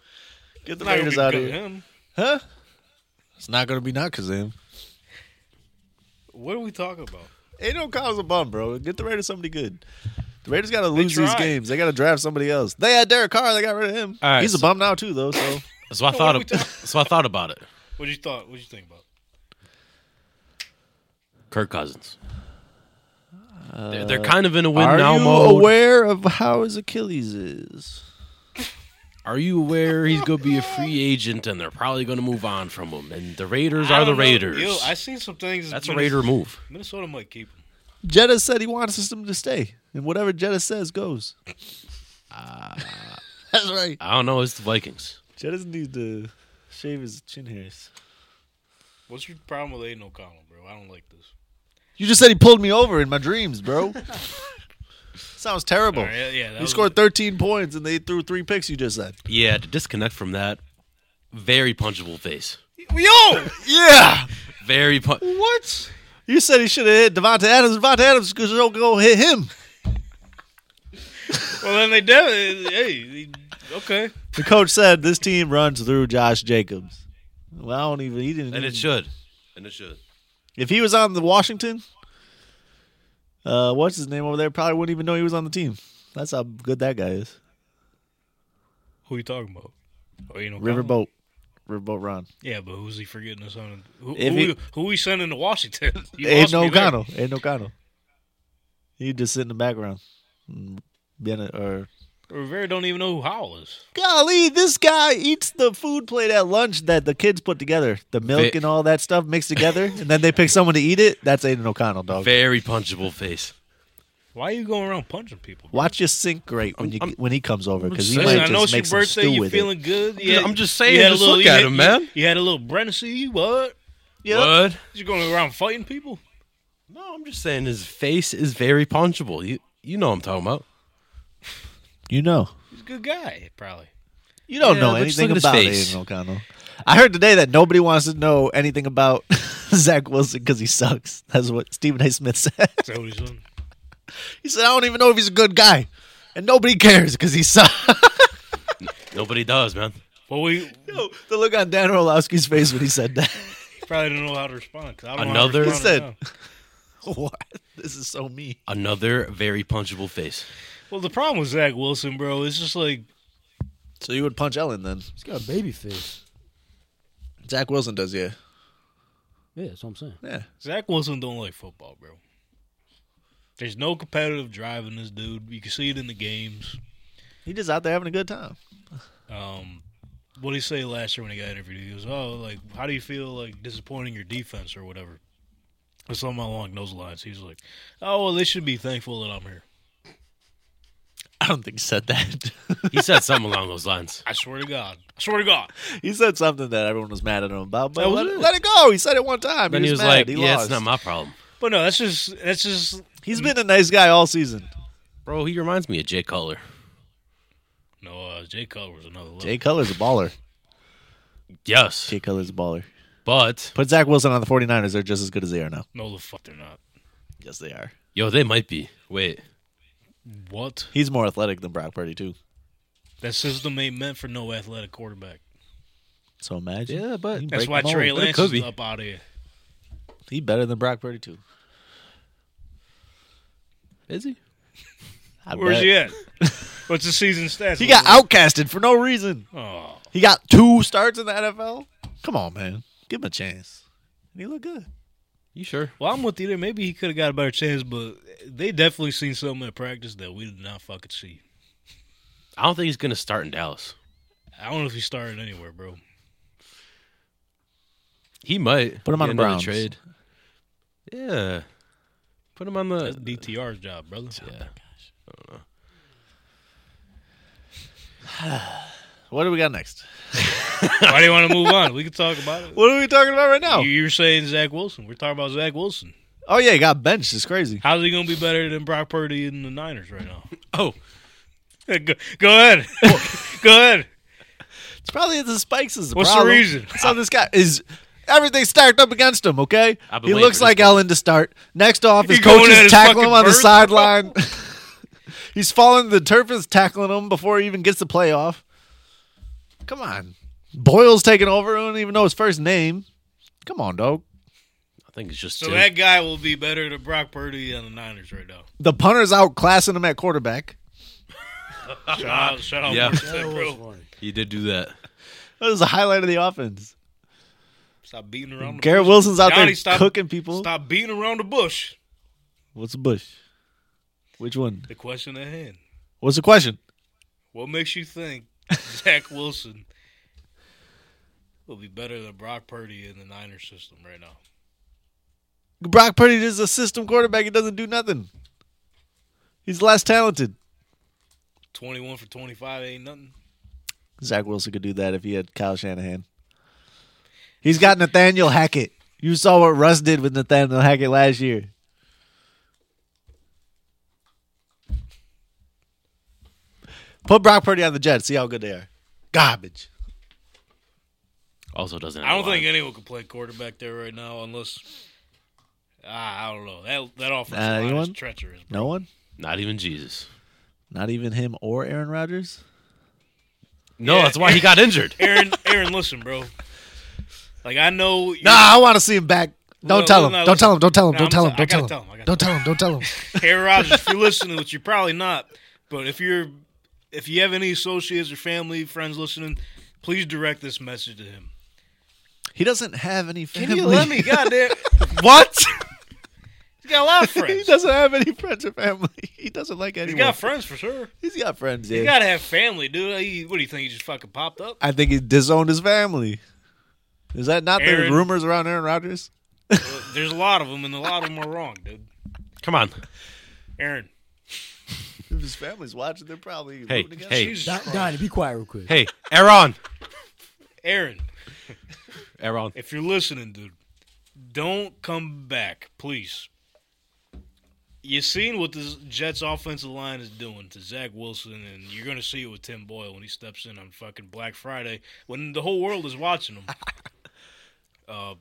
[SPEAKER 4] Get the
[SPEAKER 2] Not gonna be
[SPEAKER 4] Raiders out of
[SPEAKER 2] good
[SPEAKER 4] here.
[SPEAKER 2] at him.
[SPEAKER 4] Huh? It's not going to be not because of him.
[SPEAKER 2] What are we talking about?
[SPEAKER 4] Aiden O'Connell's a bum, bro. Get the Raiders somebody good. The Raiders got to lose these
[SPEAKER 2] tried.
[SPEAKER 4] games. They got to draft somebody else. They had Derek Carr. They got rid of him.
[SPEAKER 3] All right,
[SPEAKER 4] He's a
[SPEAKER 3] so-
[SPEAKER 4] bum now too, though. So
[SPEAKER 3] So
[SPEAKER 2] <laughs>
[SPEAKER 3] I
[SPEAKER 2] What
[SPEAKER 3] thought.
[SPEAKER 2] are we
[SPEAKER 3] Of, so I thought about it.
[SPEAKER 2] What you thought? What you think about?
[SPEAKER 3] Kirk Cousins. they're,
[SPEAKER 2] Uh,
[SPEAKER 3] they're kind of in a win now
[SPEAKER 4] you
[SPEAKER 3] mode.
[SPEAKER 4] aware of how his Achilles is?
[SPEAKER 3] Are you aware he's going to be a free agent and they're probably going to move on from him? And the Raiders
[SPEAKER 2] I
[SPEAKER 3] are the
[SPEAKER 2] don't know.
[SPEAKER 3] Raiders.
[SPEAKER 2] Yo, I seen some things.
[SPEAKER 3] That's a
[SPEAKER 2] Minnes-
[SPEAKER 3] Raider move.
[SPEAKER 2] Minnesota might keep him.
[SPEAKER 4] Jeddah said he wants us him to stay, and whatever Jeddah says goes. <laughs> That's right.
[SPEAKER 3] I don't know. It's the Vikings.
[SPEAKER 4] Jeddah needs to shave his chin hairs.
[SPEAKER 2] What's your problem with Aiden O'Connell, bro? I don't like this.
[SPEAKER 4] You just said he pulled me over in my dreams, bro. Sounds terrible.
[SPEAKER 2] All right, yeah, yeah, that
[SPEAKER 4] You
[SPEAKER 2] was-
[SPEAKER 4] Oh. scored 13 points and they threw three picks. You just said.
[SPEAKER 3] Yeah, to disconnect from that, very punchable face.
[SPEAKER 2] Yo,
[SPEAKER 4] <laughs> Yeah.
[SPEAKER 3] Very pun-
[SPEAKER 2] what?
[SPEAKER 4] You said he should have hit Devonta Adams. Devonta Adams because don't go hit him.
[SPEAKER 2] Well, then they did. Hey, he- okay.
[SPEAKER 4] The coach said this team runs through Josh Jacobs. Well, I don't even. He didn't.
[SPEAKER 3] and
[SPEAKER 4] even-
[SPEAKER 3] it should, and it should.
[SPEAKER 4] If he was on the Washington, uh, what's his name over there? Probably wouldn't even know he was on the team. That's how good that guy is.
[SPEAKER 2] Who you talking about? Oh, Aiden O'Connell?
[SPEAKER 4] Riverboat, Riverboat Ron,
[SPEAKER 2] Yeah, but who's he forgetting us on? Who,
[SPEAKER 4] If
[SPEAKER 2] who,
[SPEAKER 4] he-
[SPEAKER 2] who we sending to Washington? <laughs> You lost
[SPEAKER 4] Aiden
[SPEAKER 2] me there.
[SPEAKER 4] O'Connell, Aiden O'Connell. He just sit in the background. Mm, Been a, or
[SPEAKER 2] Rivera don't even know who Howell is.
[SPEAKER 4] golly, this guy eats the food plate at lunch that the kids put together, the milk
[SPEAKER 3] Ve-
[SPEAKER 4] and all that stuff mixed together, and then they pick someone to eat it. That's Aiden O'Connell, dog.
[SPEAKER 3] Very punchable face.
[SPEAKER 2] Why are you going around punching people? bro?
[SPEAKER 4] Watch your sink grate when you
[SPEAKER 3] I'm-
[SPEAKER 4] when he comes over because he
[SPEAKER 3] saying,
[SPEAKER 4] might
[SPEAKER 2] Listen,
[SPEAKER 4] just
[SPEAKER 2] I know it's your
[SPEAKER 4] make some
[SPEAKER 2] birthday.
[SPEAKER 4] stew
[SPEAKER 2] You
[SPEAKER 4] with it.
[SPEAKER 2] feeling good? You
[SPEAKER 3] I'm just saying,
[SPEAKER 2] you had a
[SPEAKER 3] just
[SPEAKER 2] little-
[SPEAKER 3] look
[SPEAKER 2] you
[SPEAKER 3] at
[SPEAKER 2] had-
[SPEAKER 3] him, man.
[SPEAKER 2] You had a little Brennessy. What?
[SPEAKER 3] What?
[SPEAKER 2] You going around fighting people?
[SPEAKER 3] No, I'm just saying his face is very punchable. You you know what I'm talking about.
[SPEAKER 4] You know.
[SPEAKER 2] He's a good guy, probably.
[SPEAKER 4] You don't
[SPEAKER 3] Yeah,
[SPEAKER 4] know
[SPEAKER 3] but just
[SPEAKER 4] anything
[SPEAKER 3] look at
[SPEAKER 4] about
[SPEAKER 3] his face.
[SPEAKER 4] Aiden O'Connell. I heard today that nobody wants to know anything about <laughs> Zach Wilson because he sucks. That's what Stephen A. Smith <laughs> said.
[SPEAKER 2] Is that what he's doing?
[SPEAKER 4] he said, I don't even know if he's a good guy. And nobody cares because he sucks. <laughs>
[SPEAKER 3] Nobody does, man.
[SPEAKER 2] Well, we
[SPEAKER 4] the look on Dan Orlowski's face when he said that. <laughs>
[SPEAKER 2] probably didn't know how to respond. 'cause I don't
[SPEAKER 3] Another-
[SPEAKER 2] know how to
[SPEAKER 4] Listen.
[SPEAKER 2] respond right now.
[SPEAKER 4] what? This is so mean.
[SPEAKER 3] Another very punchable face.
[SPEAKER 2] Well, the problem with Zach Wilson, bro, it's just like
[SPEAKER 4] So you would punch Ellen then?
[SPEAKER 5] He's got a baby face.
[SPEAKER 4] Zach Wilson does, yeah.
[SPEAKER 5] Yeah, that's what I'm saying.
[SPEAKER 4] Yeah.
[SPEAKER 2] Zach Wilson don't like football, bro. There's no competitive drive in this dude. You can see it in the games.
[SPEAKER 4] He just out there having a good time.
[SPEAKER 2] Um, what did he say last year when he got interviewed? He goes, "Oh, like how do you feel like disappointing your defense or whatever?" Or something along those lines. He's like, "Oh, well, they should be thankful that I'm here."
[SPEAKER 4] I don't think he said that. <laughs>
[SPEAKER 3] He said something along those lines.
[SPEAKER 2] I swear to God. I swear to God.
[SPEAKER 4] he said something that everyone was mad at him about, but
[SPEAKER 2] That was
[SPEAKER 4] let,
[SPEAKER 2] it.
[SPEAKER 4] let it go. He said it one time.
[SPEAKER 3] Then he was
[SPEAKER 4] mad.
[SPEAKER 3] like,
[SPEAKER 4] he
[SPEAKER 3] "Yeah,
[SPEAKER 4] lost.
[SPEAKER 3] it's not my problem,
[SPEAKER 2] But no, that's just that's just
[SPEAKER 4] He's been a nice guy all season.
[SPEAKER 3] bro." He reminds me of Jay Cutler.
[SPEAKER 2] no. Uh, Jay Cutler was another level.
[SPEAKER 4] Jay Cutler's a baller.
[SPEAKER 3] Yes,
[SPEAKER 4] Jay Cutler's a baller.
[SPEAKER 3] but
[SPEAKER 4] Put Zach Wilson on the 49ers. They're just as good as they are now.
[SPEAKER 2] No, the fuck they're not.
[SPEAKER 4] Yes, they are.
[SPEAKER 3] Yo, they might be. Wait.
[SPEAKER 2] What?
[SPEAKER 4] He's more athletic than Brock Purdy too.
[SPEAKER 2] That system ain't meant for no athletic quarterback.
[SPEAKER 4] So imagine. Yeah, but
[SPEAKER 2] That's why Trey
[SPEAKER 3] but it
[SPEAKER 2] Lance
[SPEAKER 3] could
[SPEAKER 2] is
[SPEAKER 3] be.
[SPEAKER 2] up out of here.
[SPEAKER 4] He better than Brock Purdy too.
[SPEAKER 3] Is he?
[SPEAKER 4] I
[SPEAKER 2] Where's
[SPEAKER 4] bet.
[SPEAKER 2] he at? <laughs> What's the season stats?
[SPEAKER 4] He got outcasted for no reason.
[SPEAKER 2] Oh,
[SPEAKER 4] He got two starts in the NFL. Come on, man. Give him a chance. And he looked good.
[SPEAKER 3] You sure?
[SPEAKER 2] well, I'm with you there. Maybe he could have got a better chance, but they definitely seen something in practice that we did not fucking see.
[SPEAKER 3] I don't think he's gonna start in Dallas.
[SPEAKER 2] I don't know if he started anywhere, bro.
[SPEAKER 3] He might.
[SPEAKER 4] Put him on
[SPEAKER 3] Get
[SPEAKER 4] the
[SPEAKER 3] another
[SPEAKER 4] Browns.
[SPEAKER 3] Trade. Yeah. Put him on
[SPEAKER 2] That's
[SPEAKER 3] the.
[SPEAKER 2] DTR's job, brother.
[SPEAKER 3] Yeah.
[SPEAKER 4] What do we got next?
[SPEAKER 2] <laughs> Why do you want to move on? We can talk about it.
[SPEAKER 4] What are we talking about right now?
[SPEAKER 2] You- You're saying Zach Wilson. We're talking about Zach Wilson.
[SPEAKER 4] Oh yeah, he got benched. It's crazy.
[SPEAKER 2] How's he going to be better than Brock Purdy and the Niners right now?
[SPEAKER 3] Oh,
[SPEAKER 2] <laughs> go, go ahead. <laughs> go ahead.
[SPEAKER 4] It's probably the spikes is the
[SPEAKER 2] What's the
[SPEAKER 4] problem.
[SPEAKER 2] reason?
[SPEAKER 4] So this guy is everything stacked up against him. Okay,
[SPEAKER 3] I've been
[SPEAKER 4] he
[SPEAKER 3] waiting
[SPEAKER 4] looks
[SPEAKER 3] for this
[SPEAKER 4] like
[SPEAKER 3] one.
[SPEAKER 4] Ellen to start. Next off, his
[SPEAKER 2] He going at
[SPEAKER 4] coaches
[SPEAKER 2] his
[SPEAKER 4] tackle
[SPEAKER 2] fucking
[SPEAKER 4] him on the
[SPEAKER 2] birth?
[SPEAKER 4] sideline. <laughs> He's falling to the turf is tackling him before he even gets the playoff. Come on, Boyle's taking over. I don't even know his first name. Come on, dog.
[SPEAKER 3] I think it's just.
[SPEAKER 2] So
[SPEAKER 3] Tim.
[SPEAKER 2] that guy will be better than Brock Purdy and the Niners right now.
[SPEAKER 4] The punter's outclassing him at quarterback.
[SPEAKER 2] Shout out, shout out
[SPEAKER 3] Yeah.
[SPEAKER 2] Mark
[SPEAKER 5] That
[SPEAKER 2] Sapp,
[SPEAKER 5] was
[SPEAKER 2] bro.
[SPEAKER 5] funny.
[SPEAKER 3] he did do that.
[SPEAKER 4] That was the highlight of the offense.
[SPEAKER 2] Stop beating around the
[SPEAKER 4] Garrett Wilson's out
[SPEAKER 2] Johnny,
[SPEAKER 4] there
[SPEAKER 2] stop-
[SPEAKER 4] cooking people.
[SPEAKER 2] Stop beating around the bush.
[SPEAKER 4] What's the bush? Which one?
[SPEAKER 2] The question at hand.
[SPEAKER 4] What's the question?
[SPEAKER 2] What makes you think <laughs> Zach Wilson will be better than Brock Purdy in the Niners system right now?
[SPEAKER 4] Brock Purdy is a system quarterback. He doesn't do nothing. He's less talented.
[SPEAKER 2] 21 for 25 ain't nothing.
[SPEAKER 4] Zach Wilson could do that if he had Kyle Shanahan. He's got Nathaniel Hackett. You saw what Russ did with Nathaniel Hackett last year. Put Brock Purdy on the Jets. See how good they are. Garbage.
[SPEAKER 3] Also doesn't.
[SPEAKER 2] I
[SPEAKER 3] have
[SPEAKER 2] don't
[SPEAKER 3] a line.
[SPEAKER 2] think anyone can play quarterback there right now unless ah, I don't know. That that offensive
[SPEAKER 4] Uh,
[SPEAKER 2] line is
[SPEAKER 4] anyone?
[SPEAKER 2] treacherous.
[SPEAKER 4] No one.
[SPEAKER 3] Not even Jesus.
[SPEAKER 4] Not even him or Aaron Rodgers.
[SPEAKER 3] No,
[SPEAKER 2] Yeah.
[SPEAKER 3] that's why he
[SPEAKER 2] <laughs>
[SPEAKER 3] got injured.
[SPEAKER 2] Aaron Aaron listen, bro. Like I know you-
[SPEAKER 4] Nah, I want to see him back. Don't
[SPEAKER 2] Well,
[SPEAKER 4] tell
[SPEAKER 2] well,
[SPEAKER 4] him.
[SPEAKER 2] no,
[SPEAKER 4] don't
[SPEAKER 2] listen.
[SPEAKER 4] tell him. Don't tell him.
[SPEAKER 2] No,
[SPEAKER 4] Don't
[SPEAKER 2] I'm
[SPEAKER 4] tell
[SPEAKER 2] so-
[SPEAKER 4] him.
[SPEAKER 2] I
[SPEAKER 4] Don't
[SPEAKER 2] gotta
[SPEAKER 4] tell
[SPEAKER 2] tell
[SPEAKER 4] him.
[SPEAKER 2] him, I gotta
[SPEAKER 4] Don't
[SPEAKER 2] tell
[SPEAKER 4] tell him. Don't tell him.
[SPEAKER 2] Aaron Rodgers, if you're listening, which you're probably not, but if you're if you have any associates or family, friends listening, please direct this message to him.
[SPEAKER 4] He doesn't have any family.
[SPEAKER 2] Can you let me <laughs> goddamn
[SPEAKER 4] <laughs> What?
[SPEAKER 2] He's got a lot of
[SPEAKER 4] he
[SPEAKER 2] friends.
[SPEAKER 4] doesn't have any friends or family. <laughs> He doesn't like
[SPEAKER 2] He's
[SPEAKER 4] anyone.
[SPEAKER 2] got friends for sure.
[SPEAKER 4] He's got friends.
[SPEAKER 2] You
[SPEAKER 4] Yeah.
[SPEAKER 2] gotta have family, dude. He, what do you think? He just fucking popped up?
[SPEAKER 4] I think he disowned his family. Is that not
[SPEAKER 2] Aaron-
[SPEAKER 4] the rumors around Aaron Rodgers?
[SPEAKER 2] Well, There's a lot of them, and a lot of them are wrong, dude.
[SPEAKER 3] Come on.
[SPEAKER 2] Aaron,
[SPEAKER 4] If his family's watching, they're probably
[SPEAKER 3] Hey,
[SPEAKER 4] rooting against
[SPEAKER 3] hey,
[SPEAKER 2] Jesus
[SPEAKER 5] Don,
[SPEAKER 2] Christ.
[SPEAKER 5] Donnie, be quiet real quick.
[SPEAKER 3] hey, Aaron,
[SPEAKER 2] Aaron,
[SPEAKER 3] Aaron.
[SPEAKER 2] if you're listening, dude, don't come back, please. You seen what this Jets offensive line is doing to Zach Wilson, and you're gonna see it with Tim Boyle when he steps in on fucking Black Friday when the whole world is watching him. uh,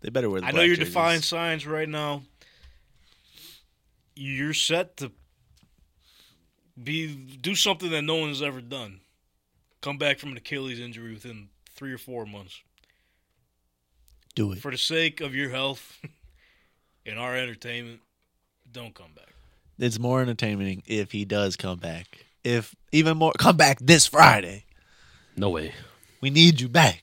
[SPEAKER 4] They better wear. The
[SPEAKER 2] I know
[SPEAKER 4] black
[SPEAKER 2] you're
[SPEAKER 4] jerseys.
[SPEAKER 2] defying signs right now. You're set to be do something that no one has ever done. Come back from an Achilles injury within three or four months.
[SPEAKER 4] Do it.
[SPEAKER 2] For the sake of your health <laughs> and our entertainment, don't come back.
[SPEAKER 4] It's more entertaining if he does come back. If even more, come back this Friday.
[SPEAKER 3] No way.
[SPEAKER 4] We need you back.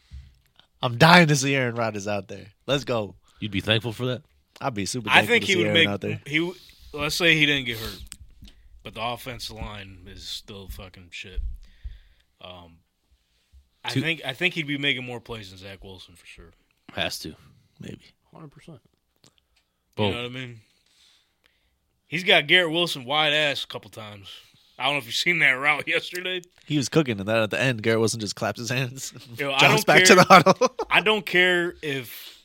[SPEAKER 4] <laughs> I'm dying to see Aaron Rodgers out there. Let's go.
[SPEAKER 3] You'd be thankful for that.
[SPEAKER 4] I'd be super.
[SPEAKER 2] I
[SPEAKER 4] thankful
[SPEAKER 2] think
[SPEAKER 4] to
[SPEAKER 2] he
[SPEAKER 4] see
[SPEAKER 2] would
[SPEAKER 4] Aaron
[SPEAKER 2] make
[SPEAKER 4] out there.
[SPEAKER 2] he. w- Let's say he didn't get hurt, but the offensive line is still fucking shit. Um, I
[SPEAKER 3] Two-
[SPEAKER 2] think I think he'd be making more plays than Zach Wilson for sure.
[SPEAKER 3] Has to.
[SPEAKER 4] maybe.
[SPEAKER 5] 100%.
[SPEAKER 3] Boom.
[SPEAKER 2] You know what I mean? He's got Garrett Wilson wide ass a couple times. I don't know if you've seen that <laughs> route yesterday.
[SPEAKER 4] He was cooking, and then at the end, Garrett Wilson just claps his hands, and <laughs>
[SPEAKER 2] Yo, I
[SPEAKER 4] jumps
[SPEAKER 2] don't
[SPEAKER 4] back
[SPEAKER 2] care.
[SPEAKER 4] to the huddle.
[SPEAKER 2] I don't care if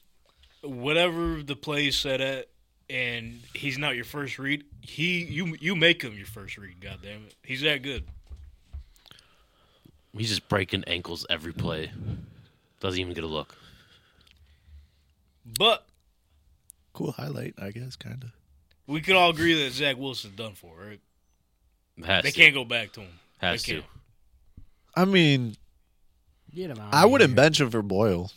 [SPEAKER 2] whatever the play is set at and he's not your first read, he you you make him your first read, God damn it. He's that good.
[SPEAKER 3] He's just breaking ankles every play. Doesn't even get a look.
[SPEAKER 2] But
[SPEAKER 4] <laughs> cool highlight, I guess, kind of.
[SPEAKER 2] We could all agree that Zach Wilson's done for, right?
[SPEAKER 3] Has
[SPEAKER 2] They
[SPEAKER 3] to.
[SPEAKER 2] can't go back to him.
[SPEAKER 3] Has
[SPEAKER 2] they
[SPEAKER 3] to.
[SPEAKER 2] can't.
[SPEAKER 4] I mean,
[SPEAKER 5] Get him out.
[SPEAKER 4] I wouldn't
[SPEAKER 5] here.
[SPEAKER 4] bench him for Boyle.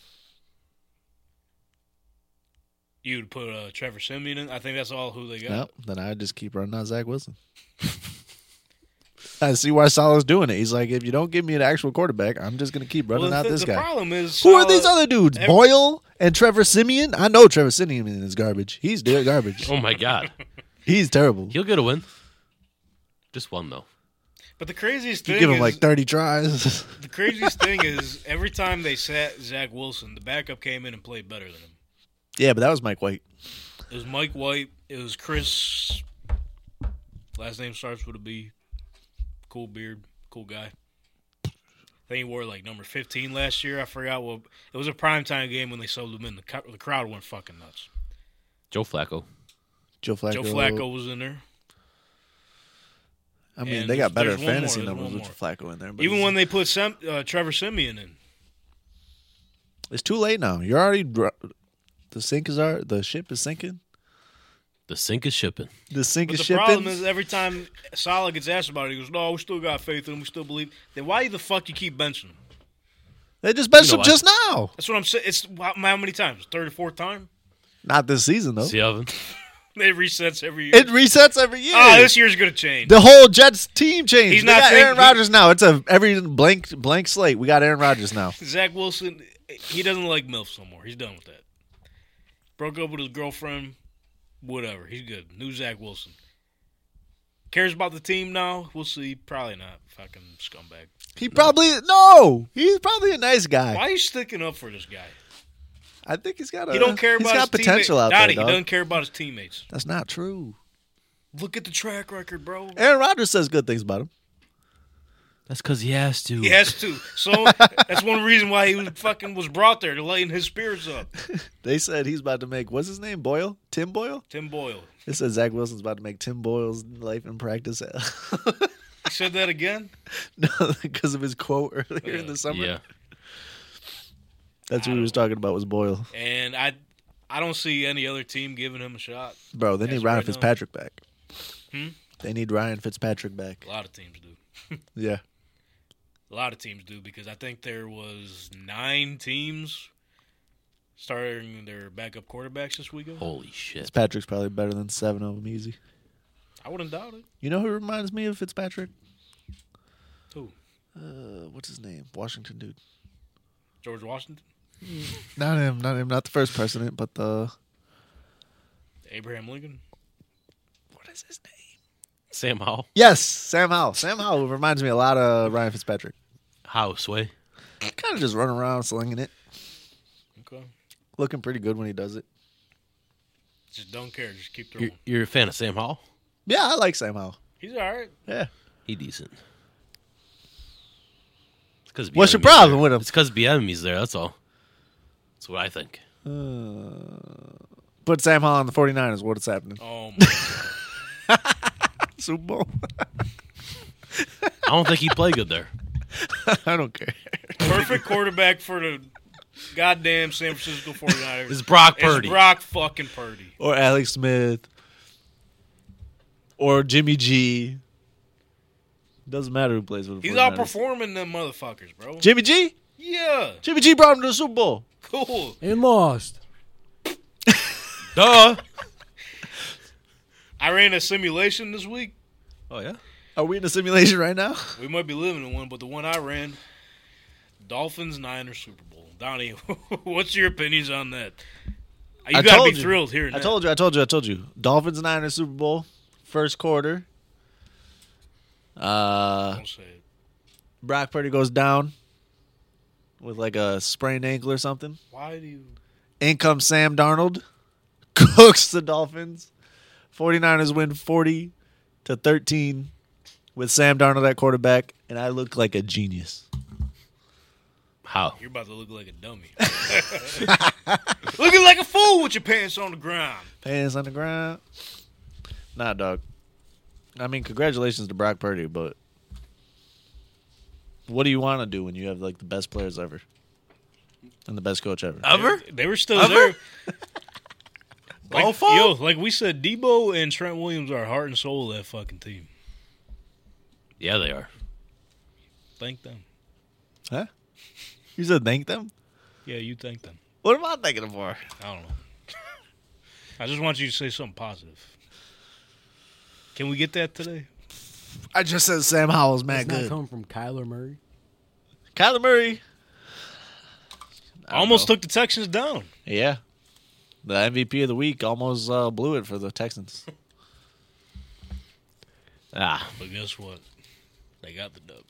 [SPEAKER 2] You would put uh, Trevor Simeon in. I think that's all who they got.
[SPEAKER 4] No, then I'd just keep running on Zach Wilson. <laughs> I see why Salah's doing it. He's like, if you don't give me an actual quarterback, I'm just going to keep running
[SPEAKER 2] Well,
[SPEAKER 4] out
[SPEAKER 2] the,
[SPEAKER 4] this
[SPEAKER 2] the
[SPEAKER 4] guy.
[SPEAKER 2] problem is
[SPEAKER 4] Who are
[SPEAKER 2] Salah-
[SPEAKER 4] these other dudes?
[SPEAKER 2] every-
[SPEAKER 4] Boyle and Trevor Simeon? I know Trevor Simeon is garbage. He's dead garbage.
[SPEAKER 2] <laughs>
[SPEAKER 3] <laughs> Oh my god,
[SPEAKER 4] He's terrible.
[SPEAKER 3] he'll get a win. Just one though.
[SPEAKER 2] But the craziest
[SPEAKER 4] You
[SPEAKER 2] thing
[SPEAKER 4] give him
[SPEAKER 2] is
[SPEAKER 4] like 30 tries. <laughs>
[SPEAKER 2] the craziest thing is every time they sat Zach Wilson, the backup came in and played better than him.
[SPEAKER 4] yeah, but that was Mike White.
[SPEAKER 2] It was Mike White. It was Chris. Last name starts with a B. Cool beard. Cool guy. I think he wore like number 15 last year. I forgot what. It was a primetime game when they sold him in. The, co- the crowd went fucking nuts.
[SPEAKER 3] Joe Flacco.
[SPEAKER 4] Joe Flacco.
[SPEAKER 2] Joe Flacco was in there.
[SPEAKER 4] I mean,
[SPEAKER 2] And
[SPEAKER 4] they got better
[SPEAKER 2] there's- there's one
[SPEAKER 4] fantasy
[SPEAKER 2] more, there's one
[SPEAKER 4] numbers with Flacco in there. But
[SPEAKER 2] Even
[SPEAKER 4] it's-
[SPEAKER 2] when they put Sem- uh, Trevor Simeon in.
[SPEAKER 4] it's too late now. You're already dr- the sink is our the ship is sinking.
[SPEAKER 3] The sink is shipping.
[SPEAKER 4] The sink
[SPEAKER 2] But
[SPEAKER 4] is
[SPEAKER 2] the
[SPEAKER 4] shipping.
[SPEAKER 2] problem is every time Salah gets asked about it, he goes, no, we still got faith in him. We still believe. Then why the fuck you keep benching him?
[SPEAKER 4] they just benched
[SPEAKER 3] You know what?
[SPEAKER 4] him just now.
[SPEAKER 2] That's what I'm saying. It's how how many times? Third or fourth time? <laughs>
[SPEAKER 4] Not this season though.
[SPEAKER 3] See oven.
[SPEAKER 2] It resets every year.
[SPEAKER 4] It resets every year.
[SPEAKER 2] Ah, this year's gonna change.
[SPEAKER 4] the whole Jets team changed.
[SPEAKER 2] He's
[SPEAKER 4] they
[SPEAKER 2] not
[SPEAKER 4] got
[SPEAKER 2] thinking-
[SPEAKER 4] Aaron Rodgers now. It's a every blank blank slate. We got Aaron Rodgers now.
[SPEAKER 2] Zach Wilson, he doesn't like MILFs no more. He's done with that. Broke up with his girlfriend. Whatever. He's good. New Zach Wilson. Cares about the team now? We'll see. Probably not. Fucking scumbag.
[SPEAKER 4] He probably no. He's probably a nice guy.
[SPEAKER 2] Why are you sticking up for this guy?
[SPEAKER 4] I think he's got a.
[SPEAKER 2] He don't care about
[SPEAKER 4] Uh, He's got
[SPEAKER 2] his
[SPEAKER 4] potential
[SPEAKER 2] teammates.
[SPEAKER 4] out
[SPEAKER 2] Dottie,
[SPEAKER 4] there.
[SPEAKER 2] He
[SPEAKER 4] dog.
[SPEAKER 2] doesn't care about his teammates.
[SPEAKER 4] That's not true.
[SPEAKER 2] Look at the track record, bro.
[SPEAKER 4] Aaron Rodgers says good things about him.
[SPEAKER 3] That's because he has to.
[SPEAKER 2] He has to.
[SPEAKER 4] <laughs>
[SPEAKER 2] So that's one reason why he was fucking was brought there to lighten his spirits up.
[SPEAKER 4] They said he's about to make what's his name Boyle Tim Boyle.
[SPEAKER 2] Tim Boyle.
[SPEAKER 4] They said Zach Wilson's about to make Tim Boyle's life in practice hell. <laughs>
[SPEAKER 2] He said that again.
[SPEAKER 4] no, because of his quote earlier in the summer.
[SPEAKER 3] Yeah.
[SPEAKER 4] That's what he was talking about was Boyle.
[SPEAKER 2] And I I don't see any other team giving him a shot.
[SPEAKER 4] Bro, they
[SPEAKER 2] Yes,
[SPEAKER 4] need Ryan
[SPEAKER 2] right now.
[SPEAKER 4] Fitzpatrick back. They need Ryan Fitzpatrick back.
[SPEAKER 2] A lot of teams do.
[SPEAKER 4] Yeah.
[SPEAKER 2] A lot of teams do because I think there was nine teams starting their backup quarterbacks this weekend.
[SPEAKER 3] Holy shit.
[SPEAKER 4] Fitzpatrick's probably better than seven of them easy.
[SPEAKER 2] I wouldn't doubt it.
[SPEAKER 4] You know who reminds me of Fitzpatrick?
[SPEAKER 2] Who?
[SPEAKER 4] Uh, what's his name? Washington dude.
[SPEAKER 2] George Washington,
[SPEAKER 4] Not him, not him, not the first president, but the
[SPEAKER 2] Abraham Lincoln.
[SPEAKER 4] what is his name?
[SPEAKER 3] Sam Howell.
[SPEAKER 4] Yes, Sam Howell. Sam Howell reminds me a lot of Ryan Fitzpatrick.
[SPEAKER 3] House way.
[SPEAKER 4] Kind of just running around slinging it,
[SPEAKER 2] Okay.
[SPEAKER 4] looking pretty good when he does it.
[SPEAKER 2] Just don't care. Just keep throwing.
[SPEAKER 3] You're, you're a fan of Sam Howell?
[SPEAKER 4] Yeah, I like Sam Howell.
[SPEAKER 2] He's all right.
[SPEAKER 4] Yeah.
[SPEAKER 3] He decent. It's 'cause
[SPEAKER 4] What's your
[SPEAKER 3] Bieniemy's
[SPEAKER 4] problem
[SPEAKER 3] there.
[SPEAKER 4] with him?
[SPEAKER 3] It's because BM's there. That's all. That's what I think.
[SPEAKER 4] Put Sam Howell on the 49ers. What is happening?
[SPEAKER 2] Oh, my.
[SPEAKER 4] <laughs> Super Bowl. <laughs>
[SPEAKER 3] I don't think he played good there.
[SPEAKER 4] I don't care.
[SPEAKER 2] <laughs> perfect quarterback for the goddamn San Francisco 49ers.
[SPEAKER 3] It's Brock
[SPEAKER 2] It's
[SPEAKER 3] Purdy.
[SPEAKER 2] Brock fucking Purdy.
[SPEAKER 4] Or Alex Smith. Or Jimmy G. Doesn't matter who plays with the
[SPEAKER 2] He's
[SPEAKER 4] 49ers.
[SPEAKER 2] outperforming them motherfuckers, bro.
[SPEAKER 4] Jimmy G?
[SPEAKER 2] Yeah.
[SPEAKER 4] Jimmy G brought him to the Super Bowl.
[SPEAKER 2] Cool.
[SPEAKER 5] and lost.
[SPEAKER 3] Duh.
[SPEAKER 2] I ran a simulation this week.
[SPEAKER 3] Oh yeah.
[SPEAKER 4] Are we in a simulation right now?
[SPEAKER 2] We might be living in one, but the one I ran, Dolphins Niners Super Bowl. Donnie, <laughs> what's your opinions on that? You
[SPEAKER 4] I
[SPEAKER 2] gotta
[SPEAKER 4] told
[SPEAKER 2] be
[SPEAKER 4] you.
[SPEAKER 2] thrilled here.
[SPEAKER 4] I told you, I told you, I told you. Dolphins Niners Super Bowl, first quarter. Uh,
[SPEAKER 2] Don't say it.
[SPEAKER 4] Brock Purdy goes down with like a sprained ankle or something.
[SPEAKER 2] Why do you?
[SPEAKER 4] In comes Sam Darnold, <laughs> cooks the Dolphins. 49ers win 40 to 13 with Sam Darnold at quarterback, and I look like a genius.
[SPEAKER 3] How?
[SPEAKER 2] You're about to look like a
[SPEAKER 4] <laughs>
[SPEAKER 2] dummy. <laughs> Looking like a fool with your pants on the ground.
[SPEAKER 4] Pants on the ground. Nah, dog. I mean, congratulations to Brock Purdy, but what do you want to do when you have like the best players ever and the best coach ever?
[SPEAKER 2] They, they were still there. Like,
[SPEAKER 4] Ball fault?
[SPEAKER 2] Yo, like we said, Debo and Trent Williams are heart and soul of that fucking team.
[SPEAKER 3] Yeah, they are.
[SPEAKER 2] Thank them.
[SPEAKER 4] Huh? You said thank them?
[SPEAKER 2] Yeah, you thank them.
[SPEAKER 4] What am I thanking them for?
[SPEAKER 2] I don't know. <laughs> I just want you to say something positive. Can we get that today?
[SPEAKER 4] I just said Sam Howell's
[SPEAKER 5] Does
[SPEAKER 4] mad
[SPEAKER 5] not
[SPEAKER 4] good.
[SPEAKER 5] come from Kyler Murray.
[SPEAKER 4] Kyler Murray.
[SPEAKER 2] I almost took the Texans down.
[SPEAKER 4] Yeah. The MVP of the week almost uh, blew it for the
[SPEAKER 2] <laughs>
[SPEAKER 4] Texans. ah,
[SPEAKER 2] But guess what? They got the dub.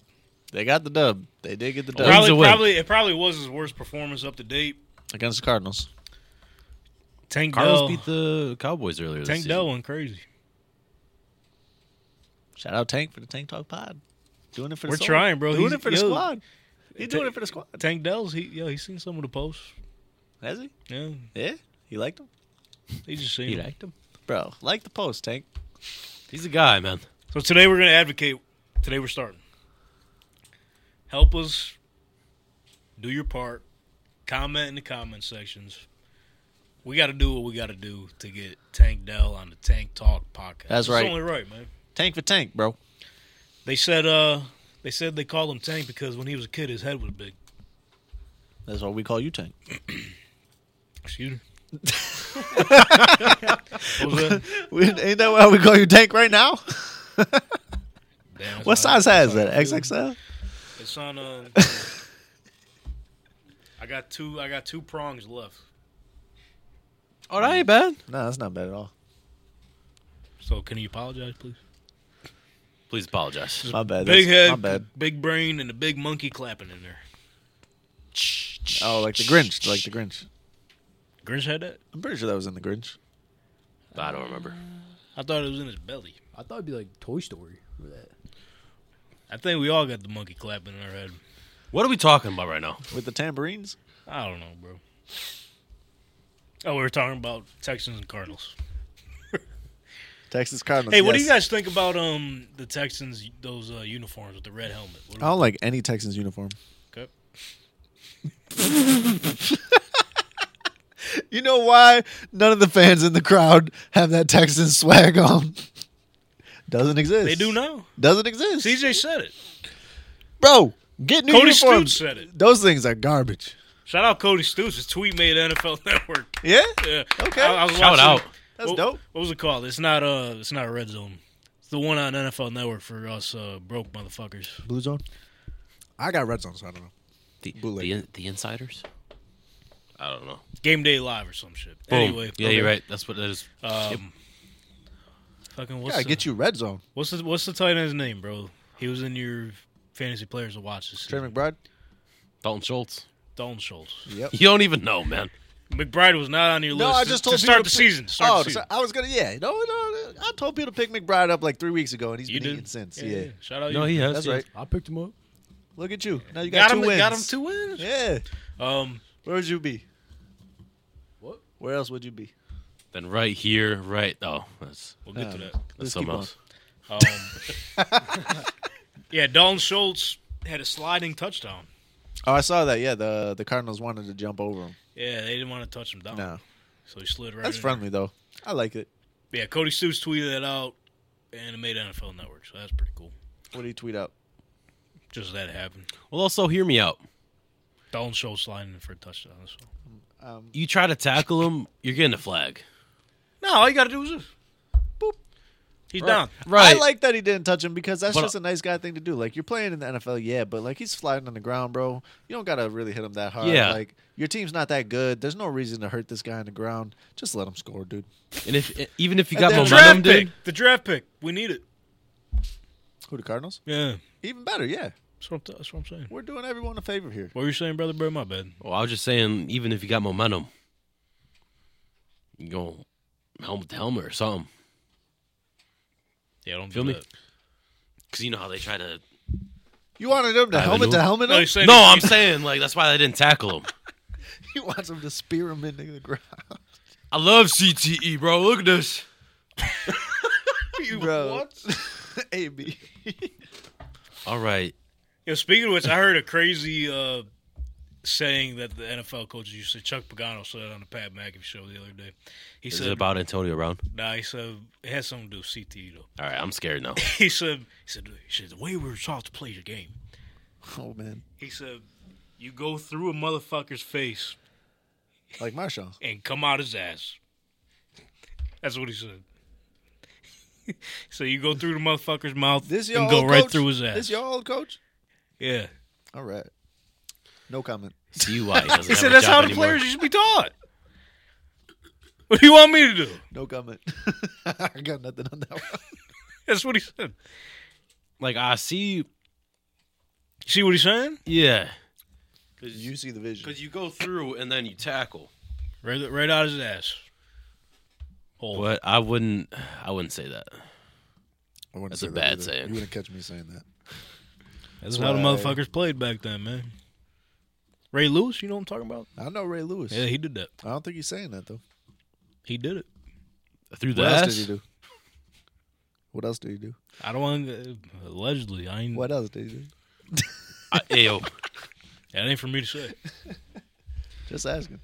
[SPEAKER 4] they got the dub. They did get the dub
[SPEAKER 2] Probably,
[SPEAKER 3] away.
[SPEAKER 2] probably, it probably was his worst performance up to date.
[SPEAKER 4] against the Cardinals.
[SPEAKER 2] Tank
[SPEAKER 3] Cardinals
[SPEAKER 2] Dell,
[SPEAKER 3] beat the Cowboys earlier this
[SPEAKER 2] Tank
[SPEAKER 3] season.
[SPEAKER 2] Dell went crazy.
[SPEAKER 4] Shout out Tank for the Tank Talk Pod. Doing it for the
[SPEAKER 2] We're
[SPEAKER 4] soul.
[SPEAKER 2] trying, bro.
[SPEAKER 4] Doing
[SPEAKER 2] He's-
[SPEAKER 4] it for the
[SPEAKER 2] yo,
[SPEAKER 4] squad. He's doing it for the squad.
[SPEAKER 2] Tank Dell's he yo, he's seen some of the posts.
[SPEAKER 4] Has he?
[SPEAKER 2] Yeah,
[SPEAKER 4] Yeah, he liked him,
[SPEAKER 2] he just seen.
[SPEAKER 3] He
[SPEAKER 2] them.
[SPEAKER 3] liked him.
[SPEAKER 4] bro. Like the post, Tank.
[SPEAKER 3] He's a guy, man.
[SPEAKER 2] So today we're gonna advocate. Today we're starting. Help us. Do your part. Comment in the comment sections. We got to do what we got to do to get Tank Dell on the Tank Talk podcast.
[SPEAKER 4] That's
[SPEAKER 2] It's
[SPEAKER 4] right.
[SPEAKER 2] only right, man.
[SPEAKER 4] Tank for Tank, bro.
[SPEAKER 2] They said uh they said they called him Tank because when he was a kid his head was big.
[SPEAKER 4] That's why we call
[SPEAKER 2] <laughs>
[SPEAKER 4] you Tank.
[SPEAKER 2] Excuse me.
[SPEAKER 4] <laughs>
[SPEAKER 2] what was that?
[SPEAKER 4] We, ain't that why we call you Tank right now?
[SPEAKER 2] Damn, that's
[SPEAKER 4] What
[SPEAKER 2] how I-
[SPEAKER 4] size has that?
[SPEAKER 2] that's how I feel.
[SPEAKER 4] XXL.
[SPEAKER 2] It's on. Uh,
[SPEAKER 4] <laughs>
[SPEAKER 2] I got two. I got two prongs left.
[SPEAKER 3] All right, man.
[SPEAKER 4] No, that's not bad at all.
[SPEAKER 2] So can you apologize, please?
[SPEAKER 3] Please apologize.
[SPEAKER 4] My bad.
[SPEAKER 2] big
[SPEAKER 4] that's-
[SPEAKER 2] head,
[SPEAKER 4] My bad.
[SPEAKER 2] big brain, and the big monkey clapping in there.
[SPEAKER 4] Oh, like the Grinch. Like the Grinch.
[SPEAKER 2] Grinch had that.
[SPEAKER 4] I'm pretty sure that was in the Grinch.
[SPEAKER 3] I don't remember.
[SPEAKER 2] I thought it was in his belly.
[SPEAKER 5] I thought it'd be like Toy Story for that.
[SPEAKER 2] I think we all got the monkey clapping in our head.
[SPEAKER 3] What are we talking about right now?
[SPEAKER 4] With the tambourines?
[SPEAKER 2] I don't know, bro. Oh, we were talking about Texans and Cardinals.
[SPEAKER 4] Texas Cardinals.
[SPEAKER 2] Hey, what do
[SPEAKER 4] yes.
[SPEAKER 2] you guys think about um the Texans those uh, uniforms with the red helmet? What do
[SPEAKER 4] I don't like any Texans uniform.
[SPEAKER 2] we- okay.
[SPEAKER 4] You know why none of the fans in the crowd have that Texans swag on? Doesn't exist.
[SPEAKER 2] They do now.
[SPEAKER 4] Doesn't exist.
[SPEAKER 2] CJ said it.
[SPEAKER 4] Bro, get new
[SPEAKER 2] Cody
[SPEAKER 4] uniforms.
[SPEAKER 2] Stutes said it.
[SPEAKER 4] Those things are garbage.
[SPEAKER 2] Shout out Cody Stoops. His tweet made NFL <laughs> Network.
[SPEAKER 4] Yeah?
[SPEAKER 2] Yeah.
[SPEAKER 4] Okay.
[SPEAKER 2] I, I was
[SPEAKER 3] Shout
[SPEAKER 2] watching-
[SPEAKER 3] out.
[SPEAKER 4] That's
[SPEAKER 2] what,
[SPEAKER 4] dope.
[SPEAKER 2] What was it called? It's not uh it's not a red zone. It's the one on NFL Network for us uh, broke motherfuckers.
[SPEAKER 4] Blue zone? I got red zone, so I don't know.
[SPEAKER 3] The,
[SPEAKER 4] Bootleg.
[SPEAKER 3] the, the insiders? I don't know.
[SPEAKER 2] Game Day Live or some shit.
[SPEAKER 3] Boom.
[SPEAKER 2] Anyway,
[SPEAKER 3] yeah, you're right. That's what that is.
[SPEAKER 2] Um, Fucking what's
[SPEAKER 4] Gotta
[SPEAKER 2] the,
[SPEAKER 4] get you red zone.
[SPEAKER 2] what's the what's the tight end's name, bro? He was in your fantasy players to watch this
[SPEAKER 4] Trey
[SPEAKER 2] season.
[SPEAKER 4] McBride?
[SPEAKER 3] Dalton Schultz. <laughs>
[SPEAKER 2] Dalton Schultz.
[SPEAKER 4] Yep.
[SPEAKER 3] You don't even know, man.
[SPEAKER 2] McBride was not on your
[SPEAKER 4] No,
[SPEAKER 2] list.
[SPEAKER 4] I
[SPEAKER 2] to-
[SPEAKER 4] just
[SPEAKER 2] to
[SPEAKER 4] told people
[SPEAKER 2] start
[SPEAKER 4] to
[SPEAKER 2] the
[SPEAKER 4] pick-
[SPEAKER 2] season. Start
[SPEAKER 4] oh,
[SPEAKER 2] the season.
[SPEAKER 4] so I was gonna. Yeah, no, no, no. I told people to pick McBride up like three weeks ago, and he's
[SPEAKER 2] you
[SPEAKER 4] been
[SPEAKER 2] did
[SPEAKER 4] eating since.
[SPEAKER 2] Yeah,
[SPEAKER 4] Yeah,
[SPEAKER 2] yeah. Shout out.
[SPEAKER 3] No,
[SPEAKER 2] Oh, you.
[SPEAKER 3] he has.
[SPEAKER 4] that's
[SPEAKER 3] he
[SPEAKER 4] right.
[SPEAKER 5] I picked him up.
[SPEAKER 4] Look at you. Now you got,
[SPEAKER 2] Got,
[SPEAKER 4] two
[SPEAKER 2] him.
[SPEAKER 4] wins.
[SPEAKER 2] Got him two wins.
[SPEAKER 4] Yeah.
[SPEAKER 2] Um,
[SPEAKER 4] Where would you be?
[SPEAKER 5] What?
[SPEAKER 4] Where else would you be?
[SPEAKER 3] has. Then right here, right. Oh, that's,
[SPEAKER 2] we'll get to
[SPEAKER 4] Yeah.
[SPEAKER 2] that.
[SPEAKER 3] that's
[SPEAKER 4] Let's
[SPEAKER 3] something else.
[SPEAKER 4] keep Uh.
[SPEAKER 2] Um, <laughs> yeah, Dalton Schultz had a sliding touchdown.
[SPEAKER 4] Oh, I saw that. Yeah, the the Cardinals wanted to jump over him.
[SPEAKER 2] Yeah, they didn't want to touch him down.
[SPEAKER 4] No,
[SPEAKER 2] So he slid Oh, right
[SPEAKER 4] that's
[SPEAKER 2] in.
[SPEAKER 4] friendly though. I like it.
[SPEAKER 2] Yeah, Cody Stoops tweeted that out, and it made NFL Network, so that's pretty cool.
[SPEAKER 4] What do you tweet up?
[SPEAKER 2] Just that happened.
[SPEAKER 3] Well, also, hear me out.
[SPEAKER 2] Dalton Schultz sliding in for a touchdown. That's all.
[SPEAKER 4] Um,
[SPEAKER 3] You try to tackle him, you're getting a flag.
[SPEAKER 2] No, all you got to do is this. Boop. He's down.
[SPEAKER 3] Right.
[SPEAKER 4] I like that he didn't touch him because that's
[SPEAKER 3] But-
[SPEAKER 4] just a nice guy thing to do. Like you're playing in the NFL, yeah, but like he's flying on the ground, bro. You don't gotta really hit him that hard.
[SPEAKER 3] Yeah.
[SPEAKER 4] Like your team's not that good. There's no reason to hurt this guy on the ground. Just let him score, dude.
[SPEAKER 3] and if even if you
[SPEAKER 4] And
[SPEAKER 3] got
[SPEAKER 4] then-
[SPEAKER 3] momentum,
[SPEAKER 2] Draft
[SPEAKER 3] dude,
[SPEAKER 2] pick. The draft pick. We need it.
[SPEAKER 4] Who the Cardinals?
[SPEAKER 2] Yeah.
[SPEAKER 4] Even better, yeah.
[SPEAKER 2] That's what I'm, that's what I'm saying.
[SPEAKER 4] We're doing everyone a favor here.
[SPEAKER 2] What were you saying, brother, bro? My bad.
[SPEAKER 3] Well, I was just saying, even if you got momentum, you go helmet to helmet or something.
[SPEAKER 2] Yeah, don't
[SPEAKER 3] Feel
[SPEAKER 2] do
[SPEAKER 3] me?
[SPEAKER 2] that.
[SPEAKER 3] Because you know how they try to.
[SPEAKER 4] You wanted him to helmet to
[SPEAKER 3] know.
[SPEAKER 4] helmet
[SPEAKER 2] No,
[SPEAKER 4] him?
[SPEAKER 2] he's saying
[SPEAKER 3] No, I'm saying like that's why they didn't tackle him.
[SPEAKER 4] He wants him to spear him into the ground.
[SPEAKER 3] I love CTE, bro. Look at this.
[SPEAKER 4] Bro. <laughs> AB.
[SPEAKER 3] All right,
[SPEAKER 2] Yeah, speaking of which, I heard a crazy uh, saying that the NFL coaches used to. Chuck Pagano said it on the Pat McAfee show the other day. He
[SPEAKER 3] Is
[SPEAKER 2] said
[SPEAKER 3] it about Antonio Brown?
[SPEAKER 2] Nah, he said it has something to do with CTE though. <laughs>
[SPEAKER 3] All right, I'm scared <laughs> now.
[SPEAKER 2] He said he said he said the way we're taught to play the game.
[SPEAKER 4] Oh man,
[SPEAKER 2] He said you go through a motherfucker's face
[SPEAKER 4] like Marshall.
[SPEAKER 2] and come out his ass. That's what he said. <laughs> so you go through the motherfucker's mouth
[SPEAKER 4] This your
[SPEAKER 2] and go
[SPEAKER 4] old
[SPEAKER 2] right
[SPEAKER 4] coach?
[SPEAKER 2] through his ass.
[SPEAKER 4] This your old coach?
[SPEAKER 2] yeah.
[SPEAKER 4] All right. No comment.
[SPEAKER 3] DUI doesn't
[SPEAKER 2] He
[SPEAKER 3] have
[SPEAKER 2] said
[SPEAKER 3] a
[SPEAKER 2] that's
[SPEAKER 3] job
[SPEAKER 2] how the
[SPEAKER 3] anymore.
[SPEAKER 2] players used to be taught. <laughs> What do you want me to do?
[SPEAKER 4] No comment. <laughs> I got nothing on that one.
[SPEAKER 2] That's what he said.
[SPEAKER 3] Like I see,
[SPEAKER 2] See what he's saying?
[SPEAKER 3] yeah,
[SPEAKER 4] You see the vision.
[SPEAKER 3] because you go through and then you tackle.
[SPEAKER 2] Right, right out his ass. Hole.
[SPEAKER 3] But I wouldn't, I wouldn't say that.
[SPEAKER 4] I wouldn't
[SPEAKER 3] That's
[SPEAKER 4] say
[SPEAKER 3] a
[SPEAKER 4] that
[SPEAKER 3] bad
[SPEAKER 4] either.
[SPEAKER 3] saying.
[SPEAKER 4] You wouldn't catch me saying that.
[SPEAKER 2] That's how the
[SPEAKER 4] why-
[SPEAKER 2] motherfuckers played back then, man. Ray Lewis, you know what I'm talking about?
[SPEAKER 4] I know Ray Lewis.
[SPEAKER 2] Yeah, he did that.
[SPEAKER 4] I don't think he's saying that though.
[SPEAKER 2] He did it.
[SPEAKER 3] Through the
[SPEAKER 4] What else
[SPEAKER 3] ass.
[SPEAKER 4] did he do? What else did he do?
[SPEAKER 2] I don't want to. Allegedly, I ain't.
[SPEAKER 4] What else did he do?
[SPEAKER 3] I, ayo,
[SPEAKER 2] That ain't for me to say.
[SPEAKER 4] Just asking.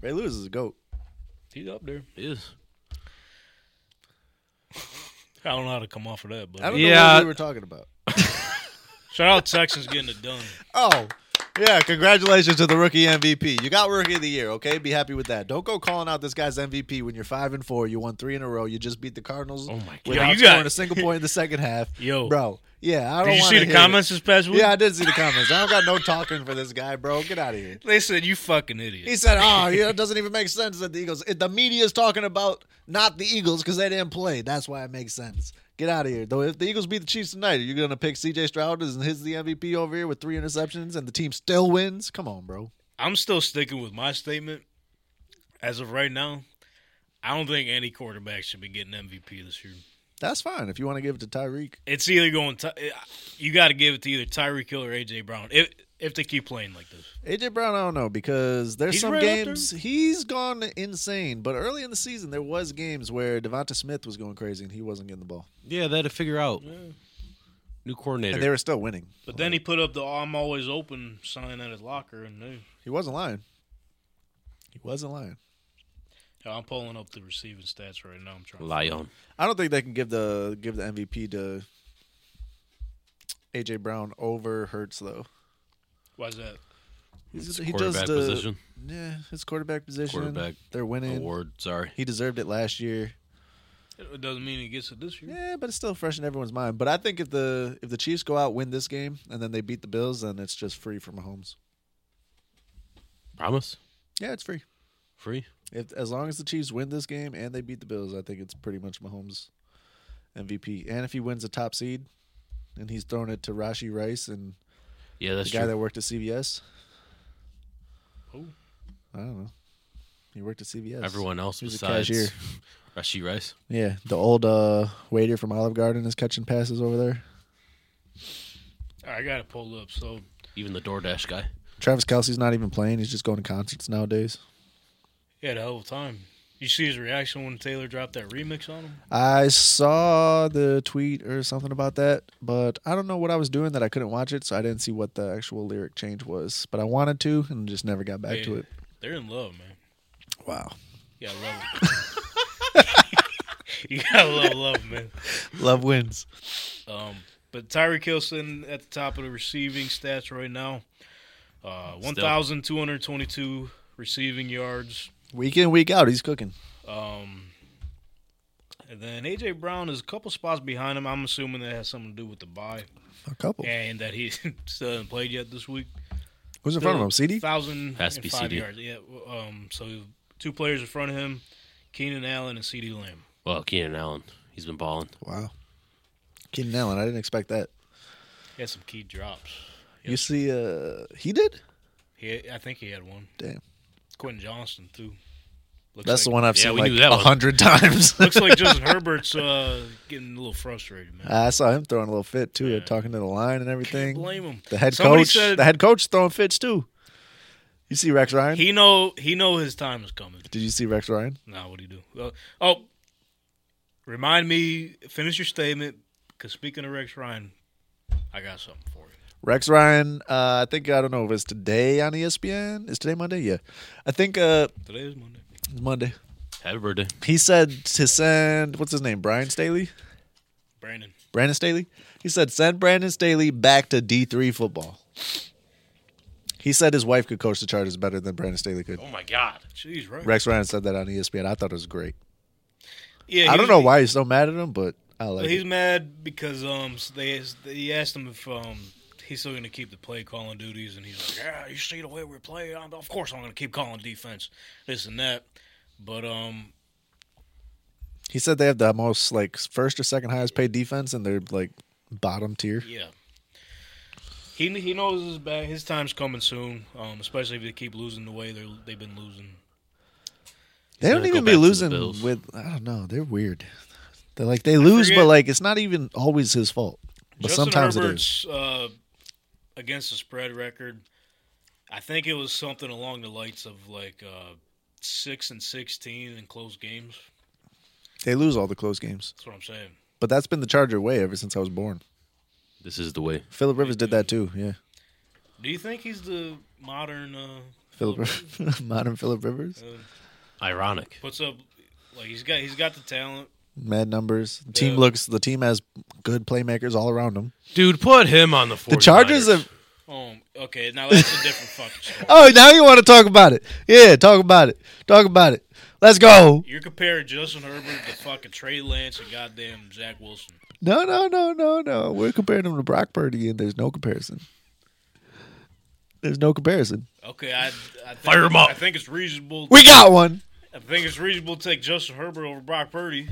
[SPEAKER 4] Ray Lewis is a goat.
[SPEAKER 2] He's up there.
[SPEAKER 3] it is.
[SPEAKER 2] I don't know how to come off of that, but
[SPEAKER 4] I don't know
[SPEAKER 3] Yeah.
[SPEAKER 4] what we were talking about.
[SPEAKER 2] <laughs> shout out Texans getting it done.
[SPEAKER 4] Oh, yeah. Congratulations to the rookie MVP. You got rookie of the year. Okay, be happy with that. Don't go calling out this guy's MVP when you're five and four. You won three in a row. You just beat the Cardinals.
[SPEAKER 3] Oh my God.
[SPEAKER 4] Without
[SPEAKER 2] Yo, you
[SPEAKER 4] scoring
[SPEAKER 2] got-
[SPEAKER 4] a single point in the second
[SPEAKER 2] <laughs>
[SPEAKER 4] half.
[SPEAKER 2] Yo.
[SPEAKER 4] bro. Yeah, I don't.
[SPEAKER 2] Did you
[SPEAKER 4] wanna
[SPEAKER 2] see the
[SPEAKER 4] hear
[SPEAKER 2] comments
[SPEAKER 4] It.
[SPEAKER 2] this past week?
[SPEAKER 4] Yeah, I did see the comments. I don't got no talking for this guy, bro. Get out of here.
[SPEAKER 2] They said you fucking idiot.
[SPEAKER 4] He said, "Oh, yeah, it doesn't even make sense that the Eagles. It, the media's talking about not the Eagles because they didn't play. That's why it makes sense. Get out of here, though. If the Eagles beat the Chiefs tonight, are you going to pick C.J. Stroud as his the MVP over here with three interceptions and the team still wins? Come on, bro.
[SPEAKER 2] I'm still sticking with my statement. As of right now, I don't think any quarterback should be getting MVP this year.
[SPEAKER 4] That's fine if you want to give it to Tyreek.
[SPEAKER 2] It's either going. Ty- you got to give it to either Tyreek Hill or AJ Brown if if they keep playing like this.
[SPEAKER 4] AJ Brown, I don't know because there's
[SPEAKER 2] He's
[SPEAKER 4] some
[SPEAKER 2] right up
[SPEAKER 4] games he's gone insane. But early in the season, there was games where Devonta Smith was going crazy and he wasn't getting the ball,
[SPEAKER 3] <laughs> Yeah, they had to figure out new coordinator.
[SPEAKER 4] and they were still winning.
[SPEAKER 2] But then he put up the "I'm always open" sign at his locker, and they,
[SPEAKER 4] He wasn't lying. He wasn't lying.
[SPEAKER 2] Yeah, I'm pulling up the receiving stats right now. I'm trying. to
[SPEAKER 3] Lion.
[SPEAKER 4] I don't think they can give the give the MVP to AJ Brown over Hurts though.
[SPEAKER 2] Why's that?
[SPEAKER 4] He's,
[SPEAKER 3] quarterback position.
[SPEAKER 4] Yeah, his quarterback position.
[SPEAKER 3] Quarterback
[SPEAKER 4] They're winning.
[SPEAKER 3] Award. Sorry.
[SPEAKER 4] He deserved it last year.
[SPEAKER 2] It doesn't mean he gets it this year.
[SPEAKER 4] Yeah, but it's still fresh in everyone's mind. But I think if the if the Chiefs go out win this game and then they beat the Bills, then it's just free for Mahomes.
[SPEAKER 3] Promise.
[SPEAKER 4] Yeah, it's free.
[SPEAKER 3] Free.
[SPEAKER 4] If as long as the Chiefs win this game and they beat the Bills, I think it's pretty much Mahomes MVP. And if he wins the top seed, and he's thrown it to Rashi Rice and
[SPEAKER 3] Yeah, that's
[SPEAKER 4] the guy
[SPEAKER 3] true.
[SPEAKER 4] that worked at CVS.
[SPEAKER 2] Who?
[SPEAKER 4] I don't know. He worked at CVS.
[SPEAKER 3] Everyone else
[SPEAKER 4] He was a
[SPEAKER 3] besides <laughs>
[SPEAKER 4] cashier.
[SPEAKER 3] Rashi Rice.
[SPEAKER 4] Yeah, the old uh, waiter from Olive Garden is catching passes over there.
[SPEAKER 2] I got to pull up. So
[SPEAKER 3] Even the DoorDash guy.
[SPEAKER 4] Travis Kelsey's not even playing. He's just going to concerts nowadays.
[SPEAKER 2] he had a hell of a time. You see his reaction when Taylor dropped that remix on him.
[SPEAKER 4] I saw the tweet or something about that, but I don't know what I was doing that I couldn't watch it, so I didn't see what the actual lyric change was. But I wanted to and just never got back
[SPEAKER 2] Yeah.
[SPEAKER 4] to it.
[SPEAKER 2] They're in love, man.
[SPEAKER 4] Wow.
[SPEAKER 2] Yeah, love. it. <laughs> you gotta love love, man.
[SPEAKER 4] Love wins.
[SPEAKER 2] Um, but Tyreek Hill sitting at the top of the receiving stats right now. Uh, 1,222 receiving yards.
[SPEAKER 4] Week in, week out, he's cooking.
[SPEAKER 2] Um, and then AJ Brown is a couple spots behind him. I'm assuming that has something to do with the bye
[SPEAKER 4] A couple.
[SPEAKER 2] and that he <laughs> still hasn't played yet this week.
[SPEAKER 4] Who's in front of him? CD?
[SPEAKER 2] Thousand
[SPEAKER 3] Has to be CD.
[SPEAKER 2] yards. Yeah. w- Um, so two players in front of him, Keenan Allen and C.D. Lamb.
[SPEAKER 3] Well, Keenan Allen. He's been balling.
[SPEAKER 4] Wow. Keenan Allen, I didn't expect that.
[SPEAKER 2] He had some key drops.
[SPEAKER 4] You see, uh, he did.
[SPEAKER 2] He, I think he had one.
[SPEAKER 4] Damn,
[SPEAKER 2] Quentin Johnston too. Looks
[SPEAKER 4] that's
[SPEAKER 2] like-
[SPEAKER 4] the one I've
[SPEAKER 3] Yeah,
[SPEAKER 4] seen
[SPEAKER 3] we
[SPEAKER 4] like
[SPEAKER 3] knew that
[SPEAKER 4] a
[SPEAKER 3] one.
[SPEAKER 4] hundred <laughs> times.
[SPEAKER 2] <laughs> Looks like Justin Herbert's uh, getting a little frustrated, man.
[SPEAKER 4] I saw him throwing a little fit too, talking to the line and everything.
[SPEAKER 2] blame him.
[SPEAKER 4] The head
[SPEAKER 2] Somebody
[SPEAKER 4] coach,
[SPEAKER 2] said-
[SPEAKER 4] the head coach throwing fits too. You see Rex Ryan?
[SPEAKER 2] He know he know his time is coming.
[SPEAKER 4] did you see Rex Ryan?
[SPEAKER 2] Now what do you do? Uh, oh, remind me. Finish your statement. Because speaking of Rex Ryan, I got something for you.
[SPEAKER 4] Rex Ryan, uh, I think I don't know if it's today on E ESPN. Is today Monday? Yeah, I think uh,
[SPEAKER 2] Today is Monday.
[SPEAKER 4] it's Monday.
[SPEAKER 3] Happy birthday.
[SPEAKER 4] He said to send what's his name, Brian Staley,
[SPEAKER 2] Brandon.
[SPEAKER 4] Brandon Staley. He said send Brandon Staley back to D three football. He said his wife could coach the Chargers better than Brandon Staley could.
[SPEAKER 3] Oh my God.
[SPEAKER 2] Jeez, right.
[SPEAKER 4] Rex Ryan said that on E ESPN. I thought it was great.
[SPEAKER 2] Yeah,
[SPEAKER 4] I
[SPEAKER 2] he
[SPEAKER 4] don't
[SPEAKER 2] was-
[SPEAKER 4] know why he's so mad at him, but I like.
[SPEAKER 2] Well,
[SPEAKER 4] it.
[SPEAKER 2] he's mad because um they he asked him if um he's still going to keep the play calling duties, and he's like, yeah, you see the way we're playing. I'm, of course, I'm going to keep calling defense, this and that. But um,
[SPEAKER 4] He said they have the most like first or second highest paid defense, and they're like bottom tier.
[SPEAKER 2] yeah, he he knows his bad. His time's coming soon. Um, especially if they keep losing the way they are they've been losing.
[SPEAKER 4] They don't
[SPEAKER 3] gonna go
[SPEAKER 4] even
[SPEAKER 3] back
[SPEAKER 4] be
[SPEAKER 3] to the
[SPEAKER 4] losing
[SPEAKER 3] Bills.
[SPEAKER 4] with I don't know. They're weird. They're like they lose, but
[SPEAKER 2] forget-
[SPEAKER 4] like it's not even always his fault. But
[SPEAKER 2] Justin
[SPEAKER 4] sometimes it is.
[SPEAKER 2] Herbert's, Uh, against the spread record, I think it was something along the lights of like uh, six and sixteen in close games.
[SPEAKER 4] They lose all the close games,
[SPEAKER 2] That's what I'm saying.
[SPEAKER 4] but that's been the Charger way ever since I was born.
[SPEAKER 3] This is the way.
[SPEAKER 4] Philip Rivers did that too. Yeah,
[SPEAKER 2] Do you think he's the modern uh,
[SPEAKER 4] Philip Rivers. <laughs> modern Philip Rivers,
[SPEAKER 3] Ironic.
[SPEAKER 2] puts up like he's got he's got the talent?
[SPEAKER 4] mad numbers. The team
[SPEAKER 2] Yeah.
[SPEAKER 4] looks. The team has good playmakers all around them.
[SPEAKER 3] Dude, put him on the 49ers.
[SPEAKER 4] The Chargers have.
[SPEAKER 2] Um, okay, now that's a different fucking story.
[SPEAKER 4] Oh, now you want to talk about it? Yeah, talk about it. Talk about it. Let's go.
[SPEAKER 2] You're comparing Justin Herbert to fucking Trey Lance and goddamn Zach Wilson.
[SPEAKER 4] No, no, no, no, no. We're comparing him to Brock Purdy, and there's no comparison. There's no comparison.
[SPEAKER 2] Okay, I, I think,
[SPEAKER 3] Fire him up.
[SPEAKER 2] I think it's reasonable.
[SPEAKER 4] We got one.
[SPEAKER 2] I think it's reasonable to take Justin Herbert over Brock Purdy,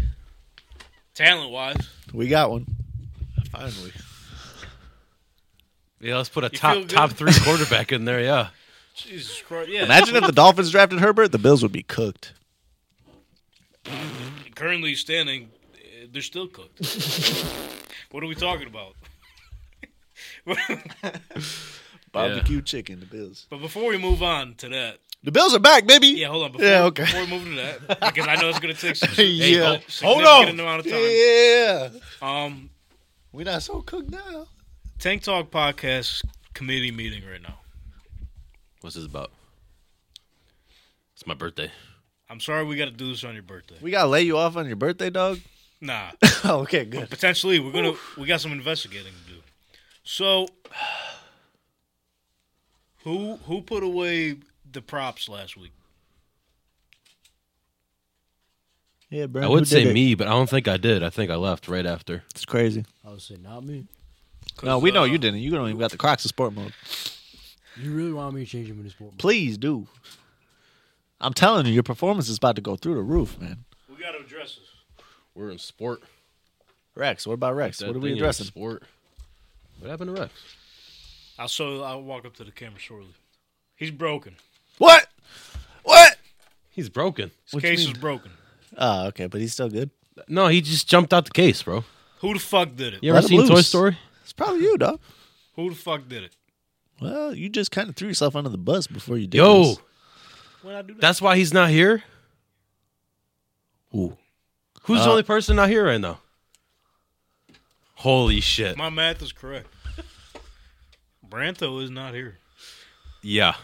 [SPEAKER 2] talent wise.
[SPEAKER 4] We got one.
[SPEAKER 3] Finally. Yeah, let's put a
[SPEAKER 2] You feel
[SPEAKER 3] top
[SPEAKER 2] good?
[SPEAKER 3] top three quarterback in there. Yeah.
[SPEAKER 2] Jesus Christ, yeah.
[SPEAKER 4] Imagine if the Dolphins drafted Herbert, the Bills would be cooked.
[SPEAKER 2] currently standing, uh, they're still cooked. <laughs> what are we talking about? <laughs>
[SPEAKER 4] Barbecue chicken, the Bills.
[SPEAKER 2] but before we move on to that,
[SPEAKER 4] The Bills are back, baby.
[SPEAKER 2] Yeah, hold on. Before,
[SPEAKER 4] Yeah, okay.
[SPEAKER 2] Before we move to that, because I know it's going to
[SPEAKER 4] <laughs>
[SPEAKER 2] take some
[SPEAKER 4] Hey, yeah.
[SPEAKER 2] significant
[SPEAKER 3] Hold on.
[SPEAKER 2] amount of time.
[SPEAKER 4] Yeah.
[SPEAKER 2] Um,
[SPEAKER 4] We're not so cooked now.
[SPEAKER 2] Tank Talk podcast committee meeting right now.
[SPEAKER 3] What's this about? It's my birthday.
[SPEAKER 2] I'm sorry we got to do this on your birthday.
[SPEAKER 4] We got to lay you off on your birthday, dog.
[SPEAKER 2] Nah,
[SPEAKER 4] oh, <laughs> okay, good.
[SPEAKER 2] potentially we're gonna we got some investigating to do. So, who who put away the props last week?
[SPEAKER 4] Yeah, bro.
[SPEAKER 3] I would say me, but I don't think I did. I think I left right after.
[SPEAKER 4] It's crazy.
[SPEAKER 5] I would say not me.
[SPEAKER 2] 'Cause,
[SPEAKER 4] No, we know
[SPEAKER 2] uh,
[SPEAKER 4] you didn't. You don't even got the Crocs in sport mode.
[SPEAKER 5] You really want me to change him in the sport?
[SPEAKER 4] Please do. I'm telling you, your performance is about to go through the roof, man.
[SPEAKER 2] We got to address this.
[SPEAKER 3] We're in sport.
[SPEAKER 4] Rex, what about Rex? what are we addressing?
[SPEAKER 3] Sport. What happened to Rex?
[SPEAKER 2] I'll so I'll walk up to the camera shortly. He's broken.
[SPEAKER 4] What? What?
[SPEAKER 3] He's broken.
[SPEAKER 2] His case is broken.
[SPEAKER 4] Oh, okay, but he's still good.
[SPEAKER 3] No, he just jumped out the case, bro.
[SPEAKER 2] Who the fuck did it?
[SPEAKER 3] You ever
[SPEAKER 4] Let him
[SPEAKER 3] seen Toy
[SPEAKER 4] loose.
[SPEAKER 3] Story?
[SPEAKER 4] It's probably you, dog.
[SPEAKER 2] Who the fuck did it?
[SPEAKER 4] Well, you just kind of threw yourself under the bus before you did.
[SPEAKER 3] Yo,
[SPEAKER 4] this.
[SPEAKER 2] When I do that,
[SPEAKER 3] that's why he's not here.
[SPEAKER 4] Who?
[SPEAKER 3] Who's the
[SPEAKER 4] Uh,
[SPEAKER 3] only person not here right now? Holy shit!
[SPEAKER 2] my math is correct. Branto is not here.
[SPEAKER 3] Yeah,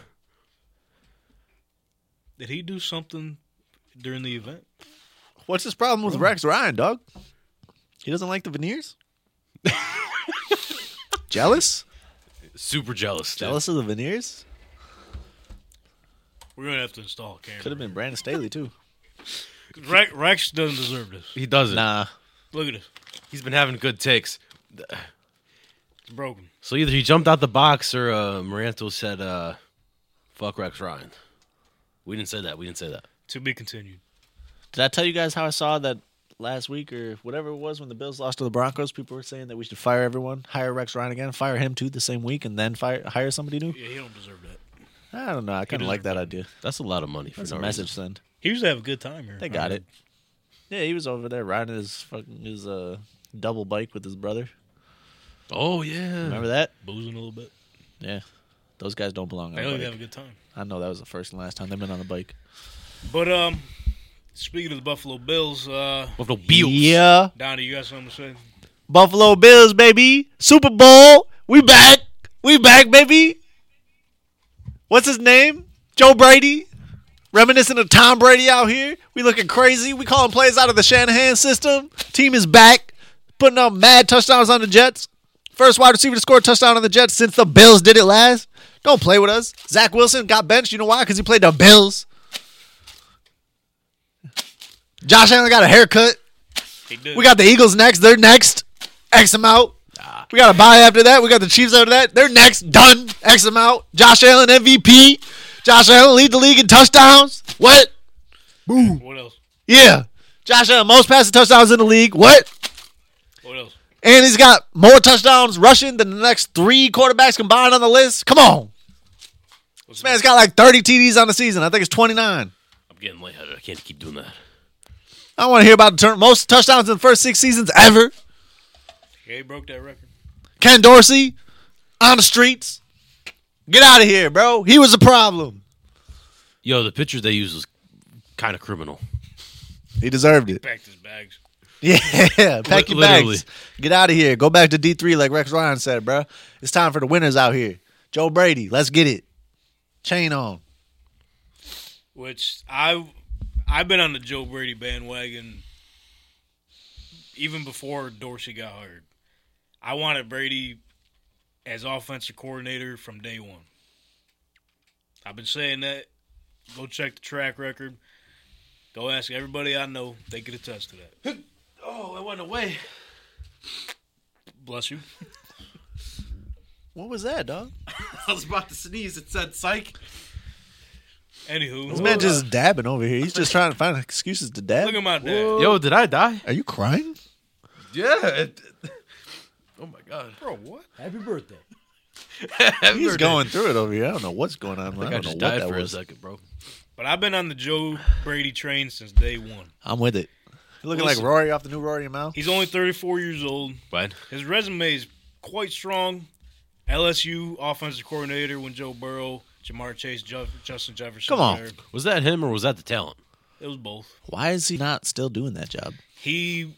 [SPEAKER 2] Did he do something during the event?
[SPEAKER 4] What's his problem with Rex Ryan, dog? He doesn't like the <laughs> veneers. Jealous?
[SPEAKER 3] super jealous. dude.
[SPEAKER 4] Jealous of the veneers?
[SPEAKER 2] We're gonna have to install a
[SPEAKER 4] Could
[SPEAKER 2] camera.
[SPEAKER 4] have been Brandon Staley too.
[SPEAKER 2] Rex, Rex doesn't deserve this.
[SPEAKER 3] He doesn't.
[SPEAKER 4] Nah.
[SPEAKER 2] Look at this.
[SPEAKER 3] He's been having good takes.
[SPEAKER 2] It's broken.
[SPEAKER 3] So either he jumped out the box or uh, Maranto said, uh, "Fuck Rex Ryan." We didn't say that. We didn't say that.
[SPEAKER 2] To be continued.
[SPEAKER 4] Did I tell you guys how I saw that last week or whatever it was when the Bills lost to the Broncos? People were saying that we should fire everyone, hire Rex Ryan again, fire him too the same week, and then fire hire somebody new.
[SPEAKER 2] Yeah, he don't deserve that.
[SPEAKER 4] I don't know. I kind of like that idea.
[SPEAKER 3] That's a lot of money for
[SPEAKER 4] That's
[SPEAKER 3] no
[SPEAKER 4] a message send.
[SPEAKER 2] He used to have a good time here.
[SPEAKER 4] They got it. Yeah, he was over there riding his fucking his uh double bike with his brother.
[SPEAKER 3] reason. Oh yeah. <clears throat>
[SPEAKER 4] Remember that?
[SPEAKER 2] Boozing a little bit.
[SPEAKER 4] Yeah. Those guys don't belong on
[SPEAKER 2] They
[SPEAKER 4] a
[SPEAKER 2] always
[SPEAKER 4] bike.
[SPEAKER 2] have a good time.
[SPEAKER 4] I know that was the first and last time they've been on a bike.
[SPEAKER 2] But um, speaking of the Buffalo Bills, uh,
[SPEAKER 3] Buffalo Bills.
[SPEAKER 4] Yeah.
[SPEAKER 2] Donnie, you got something to say?
[SPEAKER 4] Buffalo Bills, baby. Super Bowl. We back. We back, baby. What's his name? Joe Brady. Reminiscent of Tom Brady out here. We looking crazy. We calling plays out of the Shanahan system. Team is back, putting up mad touchdowns on the Jets. First wide receiver to score a touchdown on the Jets since the Bills did it last. Don't play with us. Zach Wilson got benched. You know why? Because he played the Bills. Josh Allen got a haircut.
[SPEAKER 2] He did.
[SPEAKER 4] <laughs> We got the Eagles next. They're next. X them out. We got a bye after that. We got the Chiefs after that. They're next. Done. X them out. Josh Allen MVP. Josh Allen lead the league in touchdowns. What?
[SPEAKER 2] what else?
[SPEAKER 4] Yeah. Josh Allen most passing touchdowns in the league. What?
[SPEAKER 2] What else?
[SPEAKER 4] And he's got more touchdowns rushing than the next three quarterbacks combined on the list. Come on.
[SPEAKER 2] What's
[SPEAKER 4] This man's got like 30 TDs on the season. I think it's 29.
[SPEAKER 3] I'm getting lightheaded. I can't keep doing that.
[SPEAKER 4] I want to hear about the turn- most touchdowns in the first six seasons ever.
[SPEAKER 2] Yeah, he broke that record.
[SPEAKER 4] Ken Dorsey on the streets. Get out of here, bro. He was a problem.
[SPEAKER 3] Yo, the picture they used was kind of criminal.
[SPEAKER 4] He deserved it.
[SPEAKER 2] Packed his bags.
[SPEAKER 4] <laughs> Yeah, pack your
[SPEAKER 3] literally.
[SPEAKER 4] bags. Get out of here. Go back to D3 like Rex Ryan said, bro. It's time for the winners out here. Joe Brady, let's get it. Chain on.
[SPEAKER 2] Which I I've been on the Joe Brady bandwagon even before Dorsey got hired. I wanted Brady as offensive coordinator from day one. I've been saying that. Go check the track record. Go ask everybody I know. They could attest to that.
[SPEAKER 3] Oh, it went away.
[SPEAKER 2] Bless you.
[SPEAKER 4] What was that, dog?
[SPEAKER 3] I was about to sneeze. It said psych.
[SPEAKER 2] Anywho,
[SPEAKER 4] This man just dabbing over here. He's just trying to find excuses to
[SPEAKER 2] look at
[SPEAKER 4] dab.
[SPEAKER 2] my dad.
[SPEAKER 3] Yo, did I die?
[SPEAKER 4] Are you crying?
[SPEAKER 3] Yeah. it- <laughs> oh my god.
[SPEAKER 2] Bro, what?
[SPEAKER 5] Happy birthday.
[SPEAKER 4] He's going through it over here. I don't know what's going on. I,
[SPEAKER 3] I,
[SPEAKER 4] don't
[SPEAKER 3] just
[SPEAKER 4] know what
[SPEAKER 3] died
[SPEAKER 4] that
[SPEAKER 3] for
[SPEAKER 4] was.
[SPEAKER 3] a second, bro.
[SPEAKER 2] But I've been on the Joe Brady train since day one.
[SPEAKER 4] I'm with it. You're looking
[SPEAKER 2] Listen.
[SPEAKER 4] like Rory off the new Rory Mouth.
[SPEAKER 2] He's only 34 years old.
[SPEAKER 3] Right.
[SPEAKER 2] His resume is quite strong. LSU offensive coordinator when Joe Burrow, Jamar Chase, Ju- Justin Jefferson.
[SPEAKER 4] Come on.
[SPEAKER 2] were there.
[SPEAKER 3] Was that him or was that the talent?
[SPEAKER 2] It was both.
[SPEAKER 4] Why is he not still doing that job?
[SPEAKER 2] He,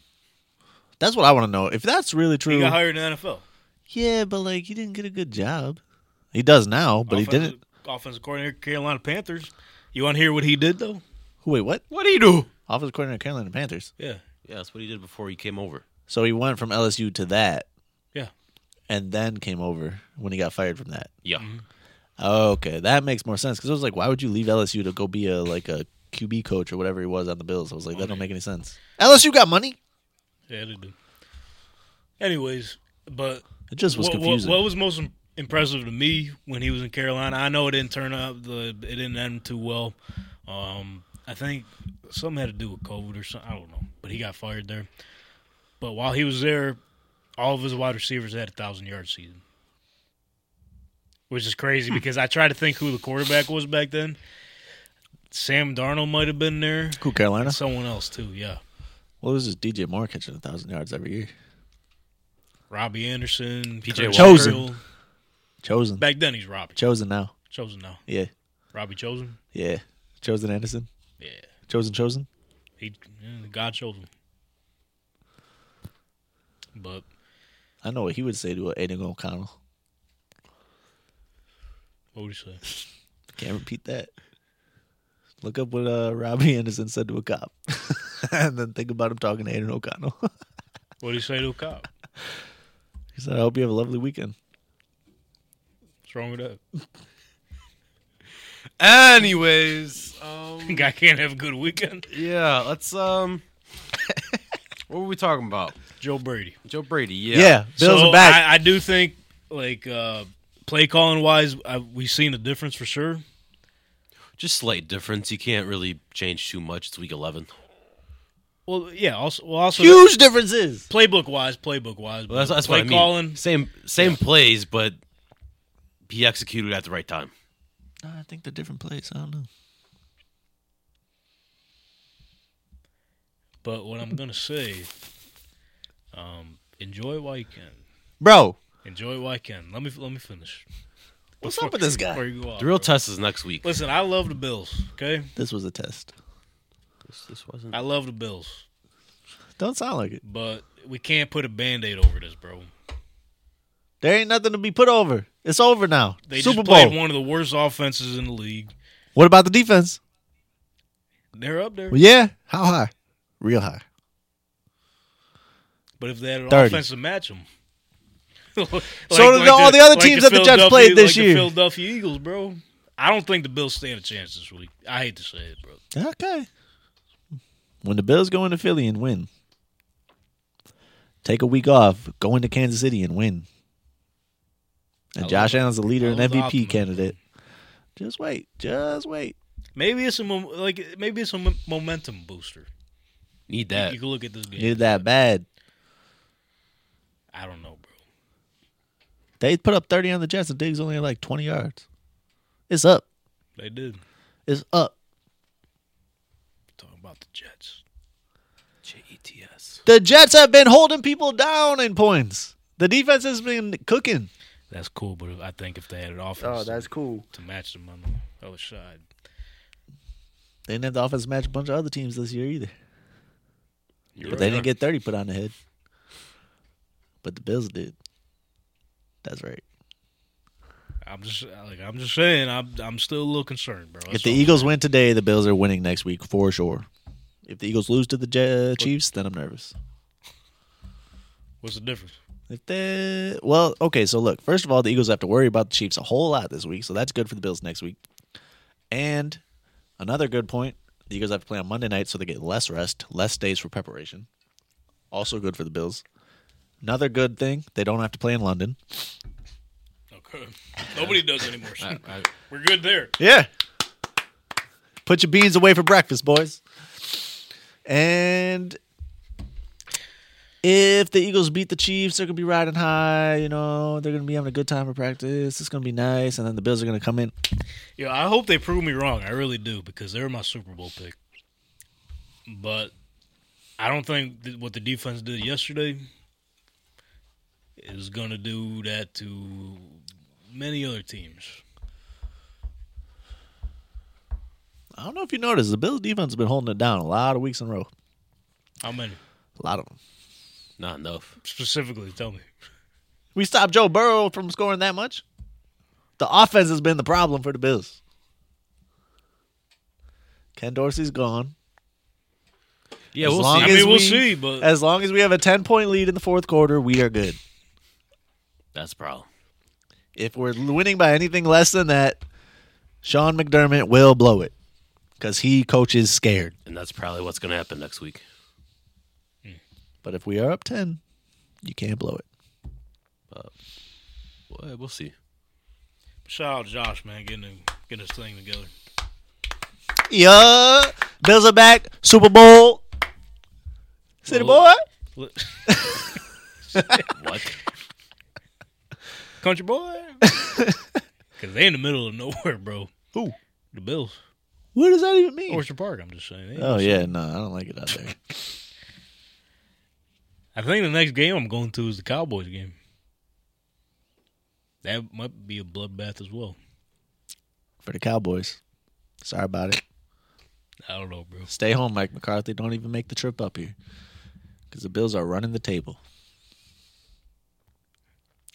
[SPEAKER 4] That's what I want to know. If that's really
[SPEAKER 2] he
[SPEAKER 4] true,
[SPEAKER 2] got hired in the NFL.
[SPEAKER 4] yeah, but like he didn't get a good job. He does now, but he
[SPEAKER 2] Offensive-
[SPEAKER 4] didn't.
[SPEAKER 2] Offensive coordinator, Carolina Panthers. You want to hear what he did, though?
[SPEAKER 4] Wait, what?
[SPEAKER 3] What do you do?
[SPEAKER 4] Offensive coordinator of Carolina Panthers.
[SPEAKER 2] Yeah.
[SPEAKER 3] Yeah, that's what he did before he came over.
[SPEAKER 4] So he went from LSU to that,
[SPEAKER 2] Yeah.
[SPEAKER 4] and then came over when he got fired from that.
[SPEAKER 3] Yeah.
[SPEAKER 4] Okay, that makes more sense because I was like, why would you leave LSU to go be a like a QB coach or whatever he was on the Bills? I was like, that don't make any sense. LSU got money.
[SPEAKER 2] Yeah, they did. Anyways, but
[SPEAKER 4] It just was
[SPEAKER 2] what, what-
[SPEAKER 4] confusing.
[SPEAKER 2] what was most im- impressive to me when he was in Carolina? I know it didn't turn out the it didn't end too well. Um, I think something had to do with COVID or something. I don't know, but he got fired there. But while he was there, all of his wide receivers had a thousand yard season, which is
[SPEAKER 4] Hmm.
[SPEAKER 2] crazy because I tried to think who the quarterback was back then. Sam Darnold might have been there.
[SPEAKER 4] Cool Carolina.
[SPEAKER 2] Someone else too, yeah.
[SPEAKER 4] Well, it was just DJ Moore catching a thousand yards every year.
[SPEAKER 2] Robbie Anderson,
[SPEAKER 3] P.J.
[SPEAKER 2] Curtis
[SPEAKER 4] Chosen.
[SPEAKER 2] Samuel.
[SPEAKER 4] Chosen,
[SPEAKER 2] Back then, he's Robbie
[SPEAKER 4] chosen now.
[SPEAKER 2] Chosen now.
[SPEAKER 4] Yeah,
[SPEAKER 2] Robbie Chosen.
[SPEAKER 4] yeah. Chosen Anderson,
[SPEAKER 2] Yeah,
[SPEAKER 4] chosen, chosen.
[SPEAKER 2] he yeah, God chose him. But
[SPEAKER 4] I know what he would say to a Aiden O'Connell.
[SPEAKER 2] what would you say?
[SPEAKER 4] Can't repeat that. Look up what uh, Robbie <laughs> Anderson said to a cop, and then think about him talking to Aiden O'Connell. <laughs>
[SPEAKER 2] What do you say to a cop?
[SPEAKER 4] he said, "I hope you have a lovely weekend."
[SPEAKER 2] What's wrong with that? <laughs>
[SPEAKER 3] Anyways, um,
[SPEAKER 2] Guy can't have a good weekend.
[SPEAKER 3] yeah, let's um. what were we talking about?
[SPEAKER 2] Joe Brady.
[SPEAKER 3] Joe Brady. Yeah.
[SPEAKER 4] Yeah, Bills
[SPEAKER 2] so
[SPEAKER 4] are back.
[SPEAKER 2] I, I do think like uh play calling wise, I, we've seen a difference for sure.
[SPEAKER 3] Just slight difference. You can't really change too much. It's week eleven.
[SPEAKER 2] Well, yeah. Also, well, also
[SPEAKER 4] Huge differences.
[SPEAKER 2] playbook wise, playbook wise.
[SPEAKER 3] Well, that's, that's
[SPEAKER 2] play
[SPEAKER 3] what I mean.
[SPEAKER 2] calling.
[SPEAKER 3] Same same plays, but he executed at the right time.
[SPEAKER 4] I think they're different plays. I don't know.
[SPEAKER 2] But what I'm gonna say, um, enjoy it while you can.
[SPEAKER 4] Bro,
[SPEAKER 2] Enjoy it while you can. Let me let me finish.
[SPEAKER 4] what's up with this
[SPEAKER 2] Before
[SPEAKER 4] guy?
[SPEAKER 2] you go out,
[SPEAKER 3] The real
[SPEAKER 2] bro.
[SPEAKER 3] test is next week.
[SPEAKER 2] Listen, I love the Bills. Okay,
[SPEAKER 4] This was a test.
[SPEAKER 3] This, this wasn't.
[SPEAKER 2] I love the Bills,
[SPEAKER 4] Don't sound like it.
[SPEAKER 2] but we can't put a band-aid over this, bro.
[SPEAKER 4] There ain't nothing to be put over. It's over now.
[SPEAKER 2] They
[SPEAKER 4] Super
[SPEAKER 2] just played
[SPEAKER 4] Bowl.
[SPEAKER 2] one of the worst offenses in the league.
[SPEAKER 4] What about the defense?
[SPEAKER 2] They're up there.
[SPEAKER 4] Well, yeah. How high? Real high.
[SPEAKER 2] But if they had an
[SPEAKER 4] 30.
[SPEAKER 2] offense to match <laughs> them. so
[SPEAKER 4] So did all the other teams that the Jets played this year.
[SPEAKER 2] Philadelphia Eagles, bro. I don't think the Bills stand a chance this week. I hate to say it, bro.
[SPEAKER 4] Okay. When the Bills go into Philly and win, take a week off, go into Kansas City and win. And
[SPEAKER 2] I
[SPEAKER 4] Josh
[SPEAKER 2] love-
[SPEAKER 4] Allen's the leader
[SPEAKER 2] I
[SPEAKER 4] and
[SPEAKER 2] love the
[SPEAKER 4] MVP
[SPEAKER 2] optimism.
[SPEAKER 4] candidate. Just wait. Just wait.
[SPEAKER 2] Maybe it's a mom- like maybe it's a mom- momentum booster.
[SPEAKER 3] Need that.
[SPEAKER 2] You can look at this game.
[SPEAKER 4] Need Uh, that bad.
[SPEAKER 2] I don't know, bro.
[SPEAKER 4] They put up 30 on the Jets and Diggs only had like 20 yards. It's up.
[SPEAKER 2] They did.
[SPEAKER 4] It's up.
[SPEAKER 2] Talking about the Jets. E
[SPEAKER 3] J-E-T-S.
[SPEAKER 4] The Jets have been holding people down in points. The defense has been cooking.
[SPEAKER 2] That's cool, but I think if they had an offense
[SPEAKER 4] cool.
[SPEAKER 2] to match them on the other side,
[SPEAKER 4] They didn't have the offense match a bunch of other teams this year either.
[SPEAKER 3] You're
[SPEAKER 4] But they
[SPEAKER 3] right.
[SPEAKER 4] didn't get 30 put on the head. But the Bills did. That's right.
[SPEAKER 2] I'm just like I'm just saying I'm I'm still a little concerned, bro.
[SPEAKER 4] if the Eagles win today, the Bills are winning next week for sure. If the Eagles lose to the Je- Chiefs, then I'm nervous.
[SPEAKER 2] what's the difference?
[SPEAKER 4] If they well, okay, so look, first of all, the Eagles have to worry about the Chiefs a whole lot this week, so that's good for the Bills next week. And another good point, the Eagles have to play on Monday night, so they get less rest, less days for preparation. Also good for the Bills. Another good thing, they don't have to play in London.
[SPEAKER 2] Okay, <laughs> nobody does anymore. so <laughs> We're good there.
[SPEAKER 4] Yeah. Put your beans away for breakfast, boys. And if the Eagles beat the Chiefs, they're gonna be riding high. You know, they're gonna be having a good time at practice. It's gonna be nice, and then the Bills are gonna come in.
[SPEAKER 2] Yeah, I hope they prove me wrong. I really do because they were my Super Bowl pick. But I don't think that what the defense did yesterday is going to do that to many other teams.
[SPEAKER 4] I don't know if you noticed, the Bills defense has been holding it down a lot of weeks in a row.
[SPEAKER 2] How many
[SPEAKER 4] A lot of them.
[SPEAKER 3] Not enough.
[SPEAKER 2] specifically? Tell me.
[SPEAKER 4] We stopped Joe Burrow from scoring that much. The offense has been the problem for the Bills. Ken Dorsey's gone.
[SPEAKER 3] Yeah,
[SPEAKER 4] As
[SPEAKER 3] we'll
[SPEAKER 4] long
[SPEAKER 2] I
[SPEAKER 3] see.
[SPEAKER 4] as-
[SPEAKER 2] mean, we'll
[SPEAKER 4] we-
[SPEAKER 2] see, but
[SPEAKER 4] As long as we have a ten point lead in the fourth quarter, we are good.
[SPEAKER 3] That's a problem.
[SPEAKER 4] if we're winning by anything less than that, Sean McDermott will blow it because he coaches scared.
[SPEAKER 3] And that's probably what's going to happen next week.
[SPEAKER 4] But if we are up 10, you can't blow it.
[SPEAKER 3] Uh, Well, we'll see.
[SPEAKER 2] shout out Josh, man, getting getting his thing together.
[SPEAKER 4] Yeah. Bills are back. Super Bowl. City boy.
[SPEAKER 2] Well-
[SPEAKER 3] What?
[SPEAKER 2] Country boy,
[SPEAKER 4] <laughs>
[SPEAKER 2] because they in the middle of nowhere, bro.
[SPEAKER 4] Who?
[SPEAKER 2] The Bills,
[SPEAKER 4] What does that even mean?
[SPEAKER 2] Orchard Park. I'm just saying. They-
[SPEAKER 4] Oh, yeah. No, I don't like it out there.
[SPEAKER 2] I think the next game I'm going to is the Cowboys game. That might be a bloodbath as well.
[SPEAKER 4] For the Cowboys. Sorry about it.
[SPEAKER 2] I don't know, bro.
[SPEAKER 4] Stay home, Mike McCarthy. Don't even make the trip up here because the Bills are running the table.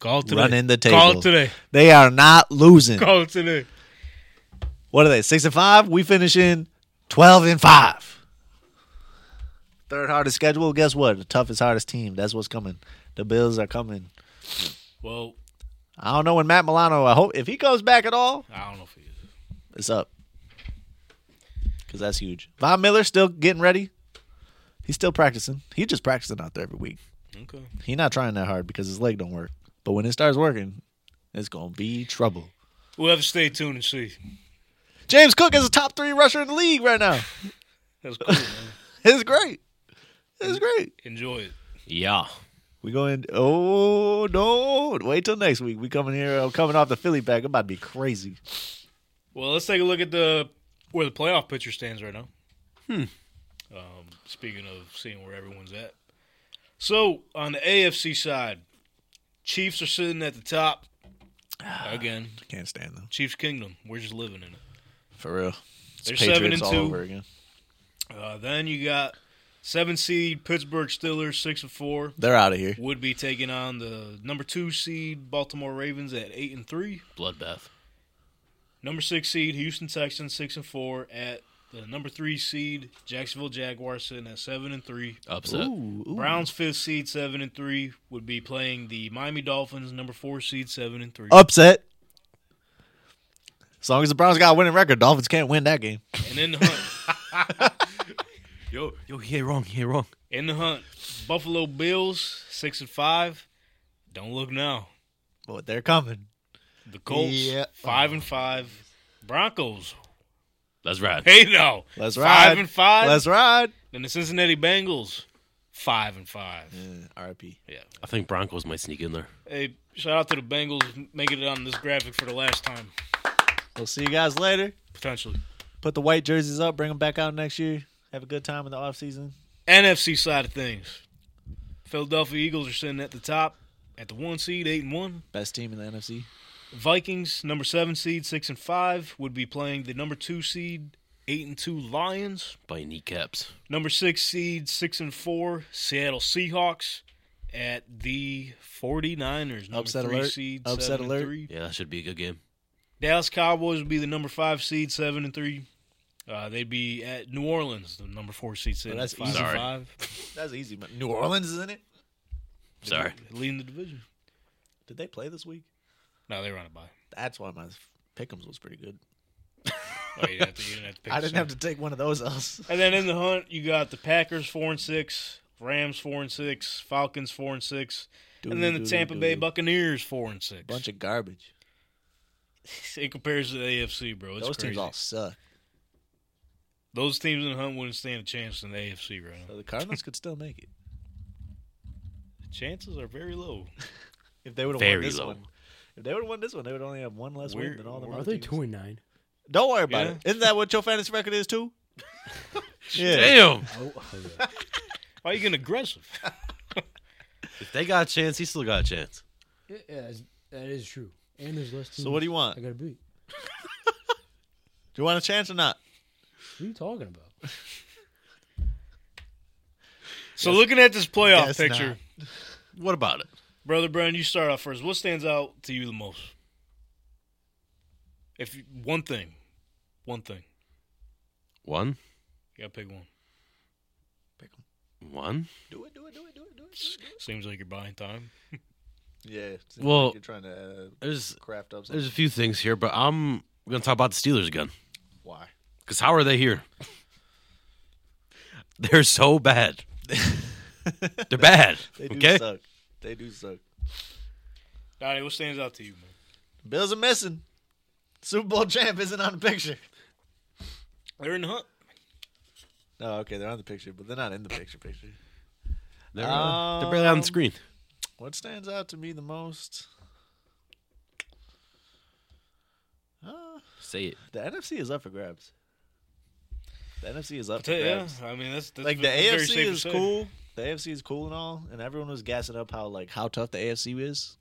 [SPEAKER 2] Call today.
[SPEAKER 4] Running the
[SPEAKER 2] Call
[SPEAKER 4] table.
[SPEAKER 2] today.
[SPEAKER 4] They are not losing.
[SPEAKER 2] Call today.
[SPEAKER 4] what are they? Six and five. We finish in twelve and five. Third hardest schedule. Guess what? The toughest, hardest team. That's what's coming. The Bills are coming.
[SPEAKER 2] Well,
[SPEAKER 4] I don't know when Matt Milano. I hope if he comes back at all,
[SPEAKER 2] I don't know if he is.
[SPEAKER 4] it's up. Cause that's huge. Von Miller still getting ready. He's still practicing. He just practicing out there every week.
[SPEAKER 2] Okay.
[SPEAKER 4] He not trying that hard because his leg don't work. But when it starts working, it's gonna be trouble.
[SPEAKER 2] We'll have to stay tuned and see.
[SPEAKER 4] James Cook is a top three rusher in the league right now.
[SPEAKER 2] That's cool, man.
[SPEAKER 4] <laughs> It's great. It's great.
[SPEAKER 2] Enjoy it.
[SPEAKER 3] Yeah.
[SPEAKER 4] We going? Oh no! Wait till next week. We coming here. uh, coming off the Philly back. I'm about to be crazy.
[SPEAKER 2] Well, let's take a look at the where the playoff picture stands right now. Hmm. Um, speaking of seeing where everyone's at, so on the AFC side, Chiefs are sitting at the top
[SPEAKER 4] Ah.
[SPEAKER 2] again.
[SPEAKER 4] Can't stand them
[SPEAKER 2] Chiefs Kingdom. We're just living in it.
[SPEAKER 4] for real. It's
[SPEAKER 2] They're seven and
[SPEAKER 4] all
[SPEAKER 2] two.
[SPEAKER 4] over again.
[SPEAKER 2] Uh, then you got Seven seed Pittsburgh Steelers, six and four,
[SPEAKER 4] They're out of here.
[SPEAKER 2] would be taking on the number two seed Baltimore Ravens at eight and three.
[SPEAKER 3] Bloodbath.
[SPEAKER 2] Number six seed Houston Texans, six and four at the number three seed Jacksonville Jaguars sitting at seven and three.
[SPEAKER 3] Upset.
[SPEAKER 2] Browns fifth seed seven and three would be playing the Miami Dolphins, number four seed seven and three.
[SPEAKER 4] Upset. As long as the Browns got a winning record, Dolphins can't win that game.
[SPEAKER 2] And in the hunt,
[SPEAKER 4] <laughs>
[SPEAKER 3] Yo, yo, he ain't wrong. He ain't wrong.
[SPEAKER 2] in the hunt, Buffalo Bills six and five. Don't look now.
[SPEAKER 4] But they're coming.
[SPEAKER 2] The Colts
[SPEAKER 4] Yeah.
[SPEAKER 2] five and five. Broncos.
[SPEAKER 3] That's right.
[SPEAKER 2] Hey no.
[SPEAKER 4] Let's ride.
[SPEAKER 2] Five and 5
[SPEAKER 4] Let's ride.
[SPEAKER 2] and the Cincinnati Bengals five and five.
[SPEAKER 4] RIP.
[SPEAKER 2] Yeah.
[SPEAKER 3] I think Broncos might sneak in there.
[SPEAKER 2] Hey, shout out to the Bengals making it on this graphic for the last time
[SPEAKER 4] We'll see you guys later.
[SPEAKER 2] potentially.
[SPEAKER 4] Put the white jerseys up. Bring them back out next year. Have a good time in the offseason.
[SPEAKER 2] NFC side of things, Philadelphia Eagles are sitting at the top at the one seed, eight and one.
[SPEAKER 4] Best team in the NFC.
[SPEAKER 2] Vikings, number seven seed, six and five, would be playing the number two seed, eight and two Lions.
[SPEAKER 3] By kneecaps.
[SPEAKER 2] Number six seed, six and four, Seattle Seahawks at the 49ers. Number
[SPEAKER 4] Upset
[SPEAKER 2] three
[SPEAKER 4] alert.
[SPEAKER 2] seed,
[SPEAKER 4] Upset
[SPEAKER 2] seven
[SPEAKER 4] alert.
[SPEAKER 2] And three.
[SPEAKER 3] Yeah, that should be a good game.
[SPEAKER 2] Dallas Cowboys would be the number five seed, seven and three. Uh, they'd be at New Orleans, the number four seed, sitting
[SPEAKER 4] Oh, that's
[SPEAKER 2] at five
[SPEAKER 4] easy.
[SPEAKER 2] and
[SPEAKER 3] Sorry.
[SPEAKER 2] five,
[SPEAKER 4] That's easy. But New Orleans is in it.
[SPEAKER 3] Sorry.
[SPEAKER 2] leading the division.
[SPEAKER 4] Did they play this week?
[SPEAKER 2] No, they were on a bye.
[SPEAKER 4] That's why my pickums was pretty good.
[SPEAKER 2] Oh, you didn't have to, you didn't have to pick
[SPEAKER 4] <laughs> I
[SPEAKER 2] the
[SPEAKER 4] didn't
[SPEAKER 2] same.
[SPEAKER 4] have to take one of those else.
[SPEAKER 2] And then in the hunt, you got the Packers four and six, Rams four and six, Falcons four and six, and then the
[SPEAKER 4] Doodly,
[SPEAKER 2] Tampa
[SPEAKER 4] doodly,
[SPEAKER 2] Bay
[SPEAKER 4] doodly.
[SPEAKER 2] Buccaneers four and six.
[SPEAKER 4] Bunch of garbage.
[SPEAKER 2] it compares to the AFC, bro. It's
[SPEAKER 4] those
[SPEAKER 2] crazy.
[SPEAKER 4] teams all suck.
[SPEAKER 2] Those teams in the hunt wouldn't stand a chance in the AFC right now.
[SPEAKER 4] So the Cardinals could still make it
[SPEAKER 2] The chances are very low.
[SPEAKER 4] if they would have won
[SPEAKER 3] Very
[SPEAKER 4] this
[SPEAKER 3] low.
[SPEAKER 4] one. If they would have won this one, they would only have one less win
[SPEAKER 2] We're-
[SPEAKER 4] than all the
[SPEAKER 5] Are
[SPEAKER 4] other
[SPEAKER 5] they
[SPEAKER 4] teams.
[SPEAKER 5] two and nine?
[SPEAKER 4] Don't worry about
[SPEAKER 2] Yeah.
[SPEAKER 4] it. Isn't that what your fantasy record is too? yeah.
[SPEAKER 3] Damn.
[SPEAKER 5] Oh, <laughs> okay.
[SPEAKER 2] Why are you getting
[SPEAKER 4] <laughs>
[SPEAKER 2] aggressive?
[SPEAKER 3] If they got a chance, he still got a chance.
[SPEAKER 5] yeah, that's- that is true. And there's less. Teams
[SPEAKER 4] So what do you
[SPEAKER 5] I
[SPEAKER 4] want? Do
[SPEAKER 5] gotta beat.
[SPEAKER 4] you want a chance or not?
[SPEAKER 5] What are you talking about?
[SPEAKER 2] so looking at this playoff
[SPEAKER 4] Guess
[SPEAKER 2] picture,
[SPEAKER 4] not.
[SPEAKER 3] What about it?
[SPEAKER 2] brother Brown, you start off first. What stands out to you the most? If you, one thing, one thing,
[SPEAKER 3] One.
[SPEAKER 2] you gotta pick one.
[SPEAKER 3] One.
[SPEAKER 4] Do it, do it, do it, do it, do it.
[SPEAKER 2] Seems like you're buying time.
[SPEAKER 4] Yeah. seems
[SPEAKER 3] Well-
[SPEAKER 4] you're trying to uh,
[SPEAKER 3] There's
[SPEAKER 4] craft up
[SPEAKER 3] there's a few things here, but I'm gonna talk about the Steelers again.
[SPEAKER 4] Why?
[SPEAKER 3] Because how are they here? <laughs> They're so bad.
[SPEAKER 4] <laughs>
[SPEAKER 3] They're bad.
[SPEAKER 4] They do
[SPEAKER 3] okay.
[SPEAKER 4] suck. They do suck.
[SPEAKER 2] Donnie, what stands out to you, man?
[SPEAKER 4] Bills are missing. Super Bowl champ isn't on the picture.
[SPEAKER 2] They're in the hunt.
[SPEAKER 4] Oh, okay, they're on the picture, but they're not in the picture. Picture.
[SPEAKER 3] They're, uh, they're
[SPEAKER 4] Um,
[SPEAKER 3] barely on the screen.
[SPEAKER 4] What stands out to me the most? Uh,
[SPEAKER 3] Say it.
[SPEAKER 4] the NFC is up for grabs. The NFC is
[SPEAKER 2] I
[SPEAKER 4] up for
[SPEAKER 2] tell you, yeah,
[SPEAKER 4] grabs.
[SPEAKER 2] I mean that's, that's
[SPEAKER 4] Like the
[SPEAKER 2] ve- very safe
[SPEAKER 4] AFC
[SPEAKER 2] to
[SPEAKER 4] is
[SPEAKER 2] say.
[SPEAKER 4] cool. The AFC is cool and all, and everyone was gassing up how like how tough the AFC is,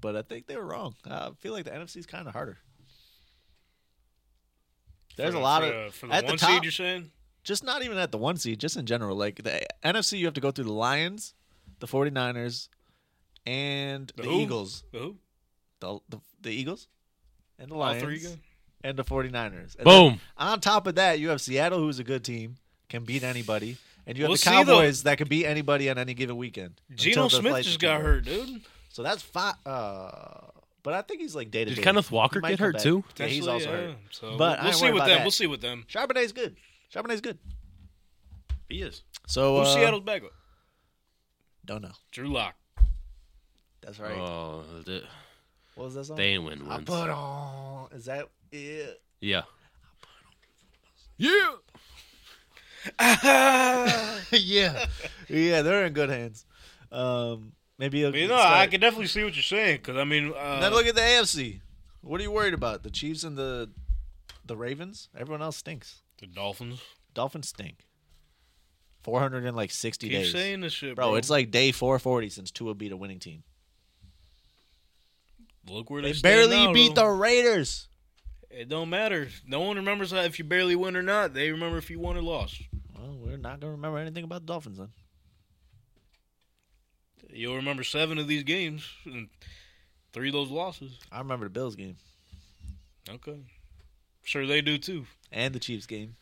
[SPEAKER 4] but I think they were wrong. I feel like the NFC is kind of harder. There's
[SPEAKER 2] For the-
[SPEAKER 4] a lot
[SPEAKER 2] for the,
[SPEAKER 4] of
[SPEAKER 2] for the
[SPEAKER 4] at the
[SPEAKER 2] one
[SPEAKER 4] top-
[SPEAKER 2] seed. You're saying
[SPEAKER 4] just not even at the one seed, just in general. Like the NFC, you have to go through the Lions, the 49ers, and
[SPEAKER 2] The
[SPEAKER 4] the,
[SPEAKER 2] who?
[SPEAKER 4] Eagles.
[SPEAKER 2] The who?
[SPEAKER 4] The, the the Eagles and the
[SPEAKER 2] All
[SPEAKER 4] Lions
[SPEAKER 2] three again?
[SPEAKER 4] and the 49ers. And
[SPEAKER 3] Boom.
[SPEAKER 4] then on top of that, you have Seattle, who's a good team, can beat anybody. And you have
[SPEAKER 2] We'll
[SPEAKER 4] the
[SPEAKER 2] see, though.
[SPEAKER 4] Cowboys that can beat anybody on any given weekend.
[SPEAKER 2] Geno
[SPEAKER 4] until the
[SPEAKER 2] Smith
[SPEAKER 4] flights
[SPEAKER 2] just
[SPEAKER 4] come
[SPEAKER 2] got
[SPEAKER 4] back.
[SPEAKER 2] hurt, dude.
[SPEAKER 4] So that's five. Uh, but I think he's like day to
[SPEAKER 3] Did
[SPEAKER 4] day.
[SPEAKER 3] Kenneth Walker
[SPEAKER 4] He might
[SPEAKER 3] get
[SPEAKER 4] come
[SPEAKER 3] hurt,
[SPEAKER 4] back.
[SPEAKER 3] too?
[SPEAKER 4] Yeah, he's
[SPEAKER 2] Potentially,
[SPEAKER 4] also
[SPEAKER 2] yeah.
[SPEAKER 4] hurt.
[SPEAKER 2] So
[SPEAKER 4] But I
[SPEAKER 2] we'll
[SPEAKER 4] ain't
[SPEAKER 2] see
[SPEAKER 4] worried
[SPEAKER 2] with
[SPEAKER 4] about
[SPEAKER 2] them.
[SPEAKER 4] that.
[SPEAKER 2] We'll see with them.
[SPEAKER 4] Charbonnet's good. Charbonnet's good.
[SPEAKER 3] He is.
[SPEAKER 4] So
[SPEAKER 2] Who's
[SPEAKER 4] uh,
[SPEAKER 2] Seattle's backup?
[SPEAKER 4] Don't know.
[SPEAKER 2] Drew Lock.
[SPEAKER 4] That's right.
[SPEAKER 3] Oh, they,
[SPEAKER 4] what was that song?
[SPEAKER 3] they ain't win
[SPEAKER 4] I
[SPEAKER 3] wins.
[SPEAKER 4] put on. Is that it?
[SPEAKER 3] Yeah. Yeah.
[SPEAKER 4] yeah, yeah, they're in good hands. Um, maybe he'll
[SPEAKER 2] But you know,
[SPEAKER 4] start.
[SPEAKER 2] I can definitely see what you're saying because I mean, uh,
[SPEAKER 4] Then look at the AFC. What are you worried about? The Chiefs and the the Ravens. Everyone else stinks.
[SPEAKER 2] the Dolphins.
[SPEAKER 4] Dolphins stink. Four hundred and like sixty
[SPEAKER 2] Keep
[SPEAKER 4] days,
[SPEAKER 2] saying this shit, bro.
[SPEAKER 4] bro. It's like day four forty since Tua beat a winning team.
[SPEAKER 2] look where
[SPEAKER 4] They
[SPEAKER 2] they,
[SPEAKER 4] barely beat the Raiders.
[SPEAKER 2] the. It don't matter. No one remembers how, if you barely win or not. They remember if you won or lost.
[SPEAKER 4] Well, Well, we're not going to remember anything about the Dolphins then.
[SPEAKER 2] You'll remember seven of these games and three of those losses.
[SPEAKER 4] I remember the Bills game
[SPEAKER 2] Okay. Sure, they do too.
[SPEAKER 4] and the Chiefs game.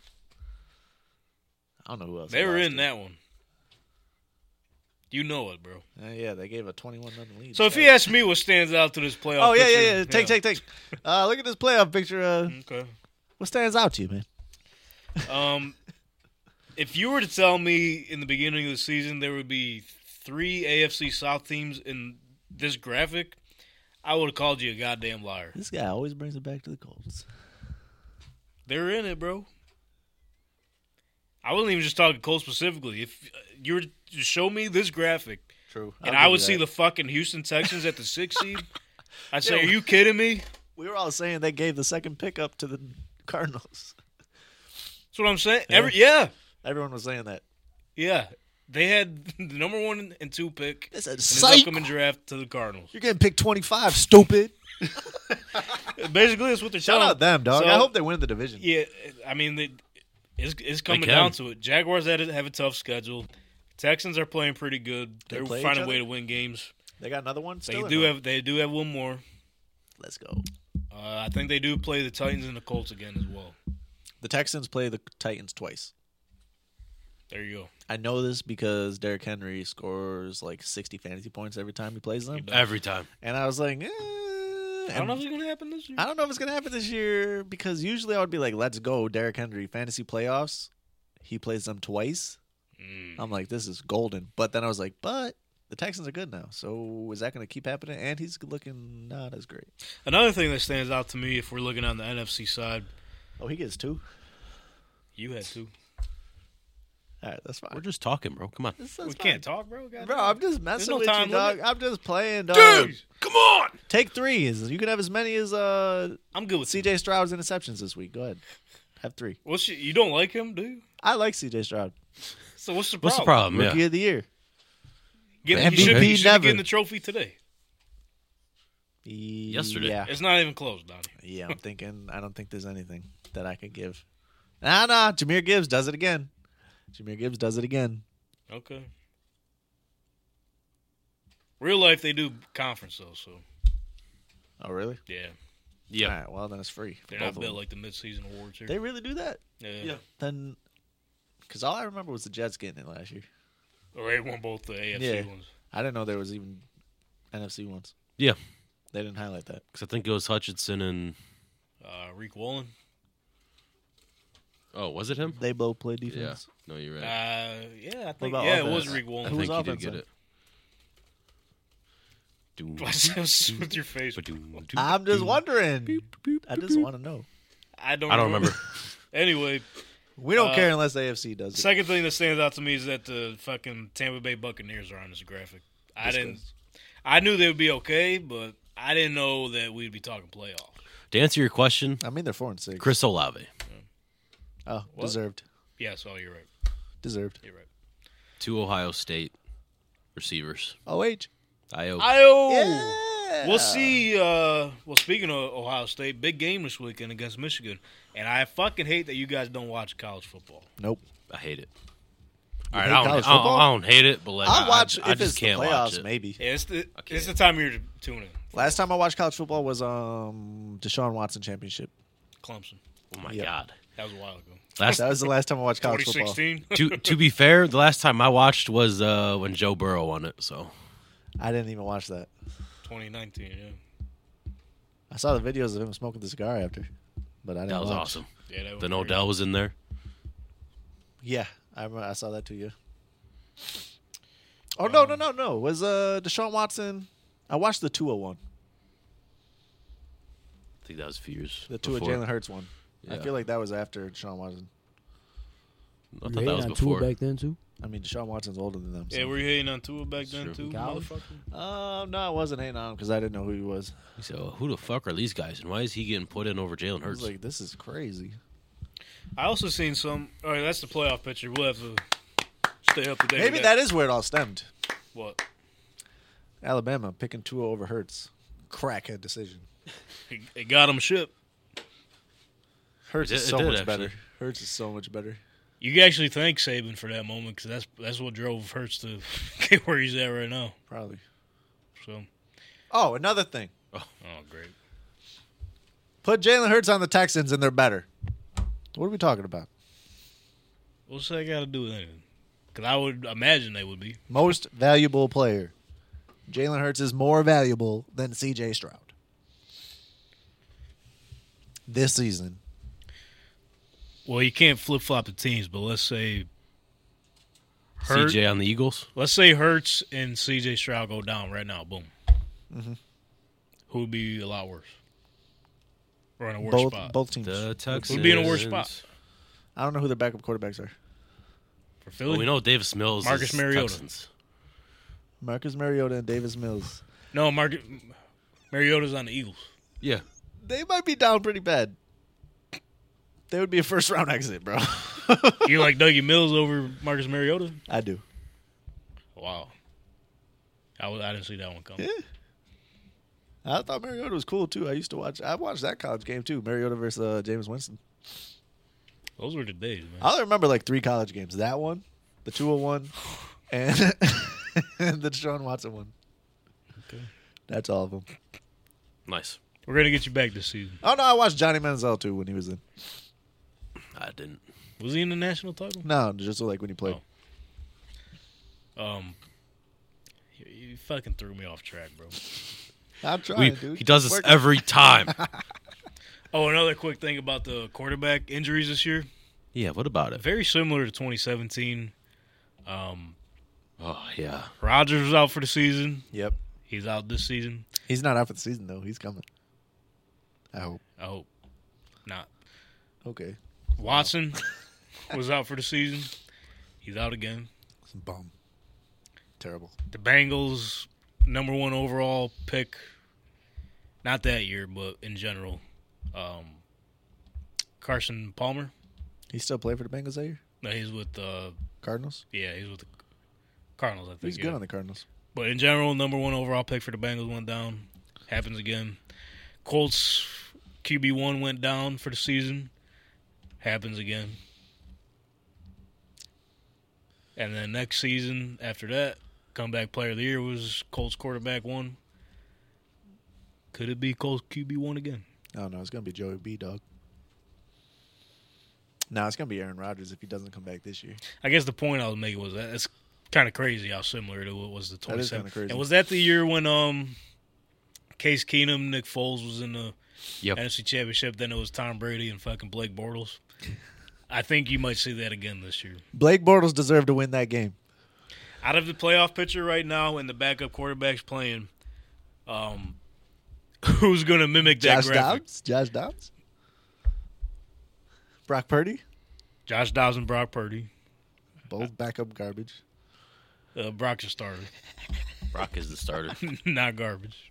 [SPEAKER 4] I don't know who else.
[SPEAKER 2] They were
[SPEAKER 4] lost
[SPEAKER 2] in
[SPEAKER 4] to.
[SPEAKER 2] that one. You know it, bro.
[SPEAKER 4] Uh, yeah, they gave a 21 nothing lead.
[SPEAKER 2] So if you ask me what stands out to this playoff
[SPEAKER 4] Oh yeah, yeah,
[SPEAKER 2] picture-
[SPEAKER 4] yeah. Take, take, take. Uh, look at this playoff picture. Uh,
[SPEAKER 2] Okay.
[SPEAKER 4] what stands out to you, man?
[SPEAKER 2] Um, if you were to tell me in the beginning of the season there would be three AFC South teams in this graphic, I would have called you a goddamn liar.
[SPEAKER 4] This guy always brings it back to the Colts.
[SPEAKER 2] They're in it, bro. I wasn't even just talking Cole specifically. If uh, you were to show me this graphic
[SPEAKER 4] True.
[SPEAKER 2] and I would see the fucking Houston Texans at the
[SPEAKER 4] <laughs>
[SPEAKER 2] six seed, I'd say, "Are you kidding me?"
[SPEAKER 4] We were all saying they gave the second pick up to the Cardinals. <laughs>
[SPEAKER 2] That's what I'm saying. Every yeah,
[SPEAKER 4] Everyone was saying that.
[SPEAKER 2] yeah. They had <laughs> the number one and two pick in
[SPEAKER 4] They said,
[SPEAKER 2] this
[SPEAKER 4] "Psych,
[SPEAKER 2] upcoming draft to the Cardinals.
[SPEAKER 4] you're getting picked 25, stupid."
[SPEAKER 2] Basically, that's what they're
[SPEAKER 4] Shout
[SPEAKER 2] telling.
[SPEAKER 4] out them, dog.
[SPEAKER 2] So,
[SPEAKER 4] I hope they win the division.
[SPEAKER 2] Yeah, I mean, they, it's it's coming
[SPEAKER 3] can.
[SPEAKER 2] down to it. Jaguars had a- have a tough schedule. Texans are playing pretty good.
[SPEAKER 4] They
[SPEAKER 2] They are
[SPEAKER 4] play each
[SPEAKER 2] finding a
[SPEAKER 4] other?
[SPEAKER 2] way to win games.
[SPEAKER 4] They got another one.
[SPEAKER 2] They
[SPEAKER 4] Still or
[SPEAKER 2] do
[SPEAKER 4] no?
[SPEAKER 2] have they do have one more.
[SPEAKER 4] Let's go.
[SPEAKER 2] Uh, I think they do play the Titans and the Colts again as well.
[SPEAKER 4] The Texans play the Titans twice.
[SPEAKER 2] There you go.
[SPEAKER 4] I know this because Derrick Henry scores like 60 fantasy points every time he plays them,
[SPEAKER 3] Every time.
[SPEAKER 4] and I was like, eh.
[SPEAKER 2] I don't
[SPEAKER 4] and-
[SPEAKER 2] know if it's gonna happen this year.
[SPEAKER 4] I don't know if it's gonna happen this year because usually I would be like, "Let's go, Derrick Henry, fantasy playoffs." He plays them twice.
[SPEAKER 2] Mm.
[SPEAKER 4] I'm like, "This is golden." But then I was like, "But the Texans are good now, so is that gonna keep happening?" And he's looking not as great.
[SPEAKER 2] Another thing that stands out to me, if we're looking on the NFC side,
[SPEAKER 4] Oh, he gets two.
[SPEAKER 2] you had two.
[SPEAKER 4] All right, that's fine.
[SPEAKER 3] We're just talking, bro. Come on.
[SPEAKER 4] That's- that's
[SPEAKER 2] we
[SPEAKER 4] fine.
[SPEAKER 2] can't talk, bro. God
[SPEAKER 4] Bro, I'm just messing
[SPEAKER 2] no
[SPEAKER 4] with
[SPEAKER 2] time
[SPEAKER 4] you, dog.
[SPEAKER 2] limit.
[SPEAKER 4] I'm just playing, dog.
[SPEAKER 2] damn. come on.
[SPEAKER 4] Take three. You can have as many as uh,
[SPEAKER 2] I'm good with CJ.
[SPEAKER 4] C.J. Stroud's interceptions this week. Go ahead, have three.
[SPEAKER 2] What's your, you don't like him, do you?
[SPEAKER 4] I like C.J. Stroud,
[SPEAKER 2] So what's the problem?
[SPEAKER 3] What's the problem?
[SPEAKER 4] rookie
[SPEAKER 3] Yeah.
[SPEAKER 4] of the year.
[SPEAKER 2] Get,
[SPEAKER 3] Man,
[SPEAKER 2] he should,
[SPEAKER 3] MVP
[SPEAKER 2] he should be
[SPEAKER 4] never.
[SPEAKER 2] getting the trophy today.
[SPEAKER 3] Yesterday.
[SPEAKER 4] yeah.
[SPEAKER 2] It's not even close, Donnie.
[SPEAKER 4] Yeah, I'm thinking. I don't think there's anything that I could give. Nah, nah. Jameer Gibbs does it again. Jameer Gibbs does it again.
[SPEAKER 2] Okay. Real life, they do conference though, so
[SPEAKER 4] Oh, really?
[SPEAKER 2] yeah,
[SPEAKER 3] Yeah.
[SPEAKER 4] All right. Well, then it's free. for
[SPEAKER 2] they're
[SPEAKER 4] both
[SPEAKER 2] not
[SPEAKER 4] of
[SPEAKER 2] built
[SPEAKER 4] them.
[SPEAKER 2] like the midseason awards here.
[SPEAKER 4] They really do that.
[SPEAKER 2] yeah.
[SPEAKER 4] Then, because all I remember was the Jets getting it last year.
[SPEAKER 2] Or they won both the AFC
[SPEAKER 4] Yeah.
[SPEAKER 2] ones.
[SPEAKER 4] I didn't know there was even NFC ones.
[SPEAKER 3] Yeah.
[SPEAKER 4] They didn't highlight that.
[SPEAKER 3] Because I think it was Hutchinson and.
[SPEAKER 2] Uh, Reek Wallen.
[SPEAKER 3] Oh, was it him?
[SPEAKER 4] They both play
[SPEAKER 3] Yeah.
[SPEAKER 4] defense.
[SPEAKER 3] No, you're right.
[SPEAKER 2] Uh, yeah, I think
[SPEAKER 4] about
[SPEAKER 2] yeah, it
[SPEAKER 4] offense?
[SPEAKER 2] was Reek <laughs>
[SPEAKER 3] I
[SPEAKER 4] Who
[SPEAKER 2] Wallen.
[SPEAKER 4] was
[SPEAKER 3] think he did
[SPEAKER 4] offense
[SPEAKER 3] get
[SPEAKER 4] then?
[SPEAKER 3] it.
[SPEAKER 4] <laughs>
[SPEAKER 3] Doom.
[SPEAKER 2] With your face.
[SPEAKER 3] Ba-doom, doom,
[SPEAKER 4] I'm just
[SPEAKER 3] doom.
[SPEAKER 4] wondering. I just want to know.
[SPEAKER 2] I don't.
[SPEAKER 3] I don't remember.
[SPEAKER 2] <laughs> anyway,
[SPEAKER 4] We don't
[SPEAKER 2] Uh,
[SPEAKER 4] care unless AFC does it.
[SPEAKER 2] second thing that stands out to me is that the fucking Tampa Bay Buccaneers are on this graphic. I didn't. I knew they would be okay, but I didn't know that we'd be talking playoffs.
[SPEAKER 3] to answer your question,
[SPEAKER 4] I mean, they're four and six.
[SPEAKER 3] Chris Olave,
[SPEAKER 4] oh, deserved.
[SPEAKER 2] Yeah, so you're right.
[SPEAKER 4] Deserved.
[SPEAKER 2] You're right.
[SPEAKER 3] two Ohio State receivers.
[SPEAKER 4] Oh, H.
[SPEAKER 3] I hope.
[SPEAKER 2] Io.
[SPEAKER 4] Yeah.
[SPEAKER 2] Oh. We'll see. Uh, well, speaking of Ohio State, big game this weekend against Michigan, and I fucking hate that you guys don't watch college football.
[SPEAKER 4] Nope.
[SPEAKER 3] I hate it. All right,
[SPEAKER 4] hate
[SPEAKER 3] I don't, I,
[SPEAKER 4] college
[SPEAKER 3] don't,
[SPEAKER 4] football?
[SPEAKER 3] I don't hate it, but like,
[SPEAKER 4] I'll watch
[SPEAKER 3] I,
[SPEAKER 4] if
[SPEAKER 3] I just
[SPEAKER 4] it's
[SPEAKER 3] can't
[SPEAKER 4] the
[SPEAKER 3] watch
[SPEAKER 4] playoffs,
[SPEAKER 3] it.
[SPEAKER 4] maybe.
[SPEAKER 2] Yeah, it's the
[SPEAKER 3] Okay.
[SPEAKER 2] it's the time of year to tune in.
[SPEAKER 4] Last time I watched college football was um Deshaun Watson championship.
[SPEAKER 2] Clemson.
[SPEAKER 3] Oh my
[SPEAKER 4] Yeah.
[SPEAKER 3] god!
[SPEAKER 2] That was a while ago.
[SPEAKER 3] Last
[SPEAKER 4] That was the last time I watched college football.
[SPEAKER 2] 2016. <laughs>
[SPEAKER 3] to to be fair, the last time I watched was uh, when Joe Burrow won it. So
[SPEAKER 4] I didn't even watch that.
[SPEAKER 2] 2019. Yeah.
[SPEAKER 4] I saw the videos of him smoking the cigar after, but I didn't.
[SPEAKER 3] that was
[SPEAKER 4] watch.
[SPEAKER 3] awesome.
[SPEAKER 2] Yeah. That was
[SPEAKER 3] Then
[SPEAKER 2] great.
[SPEAKER 3] Odell was in there.
[SPEAKER 4] Yeah, I remember, I saw that too. Yeah. Oh
[SPEAKER 3] Um,
[SPEAKER 4] no no no no! It Was uh Deshaun Watson? I watched the two hundred one,
[SPEAKER 3] I think that was a few years.
[SPEAKER 4] the two of
[SPEAKER 3] before.
[SPEAKER 4] Jalen Hurts one. I
[SPEAKER 3] Yeah.
[SPEAKER 4] feel like that was after Deshaun Watson.
[SPEAKER 3] I
[SPEAKER 5] You
[SPEAKER 3] thought
[SPEAKER 5] hating
[SPEAKER 3] that was
[SPEAKER 5] on
[SPEAKER 3] before.
[SPEAKER 5] Tua back then too.
[SPEAKER 4] I mean Deshaun Watson's older than them. So.
[SPEAKER 2] Yeah, were you hating on Tua back then
[SPEAKER 3] Sure.
[SPEAKER 2] too,
[SPEAKER 5] College?
[SPEAKER 2] motherfucker?
[SPEAKER 4] Um, no, I wasn't hating on him because I didn't know who he was.
[SPEAKER 3] He said, well, "Who the fuck are these guys, and why is he getting put in over Jalen
[SPEAKER 4] I was
[SPEAKER 3] Hurts?"
[SPEAKER 4] like, this is crazy.
[SPEAKER 2] I also seen some. All right, that's the playoff picture. We'll have to stay up to date.
[SPEAKER 4] Maybe
[SPEAKER 2] with
[SPEAKER 4] that is where it all stemmed.
[SPEAKER 2] what
[SPEAKER 4] Alabama picking two over Hurts. Crackhead decision.
[SPEAKER 2] it, it got him ship.
[SPEAKER 4] Hurts
[SPEAKER 3] It
[SPEAKER 4] is
[SPEAKER 3] did- it
[SPEAKER 4] so
[SPEAKER 3] did,
[SPEAKER 4] much
[SPEAKER 3] actually.
[SPEAKER 4] better. Hurts is so much better.
[SPEAKER 2] You can actually thank Saban for that moment because that's that's what drove Hurts to <laughs> get where he's at right now.
[SPEAKER 4] Probably.
[SPEAKER 2] So,
[SPEAKER 4] Oh, another thing.
[SPEAKER 2] oh great.
[SPEAKER 4] Put Jalen Hurts on the Texans and they're better. What are we talking about?
[SPEAKER 2] What's that got to do with anything? Because I would imagine they would be.
[SPEAKER 4] Most valuable player. Jalen Hurts is more valuable than CJ Stroud. This season.
[SPEAKER 2] Well, you can't flip flop the teams, but let's say Hurt-
[SPEAKER 3] CJ on the Eagles.
[SPEAKER 2] let's say Hurts and C.J. Stroud go down right now. Boom.
[SPEAKER 4] Mm-hmm.
[SPEAKER 2] Who would be a lot worse? Or in a worse
[SPEAKER 4] both
[SPEAKER 2] spot?
[SPEAKER 4] both teams.
[SPEAKER 3] The Texans
[SPEAKER 2] Would be in a worse spot.
[SPEAKER 4] I don't know who their backup quarterbacks are.
[SPEAKER 2] For Philly,
[SPEAKER 3] Well, we know Davis Mills.
[SPEAKER 2] Marcus
[SPEAKER 3] is
[SPEAKER 2] Mariota.
[SPEAKER 3] Texans.
[SPEAKER 4] Marcus Mariota and Davis Mills.
[SPEAKER 2] no Marcus Mariota's on the Eagles.
[SPEAKER 3] Yeah.
[SPEAKER 4] They might be down pretty bad. They would be a first round exit, bro. <laughs>
[SPEAKER 2] You like Dougie Mills over Marcus Mariota?
[SPEAKER 4] I do.
[SPEAKER 2] Wow. I, was, I didn't see that one coming.
[SPEAKER 4] Yeah. I thought Mariota was cool too. I used to watch. I watched that college game too. Mariota versus uh, James Winston.
[SPEAKER 2] Those were the days, man.
[SPEAKER 4] I only remember like three college games: that one, the two
[SPEAKER 3] <sighs>
[SPEAKER 4] hundred one, and <laughs> and the Deshaun Watson one. That's all of them.
[SPEAKER 3] Nice.
[SPEAKER 2] We're gonna get you back this season.
[SPEAKER 4] Oh no, I watched Johnny Manziel too when he was in.
[SPEAKER 3] I didn't.
[SPEAKER 2] Was he in the national title?
[SPEAKER 4] No, just like when he played.
[SPEAKER 2] Oh. Um, you, you fucking threw me off track, bro.
[SPEAKER 4] I'm trying,
[SPEAKER 3] We,
[SPEAKER 4] dude.
[SPEAKER 3] he does this
[SPEAKER 4] Work-
[SPEAKER 3] every time.
[SPEAKER 2] Oh, another quick thing about the quarterback injuries this year.
[SPEAKER 3] yeah. What about it?
[SPEAKER 2] Very similar to 2017. Um,
[SPEAKER 3] Oh yeah.
[SPEAKER 2] Rodgers was out for the season.
[SPEAKER 4] Yep,
[SPEAKER 2] He's out this season.
[SPEAKER 4] he's not out for the season though. He's coming. I hope.
[SPEAKER 2] I hope not.
[SPEAKER 4] Okay.
[SPEAKER 2] Watson
[SPEAKER 4] <laughs>
[SPEAKER 2] was out for the season. He's out again.
[SPEAKER 4] Bum. Terrible.
[SPEAKER 2] The Bengals, number one overall pick, not that year, but in general. Um, Carson Palmer.
[SPEAKER 4] He still played for the Bengals that year.
[SPEAKER 2] No, he's with uh,
[SPEAKER 4] Cardinals.
[SPEAKER 2] yeah, he's with the Cardinals. I think
[SPEAKER 4] He's
[SPEAKER 2] yeah.
[SPEAKER 4] good on the Cardinals.
[SPEAKER 2] But in general, number one overall pick for the Bengals went down. Happens again. Colts QB one went down for the season. Happens again. And then next season after that, comeback player of the year was Colts quarterback one. Could it be Colts QB one again?
[SPEAKER 4] Oh no, it's gonna be Joey B. Dog. No, it's gonna be Aaron Rodgers if he doesn't come back this year.
[SPEAKER 2] I guess the point I was making was that it's kind of crazy how similar it was to
[SPEAKER 4] That is kinda
[SPEAKER 2] 27.
[SPEAKER 4] crazy.
[SPEAKER 2] And was that the year when um Case Keenum, Nick Foles was in the
[SPEAKER 3] Yep.
[SPEAKER 2] NFC Championship. Then it was Tom Brady and fucking Blake <laughs> Bortles. I think you might see that again this year.
[SPEAKER 4] Blake Bortles deserved to win that game.
[SPEAKER 2] Out of the playoff picture right now, and the backup quarterbacks playing, um, <laughs> who's going to mimic that
[SPEAKER 4] Josh
[SPEAKER 2] graphic?
[SPEAKER 4] Dobbs, Josh Dobbs, Brock Purdy,
[SPEAKER 2] Josh Dobbs and Brock Purdy.
[SPEAKER 4] both backup garbage.
[SPEAKER 2] Uh, Brock's a starter,
[SPEAKER 3] Brock is the starter.
[SPEAKER 2] <laughs> not garbage.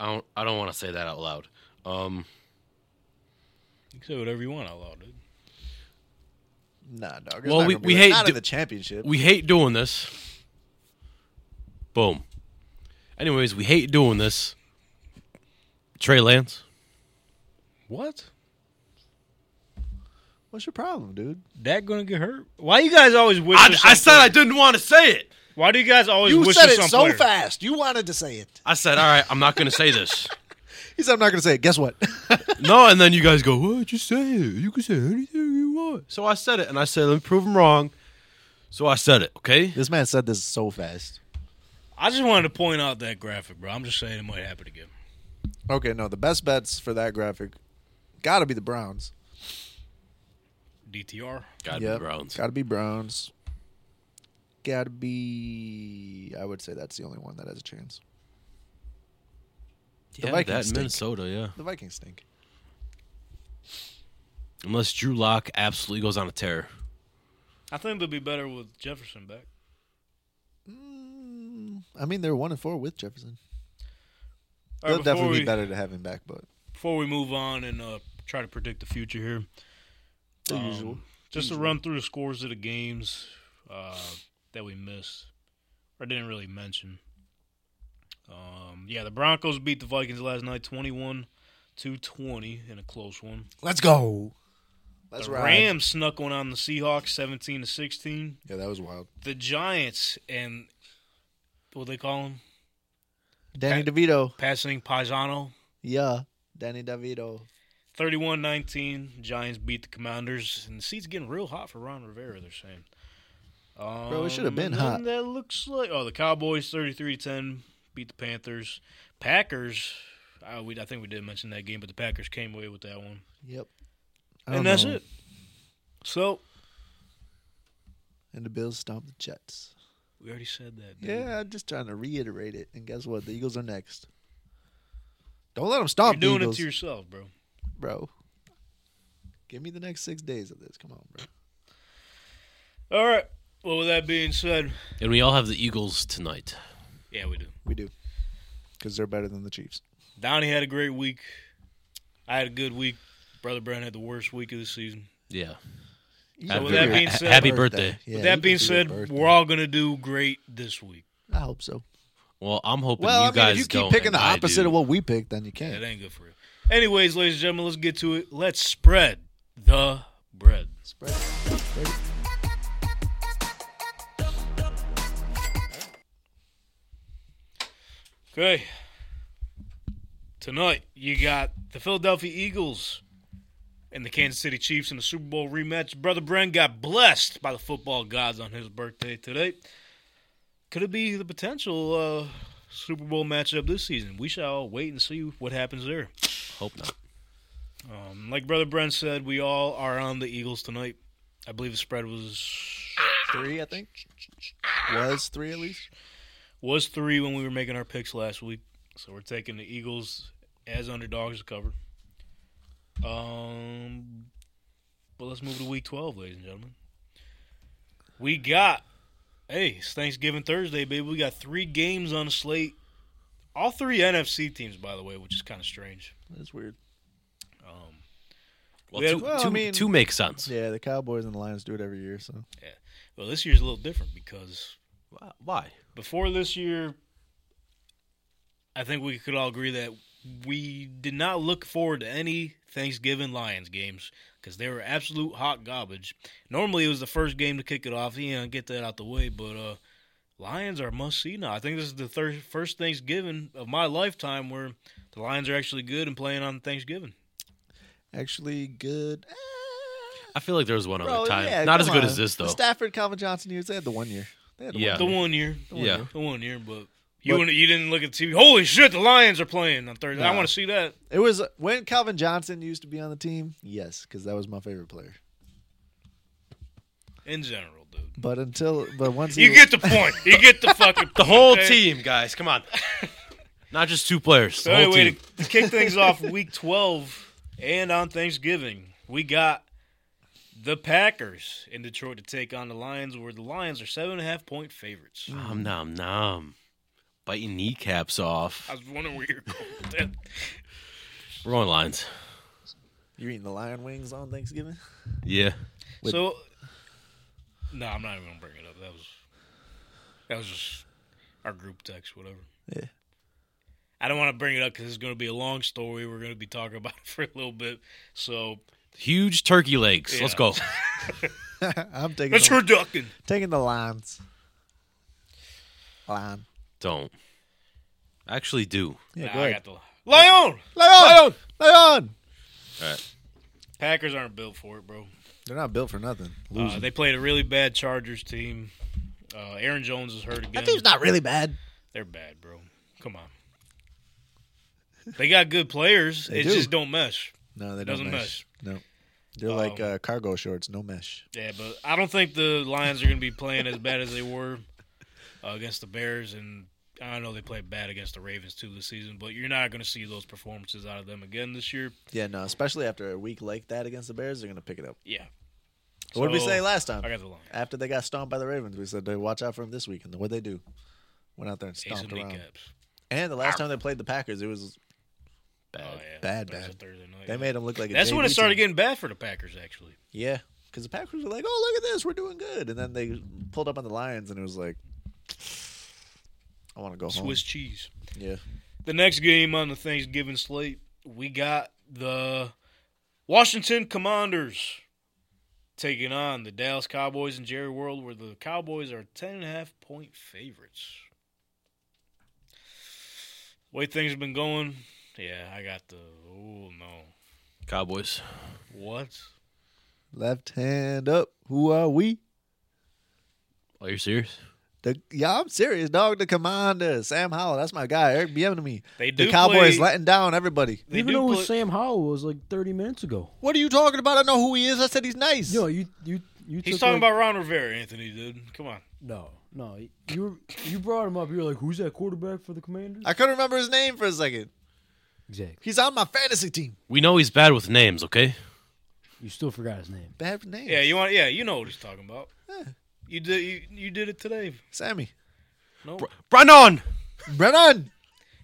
[SPEAKER 3] I don't. I don't want to say that out loud. Um.
[SPEAKER 2] You can say whatever you want out loud, dude.
[SPEAKER 4] Nah, dog.
[SPEAKER 3] Well, we- we hate
[SPEAKER 4] not in
[SPEAKER 3] do-
[SPEAKER 4] the championship.
[SPEAKER 3] we hate doing this. Boom. Anyways, we hate doing this. Trey Lance.
[SPEAKER 2] What?
[SPEAKER 4] What's your problem, dude?
[SPEAKER 2] That going to get hurt? Why you guys always wish?
[SPEAKER 3] I,
[SPEAKER 2] for some
[SPEAKER 3] I said I
[SPEAKER 2] player?
[SPEAKER 3] didn't want to say it.
[SPEAKER 2] Why do you guys always
[SPEAKER 4] You
[SPEAKER 2] wish
[SPEAKER 4] said
[SPEAKER 2] for
[SPEAKER 4] it
[SPEAKER 2] some
[SPEAKER 4] so
[SPEAKER 2] player?
[SPEAKER 4] fast. You wanted to say it.
[SPEAKER 3] I said, all right, I'm not going to say this.
[SPEAKER 4] He said, "I'm not going to say it." Guess what? <laughs>
[SPEAKER 3] no, and then you guys go, well, just say it. You can say anything you want. So I said it, and I said, let me prove him wrong. So I said it, okay?
[SPEAKER 4] this man said this so fast.
[SPEAKER 2] I just wanted to point out that graphic, bro. I'm just saying it might happen again.
[SPEAKER 4] Okay, no. The best bets for that graphic got to be the Browns.
[SPEAKER 2] DTR.
[SPEAKER 3] God,
[SPEAKER 4] Yep.
[SPEAKER 3] Browns.
[SPEAKER 4] Gotta be Browns. Gotta be. I would say that's the only one that has a chance.
[SPEAKER 3] Yeah,
[SPEAKER 4] Vikings
[SPEAKER 3] that
[SPEAKER 4] stink.
[SPEAKER 3] Minnesota, yeah.
[SPEAKER 4] The Vikings stink.
[SPEAKER 3] Unless Drew Lock absolutely goes on a tear.
[SPEAKER 2] I think they'll be better with Jefferson back.
[SPEAKER 4] I mean, they're one and four with Jefferson.
[SPEAKER 2] All
[SPEAKER 4] They'll
[SPEAKER 2] right, before,
[SPEAKER 4] definitely
[SPEAKER 2] we,
[SPEAKER 4] be better to have him back, but
[SPEAKER 2] before we move on and uh, try to predict the future here,
[SPEAKER 4] the
[SPEAKER 2] um,
[SPEAKER 4] usual.
[SPEAKER 2] just to run through the scores of the games uh, that we missed or didn't really mention. Um, yeah, the Broncos beat the Vikings last night 21 to 20 in a close one.
[SPEAKER 4] Let's go.
[SPEAKER 6] That's
[SPEAKER 2] the
[SPEAKER 6] right.
[SPEAKER 2] Rams snuck one on the Seahawks, seventeen to sixteen.
[SPEAKER 6] Yeah, that was wild.
[SPEAKER 2] The Giants and what they call him,
[SPEAKER 4] Danny DeVito.
[SPEAKER 2] passing Paisano,
[SPEAKER 4] Yeah. Danny DeVito.
[SPEAKER 2] 31-19. Giants beat the Commanders, and the seat's getting real hot for Ron Rivera. They're saying, um,
[SPEAKER 4] it should have been
[SPEAKER 2] and then
[SPEAKER 4] hot.
[SPEAKER 2] That looks like oh, the Cowboys 33-10 beat the Panthers. Packers, I, we, I think we did mention that game, but the Packers came away with that one,
[SPEAKER 4] Yep. I
[SPEAKER 2] and
[SPEAKER 4] don't
[SPEAKER 2] that's
[SPEAKER 4] know.
[SPEAKER 2] it. So
[SPEAKER 4] And the Bills stomped the Jets.
[SPEAKER 2] we already said that. dude.
[SPEAKER 4] Yeah, I'm just trying to reiterate it. And guess what? The Eagles are next. Don't let them stomp
[SPEAKER 2] you're
[SPEAKER 4] the
[SPEAKER 2] doing it
[SPEAKER 4] Eagles,
[SPEAKER 2] to yourself, bro.
[SPEAKER 4] bro. Give me the next six days of this. Come on, bro.
[SPEAKER 2] All right. Well, with that being said,
[SPEAKER 3] And we all have the Eagles tonight.
[SPEAKER 2] yeah, we do.
[SPEAKER 4] We do. Because they're better than the Chiefs.
[SPEAKER 2] Donnie had a great week. I had a good week. Brother Brown had the worst week of the season.
[SPEAKER 3] Yeah.
[SPEAKER 2] So with that being
[SPEAKER 3] ha-
[SPEAKER 2] said-
[SPEAKER 3] happy birthday.
[SPEAKER 4] Yeah,
[SPEAKER 2] With
[SPEAKER 4] you
[SPEAKER 2] that
[SPEAKER 4] can
[SPEAKER 2] being
[SPEAKER 4] do
[SPEAKER 2] said,
[SPEAKER 4] birthday.
[SPEAKER 2] we're all gonna do great this week.
[SPEAKER 4] I hope so.
[SPEAKER 3] Well, I'm hoping
[SPEAKER 4] Well,
[SPEAKER 3] you
[SPEAKER 4] I mean,
[SPEAKER 3] guys
[SPEAKER 4] if you keep
[SPEAKER 3] don't
[SPEAKER 4] picking
[SPEAKER 3] and
[SPEAKER 4] the
[SPEAKER 3] I
[SPEAKER 4] opposite
[SPEAKER 3] do.
[SPEAKER 4] of what we pick, then you
[SPEAKER 2] That
[SPEAKER 4] can't.
[SPEAKER 2] ain't good for you. Anyways, ladies and gentlemen, let's get to it. Let's spread the bread. Okay. Tonight you got the Philadelphia Eagles and the Kansas City Chiefs in the Super Bowl rematch. Brother Bren got blessed by the football gods on his birthday today. Could it be the potential uh, Super Bowl matchup this season? We shall wait and see what happens there.
[SPEAKER 3] Hope not.
[SPEAKER 2] Um, like Brother Brent said, we all are on the Eagles tonight. I believe the spread was
[SPEAKER 4] Three, I think. Was three at least.
[SPEAKER 2] was three when we were making our picks last week. So we're taking the Eagles as underdogs to cover. Um, but let's move to Week 12, ladies and gentlemen. We got, hey, it's Thanksgiving Thursday, baby. We got three games on the slate. All three NFC teams, by the way, which is kind of strange.
[SPEAKER 4] That's weird.
[SPEAKER 2] Um,
[SPEAKER 3] Well,
[SPEAKER 2] Yeah,
[SPEAKER 3] two,
[SPEAKER 4] well, I
[SPEAKER 3] two-
[SPEAKER 4] mean-
[SPEAKER 3] two makes sense.
[SPEAKER 4] Yeah, the Cowboys and the Lions do it every year. So
[SPEAKER 2] well, this year's a little different because
[SPEAKER 3] Wh- Why?
[SPEAKER 2] before this year, I think we could all agree that we did not look forward to any Thanksgiving Lions games because they were absolute hot garbage. Normally, it was the first game to kick it off. You know, get that out the way, but uh, Lions are must see now. I think this is the thir- first Thanksgiving of my lifetime where the Lions are actually good and playing on Thanksgiving.
[SPEAKER 4] actually, good. eh,
[SPEAKER 3] I feel like there was one other
[SPEAKER 4] bro,
[SPEAKER 3] time.
[SPEAKER 4] yeah,
[SPEAKER 3] not as
[SPEAKER 4] come
[SPEAKER 3] good
[SPEAKER 4] on.
[SPEAKER 3] as this though.
[SPEAKER 4] The Stafford, Calvin Johnson years. They had the one year. They had the
[SPEAKER 3] Yeah.
[SPEAKER 2] The one year,
[SPEAKER 3] yeah.
[SPEAKER 2] the one year, but. You,
[SPEAKER 4] But-
[SPEAKER 2] wouldn't you didn't look at TV. Holy shit, the Lions are playing on Thursday. I
[SPEAKER 4] Nah.
[SPEAKER 2] want to see that.
[SPEAKER 4] It was when Calvin Johnson used to be on the team. Yes, because that was my favorite player.
[SPEAKER 2] In general, dude.
[SPEAKER 4] But until but once he
[SPEAKER 2] You get the point. You get the fucking
[SPEAKER 3] <laughs> The whole
[SPEAKER 2] okay?
[SPEAKER 3] team, guys. Come
[SPEAKER 4] <laughs>
[SPEAKER 3] on. not just two players.
[SPEAKER 2] So
[SPEAKER 3] The whole
[SPEAKER 2] anyway,
[SPEAKER 3] team.
[SPEAKER 2] to, to <laughs> kick things off
[SPEAKER 3] <laughs>
[SPEAKER 2] week 12 and on Thanksgiving, we got the Packers in Detroit to take on the Lions, where the Lions are seven and a half point favorites.
[SPEAKER 3] Nom nom nom. Biting kneecaps off.
[SPEAKER 2] I was wondering where you're going with that.
[SPEAKER 3] We're going lines.
[SPEAKER 4] you're eating the lion wings on Thanksgiving. <laughs>
[SPEAKER 3] Yeah.
[SPEAKER 4] With-
[SPEAKER 2] so, no, I'm not even gonna bring it up. That was that was just our group text, whatever.
[SPEAKER 4] Yeah.
[SPEAKER 2] I don't want to bring it up because it's going to be a long story. We're going to be talking about it <laughs> for a little bit. So
[SPEAKER 3] Huge turkey legs. Let's
[SPEAKER 2] Yeah. <laughs>
[SPEAKER 3] go.
[SPEAKER 4] I'm taking
[SPEAKER 2] let's
[SPEAKER 4] the,
[SPEAKER 2] her ducking.
[SPEAKER 4] taking the lions. Lion.
[SPEAKER 3] Don't. Actually, do.
[SPEAKER 4] Yeah,
[SPEAKER 2] Nah,
[SPEAKER 4] go
[SPEAKER 2] I got
[SPEAKER 4] ahead.
[SPEAKER 2] the Lion.
[SPEAKER 4] Lion! Lion!
[SPEAKER 2] Packers aren't built for it, bro.
[SPEAKER 4] They're not built for nothing.
[SPEAKER 2] Uh, they played a really bad Chargers team. Uh, Aaron Jones is hurt again.
[SPEAKER 4] that team's not really bad.
[SPEAKER 2] They're bad, bro. Come on. They got good players.
[SPEAKER 4] They
[SPEAKER 2] it
[SPEAKER 4] do.
[SPEAKER 2] just don't mesh.
[SPEAKER 4] No, they
[SPEAKER 2] Doesn't
[SPEAKER 4] don't mesh. No. They're like
[SPEAKER 2] Um,
[SPEAKER 4] uh, cargo shorts, no mesh.
[SPEAKER 2] Yeah, but I don't think the Lions are going to be playing as bad as they were uh, against the Bears. And I know they played bad against the Ravens too this season, but you're not going to see those performances out of them again this year.
[SPEAKER 4] Yeah, no, especially after a week like that against the Bears, they're going to pick it up.
[SPEAKER 2] Yeah.
[SPEAKER 4] what did we
[SPEAKER 2] So,
[SPEAKER 4] say last time?
[SPEAKER 2] I got the Lions.
[SPEAKER 4] After they got stomped by the Ravens, we said, they watch out for them this week. And what'd they do? Went out there and
[SPEAKER 2] Ace and
[SPEAKER 4] stomped around.
[SPEAKER 2] kneecaps.
[SPEAKER 4] And the last time they played the Packers, it was
[SPEAKER 2] Oh,
[SPEAKER 3] Bad.
[SPEAKER 2] yeah.
[SPEAKER 4] Bad,
[SPEAKER 2] That was
[SPEAKER 4] bad.
[SPEAKER 2] a Thursday night.
[SPEAKER 4] they made them look like a
[SPEAKER 2] That's when it
[SPEAKER 4] JV
[SPEAKER 2] started
[SPEAKER 4] team.
[SPEAKER 2] getting bad for the Packers, actually.
[SPEAKER 4] Yeah, because the Packers were like, "Oh, look at this, we're doing good," and then they pulled up on the Lions, and it was like, "I want to go home."
[SPEAKER 2] Swiss cheese.
[SPEAKER 4] Yeah,
[SPEAKER 2] The next game on the Thanksgiving slate, we got the Washington Commanders taking on the Dallas Cowboys and Jerry World, where the Cowboys are 10.5 point favorites. The way things have been going, yeah, I got the. Oh, no.
[SPEAKER 3] Cowboys.
[SPEAKER 2] What?
[SPEAKER 4] Left hand up. Who are we?
[SPEAKER 3] Are you serious?
[SPEAKER 4] The yeah, I'm serious, dog. The commander, Sam Howell. That's my guy. Eric BM to me.
[SPEAKER 2] They do
[SPEAKER 4] The Cowboys
[SPEAKER 2] play-
[SPEAKER 4] letting down everybody.
[SPEAKER 2] They
[SPEAKER 5] Even
[SPEAKER 2] do
[SPEAKER 5] though
[SPEAKER 2] play-
[SPEAKER 5] Sam Howell was like 30 minutes ago.
[SPEAKER 4] What are you talking about? I know who he is. I said he's nice.
[SPEAKER 5] No, you you you.
[SPEAKER 2] He's
[SPEAKER 5] took,
[SPEAKER 2] talking
[SPEAKER 5] like-
[SPEAKER 2] about Ron Rivera, Anthony, dude. Come on.
[SPEAKER 5] no no. You were, you brought him up. You were like, who's that quarterback for the Commanders?
[SPEAKER 4] I couldn't remember his name for a second.
[SPEAKER 5] exactly.
[SPEAKER 4] He's on my fantasy team.
[SPEAKER 3] We know he's bad with names, okay?
[SPEAKER 5] You still forgot his name.
[SPEAKER 4] Bad name.
[SPEAKER 2] Yeah, you want? Yeah, you know what he's talking about.
[SPEAKER 4] Yeah.
[SPEAKER 2] You did. You, you did it today.
[SPEAKER 4] Sammy.
[SPEAKER 2] No.
[SPEAKER 3] Brennan!
[SPEAKER 4] Brennan.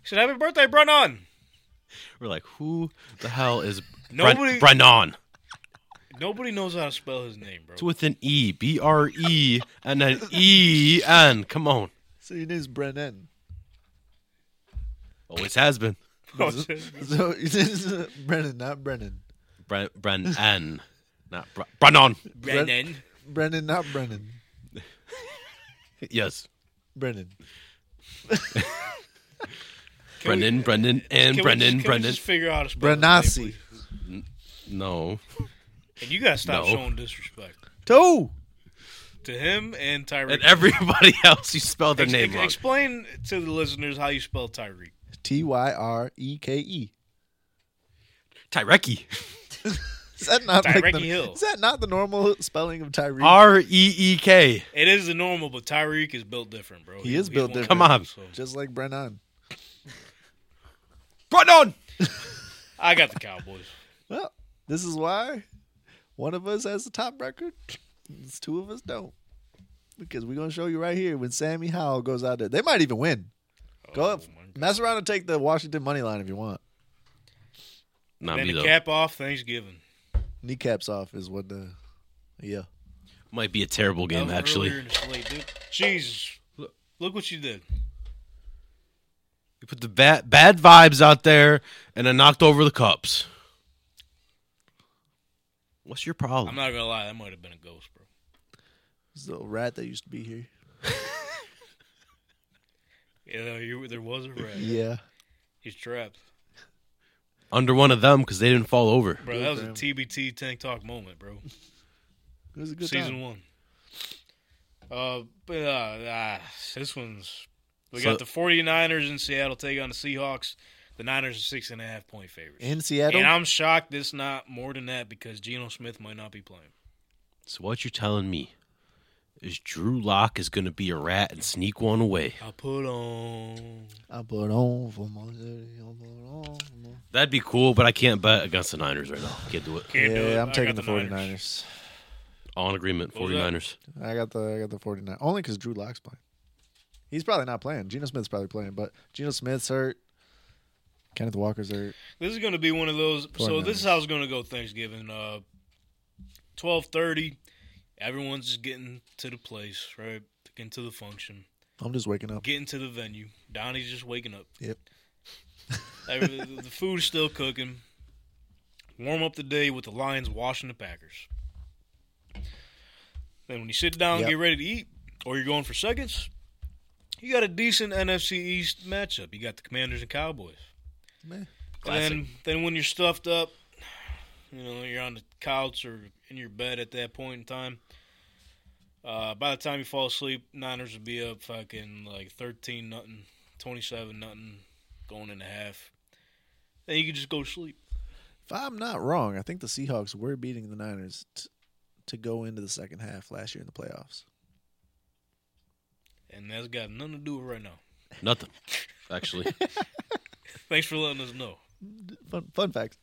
[SPEAKER 2] He said, "Happy birthday, Brennan."
[SPEAKER 3] We're like, who the hell is
[SPEAKER 2] Nobody-
[SPEAKER 3] Bren- Brennan?
[SPEAKER 2] Nobody knows how to spell his name, bro.
[SPEAKER 3] It's <laughs> with an E. B R E and an E N. Come on.
[SPEAKER 4] So your name's Brennan. <laughs>
[SPEAKER 3] Always has been.
[SPEAKER 4] So this is Brennan, not Brennan.
[SPEAKER 3] Bren-
[SPEAKER 2] <laughs>
[SPEAKER 3] Brennan. Not Br- Brennan.
[SPEAKER 2] <laughs> Brennan.
[SPEAKER 4] Brennan, not Brennan.
[SPEAKER 3] Yes.
[SPEAKER 4] Brennan.
[SPEAKER 3] Brennan, Brennan,
[SPEAKER 2] Can
[SPEAKER 3] and
[SPEAKER 2] we
[SPEAKER 3] Brennan,
[SPEAKER 2] just, can we
[SPEAKER 3] Brennan.
[SPEAKER 2] just figure out how to spell his name,
[SPEAKER 4] Brennasi.
[SPEAKER 2] please?
[SPEAKER 3] No.
[SPEAKER 2] And you gotta stop
[SPEAKER 3] No.
[SPEAKER 2] showing disrespect
[SPEAKER 4] Two.
[SPEAKER 2] to him and Tyreek.
[SPEAKER 3] And everybody <laughs> else, you spelled their
[SPEAKER 2] Ex-
[SPEAKER 3] name
[SPEAKER 2] ex-
[SPEAKER 3] wrong.
[SPEAKER 2] Explain to the listeners how you spell Tyreek.
[SPEAKER 4] T Y R E K E.
[SPEAKER 3] Tyreki.
[SPEAKER 4] Is that not like the,
[SPEAKER 2] Tyreek Hill.
[SPEAKER 4] Is that not the normal spelling of Tyreek?
[SPEAKER 3] R E E K.
[SPEAKER 2] It is the normal, but Tyreek is built different, bro.
[SPEAKER 4] He
[SPEAKER 2] he's
[SPEAKER 4] is built
[SPEAKER 2] one of them,
[SPEAKER 4] different.
[SPEAKER 3] Come on.
[SPEAKER 2] so-
[SPEAKER 4] Just like Brennan.
[SPEAKER 3] Brennan!
[SPEAKER 2] I got the Cowboys.
[SPEAKER 4] Well, this is why one of us has the top record. It's two of us don't. Because we're gonna show you right here when Sammy Howell goes out there. They might even win. Go up,
[SPEAKER 2] Oh my God.
[SPEAKER 4] mess around and take the Washington money line if you want.
[SPEAKER 3] Not
[SPEAKER 2] Then
[SPEAKER 3] me,
[SPEAKER 2] to
[SPEAKER 3] though.
[SPEAKER 2] cap off Thanksgiving.
[SPEAKER 4] Kneecaps off is what the yeah.
[SPEAKER 3] Might be a terrible
[SPEAKER 2] That
[SPEAKER 3] game,
[SPEAKER 2] was
[SPEAKER 3] actually.
[SPEAKER 2] earlier in the slate, dude. Jesus, look, look what you did.
[SPEAKER 3] You put the bad, bad vibes out there and then knocked over the cups. What's your problem?
[SPEAKER 2] I'm not gonna lie, that might have been a ghost, bro.
[SPEAKER 4] This little rat that used to be here.
[SPEAKER 2] Yeah, you, there was a rat.
[SPEAKER 4] Yeah.
[SPEAKER 2] He's trapped,
[SPEAKER 3] Under one of them because they didn't fall over.
[SPEAKER 2] bro. That was a TBT tank talk moment, bro.
[SPEAKER 4] It was a good
[SPEAKER 2] Season
[SPEAKER 4] time.
[SPEAKER 2] one. Uh, but uh, ah, this one's we
[SPEAKER 3] So-
[SPEAKER 2] got the 49ers in Seattle take on the Seahawks. The Niners are six and a half point favorites.
[SPEAKER 4] In Seattle.
[SPEAKER 2] And I'm shocked it's not more than that because Geno Smith might not be playing.
[SPEAKER 3] So what you're telling me is Drew Lock is going to be a rat and sneak one away.
[SPEAKER 2] I put on.
[SPEAKER 4] I put on for my city, I put on for my-
[SPEAKER 3] That'd be cool, but I can't bet against the Niners right now. Can't do it.
[SPEAKER 2] Can't do it.
[SPEAKER 4] Yeah,
[SPEAKER 2] I
[SPEAKER 4] I'm taking
[SPEAKER 2] got
[SPEAKER 4] the 49ers.
[SPEAKER 3] All in agreement,
[SPEAKER 2] What was that?
[SPEAKER 3] 49ers.
[SPEAKER 4] I got the I got the 49. Only because Drew Lock's playing. He's probably not playing. Geno Smith's probably playing, but Geno Smith's hurt. Kenneth Walker's hurt.
[SPEAKER 2] This is going to be one of those. So
[SPEAKER 4] 49ers.
[SPEAKER 2] this is how it's going to go Thanksgiving. Uh, Twelve thirty, everyone's just getting to the place, right? Getting to the function,
[SPEAKER 4] I'm just waking up.
[SPEAKER 2] getting to the venue. Donnie's just waking up.
[SPEAKER 4] Yep.
[SPEAKER 2] <laughs> Every- the food's still cooking. Warm up the day with the Lions washing the Packers. Then when you sit down,
[SPEAKER 4] Yep.
[SPEAKER 2] get ready to eat, or you're going for seconds, you got a decent NFC East matchup. You got the Commanders and Cowboys.
[SPEAKER 4] Meh.
[SPEAKER 3] Classic.
[SPEAKER 2] And then, then when you're stuffed up, you know, you're on the couch or in your bed at that point in time. Uh, by the time you fall asleep, Niners will be up fucking like 13 nothing, 27 nothing, going in the half. Then you can just go to sleep.
[SPEAKER 4] If I'm not wrong, I think the Seahawks were beating the Niners t- to go into the second half last year in the playoffs.
[SPEAKER 2] And that's got nothing to do with right now.
[SPEAKER 3] Nothing, actually.
[SPEAKER 2] Thanks for letting us know.
[SPEAKER 4] Fun, fun fact.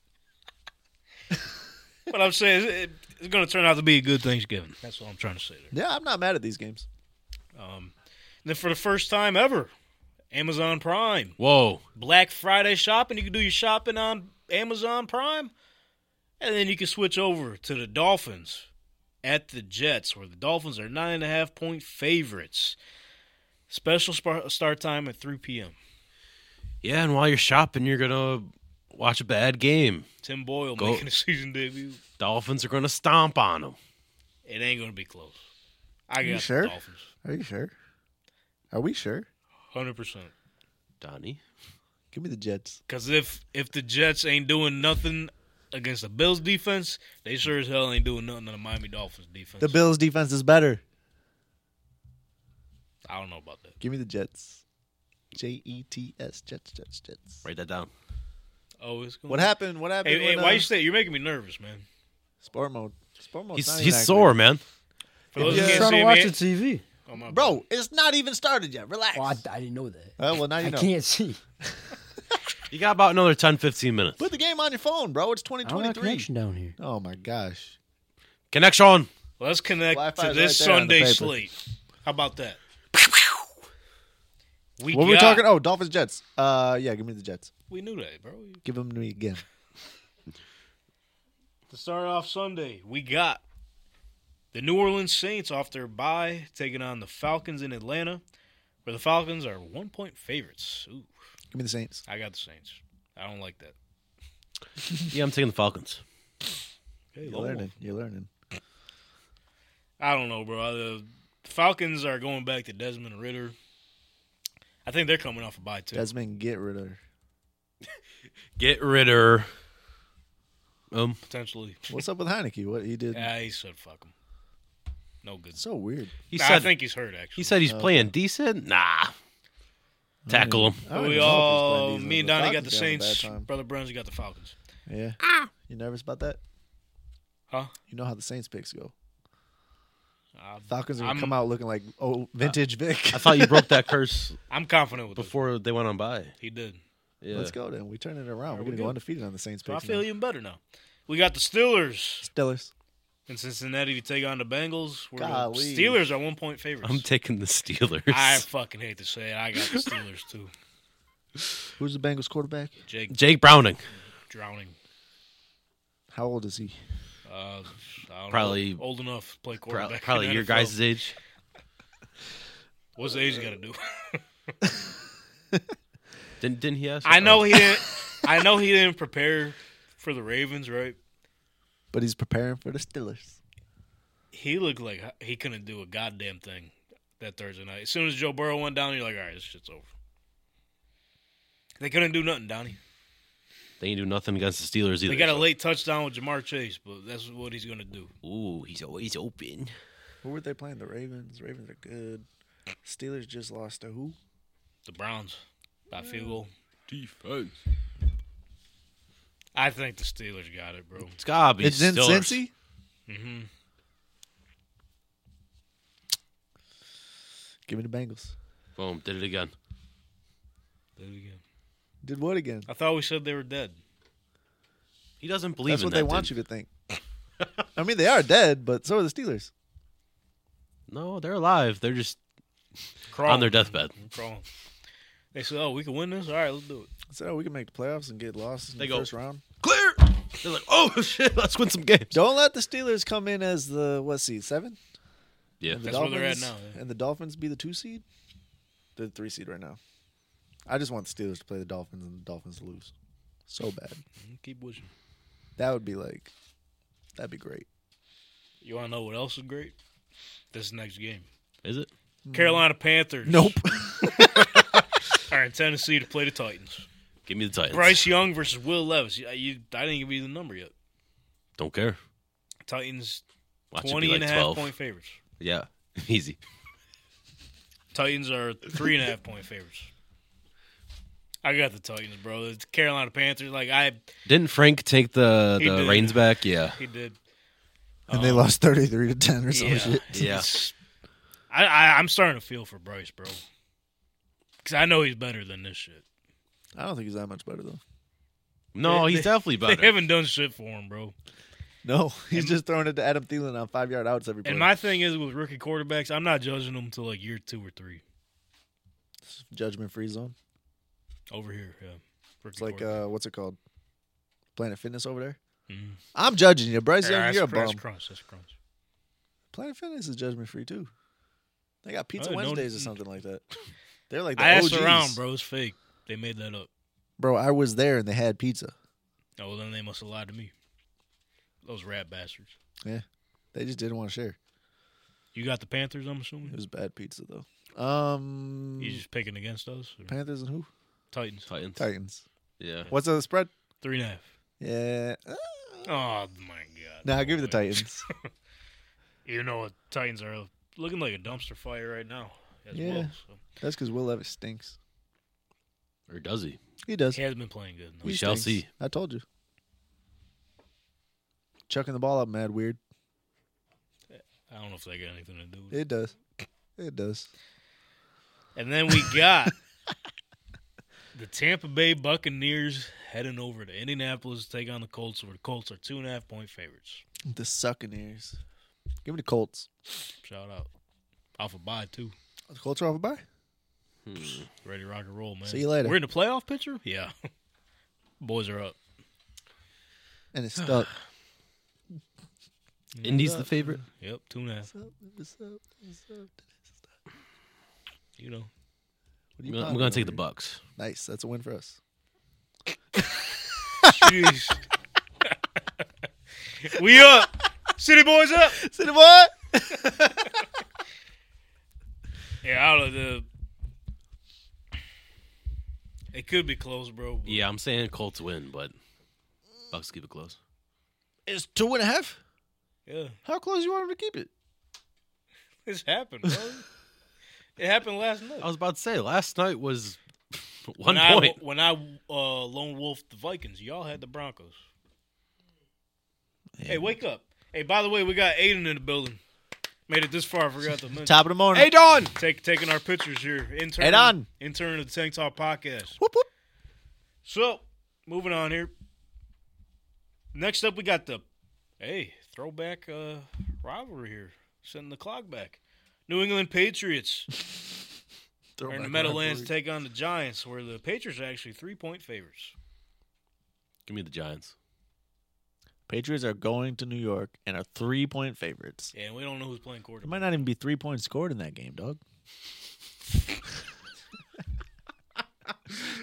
[SPEAKER 2] But I'm saying it- it, it's going to turn out to be a good Thanksgiving. That's all I'm trying to say there.
[SPEAKER 4] Yeah, I'm not mad at these games.
[SPEAKER 2] Um, and then for the first time ever, Amazon Prime.
[SPEAKER 3] Whoa.
[SPEAKER 2] Black Friday shopping. You can do your shopping on Amazon Prime, and then you can switch over to the Dolphins at the Jets, where the Dolphins are nine and a half point favorites. Special spar- start time at 3 p.m.
[SPEAKER 3] Yeah, and while you're shopping, you're going to watch a bad game.
[SPEAKER 2] Tim Boyle
[SPEAKER 3] Go-
[SPEAKER 2] making a season debut.
[SPEAKER 3] Dolphins are going to stomp on them.
[SPEAKER 2] It ain't gonna be close. I got
[SPEAKER 4] You
[SPEAKER 2] the
[SPEAKER 4] sure?
[SPEAKER 2] Dolphins.
[SPEAKER 4] Are you sure? Are we sure?
[SPEAKER 2] Hundred percent.
[SPEAKER 3] Donnie.
[SPEAKER 4] Give me the Jets.
[SPEAKER 2] Cause if if the Jets ain't doing nothing against the Bills defense, they sure as hell ain't doing nothing to the Miami Dolphins defense.
[SPEAKER 4] The Bills defense is better.
[SPEAKER 2] I don't know about that.
[SPEAKER 4] Give me the Jets. J E T S Jets Jets Jets.
[SPEAKER 3] Write that down.
[SPEAKER 2] Oh, it's going
[SPEAKER 4] What happened? What happened?
[SPEAKER 2] Hey, hey,
[SPEAKER 4] when,
[SPEAKER 2] why
[SPEAKER 4] uh,
[SPEAKER 2] you say you're making me nervous, man?
[SPEAKER 4] sport mode? Sport
[SPEAKER 2] Oh,
[SPEAKER 4] mode.
[SPEAKER 3] He's he's sore, man.
[SPEAKER 2] For those who can't
[SPEAKER 4] you're
[SPEAKER 5] trying
[SPEAKER 2] see me,
[SPEAKER 5] to watch the TV.
[SPEAKER 2] oh, my bad.
[SPEAKER 4] bro. It's not even started yet. Relax.
[SPEAKER 5] Oh, I, I didn't know that.
[SPEAKER 4] Oh, well, now you
[SPEAKER 5] I
[SPEAKER 4] know.
[SPEAKER 5] can't see.
[SPEAKER 3] You got about another 10, 15 minutes.
[SPEAKER 4] Put the game on your phone, bro. It's
[SPEAKER 5] I don't have
[SPEAKER 4] 2023.
[SPEAKER 5] connection down here.
[SPEAKER 4] Oh my gosh.
[SPEAKER 3] Connection.
[SPEAKER 2] Let's connect
[SPEAKER 4] Wi-Fi's
[SPEAKER 2] to this
[SPEAKER 4] right there on the
[SPEAKER 2] Sunday
[SPEAKER 4] paper.
[SPEAKER 2] slate. How about that? We
[SPEAKER 4] What were we
[SPEAKER 2] got-
[SPEAKER 4] talking? Oh, Dolphins Jets. Uh, yeah. Give me the Jets.
[SPEAKER 2] We knew that, bro.
[SPEAKER 4] Give them to me again.
[SPEAKER 2] To start off Sunday, we got the New Orleans Saints off their bye, taking on the Falcons in Atlanta, where the Falcons are one point favorites. Ooh,
[SPEAKER 4] Give me the Saints.
[SPEAKER 2] I got the Saints. I don't like that.
[SPEAKER 3] Yeah, I'm taking the Falcons.
[SPEAKER 2] Hey,
[SPEAKER 4] You're learning. You're learning.
[SPEAKER 2] I don't know, bro. The Falcons are going back to Desmond Ritter. I think they're coming off a bye too.
[SPEAKER 4] Desmond, get rid of. her.
[SPEAKER 3] Get Ritter. Um,
[SPEAKER 2] potentially,
[SPEAKER 4] What's up with Heineke? What he did?
[SPEAKER 2] yeah, he said fuck him. No good.
[SPEAKER 4] It's so weird.
[SPEAKER 3] he
[SPEAKER 2] Nah,
[SPEAKER 3] said
[SPEAKER 2] I think Oh, he's hurt actually.
[SPEAKER 3] he said he's playing decent. Nah, tackle him.
[SPEAKER 4] I don't
[SPEAKER 2] we
[SPEAKER 4] even know if he's playing
[SPEAKER 2] all,
[SPEAKER 4] decent.
[SPEAKER 2] me and
[SPEAKER 4] The
[SPEAKER 2] Donnie got the
[SPEAKER 4] Falcons having a bad
[SPEAKER 2] Saints.
[SPEAKER 4] time.
[SPEAKER 2] Brother Brunson got the Falcons.
[SPEAKER 4] Yeah. You nervous about that?
[SPEAKER 2] Huh?
[SPEAKER 4] You know how the Saints picks go.
[SPEAKER 2] I'm,
[SPEAKER 4] Falcons are gonna
[SPEAKER 2] I'm-
[SPEAKER 4] come out looking like oh vintage Vic. <laughs>
[SPEAKER 3] I thought you broke that curse
[SPEAKER 2] I'm confident with Before.
[SPEAKER 3] before they went on by.
[SPEAKER 2] He did.
[SPEAKER 3] Yeah.
[SPEAKER 4] Let's go then. We turn it around. We're
[SPEAKER 2] we
[SPEAKER 4] gonna go
[SPEAKER 2] good?
[SPEAKER 4] undefeated on the Saints
[SPEAKER 2] So I
[SPEAKER 4] picks.
[SPEAKER 2] feel
[SPEAKER 4] now.
[SPEAKER 2] even better now. We got the Steelers
[SPEAKER 4] Steelers.
[SPEAKER 2] in Cincinnati to take on the Bengals. We're gonna-
[SPEAKER 4] Golly.
[SPEAKER 2] Steelers are one point favorites.
[SPEAKER 3] I'm taking the Steelers.
[SPEAKER 2] I fucking hate to say it. I got the Steelers too.
[SPEAKER 4] Who's the Bengals quarterback?
[SPEAKER 2] Jake
[SPEAKER 3] Jake Browning,
[SPEAKER 2] drowning.
[SPEAKER 4] How old is he?
[SPEAKER 2] Uh, I don't
[SPEAKER 3] Probably-
[SPEAKER 2] know, old enough to play
[SPEAKER 3] Pro-
[SPEAKER 2] quarterback. in
[SPEAKER 3] probably
[SPEAKER 2] the
[SPEAKER 3] your
[SPEAKER 2] NFL.
[SPEAKER 3] guys' age.
[SPEAKER 2] What's the age got to do?
[SPEAKER 3] Didn't didn't he
[SPEAKER 2] <laughs>
[SPEAKER 3] ask? Oh,
[SPEAKER 2] I know he didn't. I know he didn't prepare for the Ravens, right?
[SPEAKER 4] But he's preparing for the Steelers.
[SPEAKER 2] He looked like he couldn't do a goddamn thing that Thursday night. As soon as Joe Burrow went down, you're like, all right, this shit's over. They couldn't do nothing, Donnie.
[SPEAKER 3] They ain't do nothing against the Steelers either.
[SPEAKER 2] They got a
[SPEAKER 3] so-
[SPEAKER 2] late touchdown with Jamar Chase, but that's what he's going to do.
[SPEAKER 3] Ooh, he's always open.
[SPEAKER 4] Who were they playing? The Ravens. Ravens are good. Steelers just lost to who?
[SPEAKER 2] The Browns by field goal.
[SPEAKER 3] Defense.
[SPEAKER 2] I think the Steelers got it, bro.
[SPEAKER 3] It's gotta be
[SPEAKER 4] It's in
[SPEAKER 3] Steelers.
[SPEAKER 4] Cincy.
[SPEAKER 2] hmm
[SPEAKER 4] Give me the Bengals.
[SPEAKER 3] Boom! Did it again.
[SPEAKER 2] Did it again.
[SPEAKER 4] Did what again?
[SPEAKER 2] I thought we said they were dead.
[SPEAKER 3] He doesn't believe
[SPEAKER 4] That's
[SPEAKER 3] in
[SPEAKER 4] what
[SPEAKER 3] that,
[SPEAKER 4] they want
[SPEAKER 3] dude.
[SPEAKER 4] you to
[SPEAKER 2] <laughs>
[SPEAKER 4] think. I mean, they are dead, but so are the Steelers.
[SPEAKER 3] No, they're alive. They're just
[SPEAKER 2] Crawling.
[SPEAKER 3] on their deathbed.
[SPEAKER 2] Crawling. They said, "Oh, we can win this. All right, let's do it."
[SPEAKER 4] So we can make the playoffs and get lost in
[SPEAKER 3] They
[SPEAKER 4] the
[SPEAKER 3] go-
[SPEAKER 4] first round.
[SPEAKER 3] Clear. They're like, oh <laughs> shit, let's win some games.
[SPEAKER 4] Don't let the Steelers come in as the what seed seven.
[SPEAKER 3] Yeah,
[SPEAKER 4] And the
[SPEAKER 2] That's where
[SPEAKER 4] Dolphins,
[SPEAKER 2] they're at now, yeah.
[SPEAKER 4] And the Dolphins be the two seed. They're the three seed right now. I just want the Steelers to play the Dolphins and the Dolphins to lose, so bad.
[SPEAKER 2] Keep wishing.
[SPEAKER 4] That would be like, that'd be great.
[SPEAKER 2] You want to know what else is great? This next game,
[SPEAKER 3] is it?
[SPEAKER 2] Carolina Panthers. <laughs> All right, Tennessee to play the Titans.
[SPEAKER 3] Give me the Titans.
[SPEAKER 2] Bryce Young versus Will Levis. You, you, I didn't give you the number yet.
[SPEAKER 3] Don't care.
[SPEAKER 2] Titans
[SPEAKER 3] Watch it be
[SPEAKER 2] twenty
[SPEAKER 3] like
[SPEAKER 2] and a half
[SPEAKER 3] 12.
[SPEAKER 2] point favorites.
[SPEAKER 3] Yeah, <laughs> easy.
[SPEAKER 2] Titans are three and a half point favorites. I got the Titans, bro. It's Carolina Panthers. Like I,
[SPEAKER 3] Didn't Frank take the
[SPEAKER 2] He
[SPEAKER 3] the
[SPEAKER 2] did.
[SPEAKER 3] reins back? Yeah.
[SPEAKER 2] he did.
[SPEAKER 4] and they lost thirty three to ten or some
[SPEAKER 2] <laughs>
[SPEAKER 4] shit.
[SPEAKER 3] Yeah.
[SPEAKER 2] It's- I, I I'm starting to feel for Bryce, bro. Because I know he's better than this shit. <laughs>
[SPEAKER 4] I don't think he's that much better though.
[SPEAKER 3] No, he's definitely
[SPEAKER 2] They
[SPEAKER 3] better.
[SPEAKER 2] haven't done shit for him, bro.
[SPEAKER 4] No, he's just throwing it to Adam Thielen on five yard outs every play.
[SPEAKER 2] And my thing is with rookie quarterbacks, I'm not judging them until like year two or three.
[SPEAKER 4] judgment free zone.
[SPEAKER 2] Over here, yeah. Rookie
[SPEAKER 4] It's like
[SPEAKER 2] quarterback.
[SPEAKER 4] uh, what's it called? Planet Fitness over there.
[SPEAKER 2] Mhm.
[SPEAKER 4] I'm judging you, Bryce
[SPEAKER 2] Yeah,
[SPEAKER 4] Young.
[SPEAKER 2] that's
[SPEAKER 4] You're a
[SPEAKER 2] cr- that's
[SPEAKER 4] bum.
[SPEAKER 2] crunch. That's crunch.
[SPEAKER 4] Planet Fitness is judgment free too. They got Pizza
[SPEAKER 2] I didn't know
[SPEAKER 4] Wednesdays or
[SPEAKER 2] that.
[SPEAKER 4] something like that. <laughs> They're like the
[SPEAKER 2] I asked
[SPEAKER 4] OGs.
[SPEAKER 2] around, bro. It's fake. They made that up.
[SPEAKER 4] Bro, I was there and they had pizza.
[SPEAKER 2] Oh, well, then they must have lied to me. Those rat bastards.
[SPEAKER 4] They just didn't want to share.
[SPEAKER 2] You got the Panthers, I'm
[SPEAKER 4] It
[SPEAKER 2] assuming.
[SPEAKER 4] was bad pizza though. Um,
[SPEAKER 2] You just picking against us, or
[SPEAKER 4] Panthers and
[SPEAKER 2] <laughs>
[SPEAKER 4] who?
[SPEAKER 2] Titans
[SPEAKER 3] <laughs> Titans.
[SPEAKER 4] Titans.
[SPEAKER 3] Yeah.
[SPEAKER 4] What's the spread?
[SPEAKER 2] three and a half.
[SPEAKER 4] Yeah. Uh,
[SPEAKER 2] Oh my god!
[SPEAKER 4] nah, give me
[SPEAKER 2] <laughs>
[SPEAKER 4] the
[SPEAKER 2] Boy.
[SPEAKER 4] Titans.
[SPEAKER 2] You know what? Titans are looking like a dumpster fire right now. As
[SPEAKER 4] Yeah.
[SPEAKER 2] well, so.
[SPEAKER 4] That's because Will Levis stinks.
[SPEAKER 3] Or does he?
[SPEAKER 4] He does.
[SPEAKER 2] he has been playing good.
[SPEAKER 3] We
[SPEAKER 2] Though.
[SPEAKER 4] He
[SPEAKER 3] shall see.
[SPEAKER 4] I told you. Chucking the ball up, mad weird.
[SPEAKER 2] I don't know if they got anything to do with it.
[SPEAKER 4] It does. It does.
[SPEAKER 2] And then we got the Tampa Bay Buccaneers heading over to Indianapolis to take on the Colts. Where the Colts are two and a half point favorites.
[SPEAKER 4] The sucking ears. Give me the Colts.
[SPEAKER 2] Shout out off a bye too.
[SPEAKER 4] The Colts are off a bye.
[SPEAKER 2] Ready to rock and roll, man.
[SPEAKER 4] See you later.
[SPEAKER 2] We're in the playoff picture. Yeah, <laughs> boys are up.
[SPEAKER 4] And it's stuck.
[SPEAKER 3] Indy's the favorite.
[SPEAKER 2] Yep, two and a half.
[SPEAKER 4] What's up? What's up?
[SPEAKER 3] <laughs>
[SPEAKER 2] You know,
[SPEAKER 4] What are
[SPEAKER 3] I'm
[SPEAKER 4] you
[SPEAKER 3] gonna, I'm
[SPEAKER 4] popping
[SPEAKER 3] gonna take
[SPEAKER 4] over
[SPEAKER 3] the
[SPEAKER 4] here?
[SPEAKER 3] Bucks.
[SPEAKER 4] Nice. That's a win for us.
[SPEAKER 2] Jeez. we up. City boys up.
[SPEAKER 4] City boy.
[SPEAKER 2] Yeah, I don't know. The... It could be close, bro. but-
[SPEAKER 3] Yeah, I'm saying Colts win, but Bucks keep it close.
[SPEAKER 4] It's two and a half.
[SPEAKER 2] Yeah.
[SPEAKER 4] How close you want him to keep it?
[SPEAKER 2] This happened, bro.
[SPEAKER 3] <laughs>
[SPEAKER 2] it happened last night.
[SPEAKER 3] I was about to say last night was <laughs> one
[SPEAKER 2] when I,
[SPEAKER 3] point.
[SPEAKER 2] When I uh, lone wolfed the Vikings, y'all had the Broncos. Hey, wake up. Hey, by the way, we got Aiden in the building. Made it this far. I forgot to mention.
[SPEAKER 4] Top of the morning.
[SPEAKER 3] hey Don.
[SPEAKER 2] Take, taking our pictures here. Intern,
[SPEAKER 4] Aiden.
[SPEAKER 2] Intern of the Tank Talk Podcast.
[SPEAKER 4] Whoop, whoop.
[SPEAKER 2] So, moving on here. Next up, we got the hey throwback uh, rivalry here, sending the clock back. New England Patriots are in the Meadowlands to take on the Giants, where the Patriots are actually three point favorites.
[SPEAKER 3] Give me the Giants.
[SPEAKER 4] Patriots are going to New York and are three point favorites.
[SPEAKER 2] Yeah, and we don't know who's playing
[SPEAKER 4] There
[SPEAKER 2] quarterback.
[SPEAKER 4] might not even be three points scored in that game,
[SPEAKER 2] <laughs>
[SPEAKER 4] dog.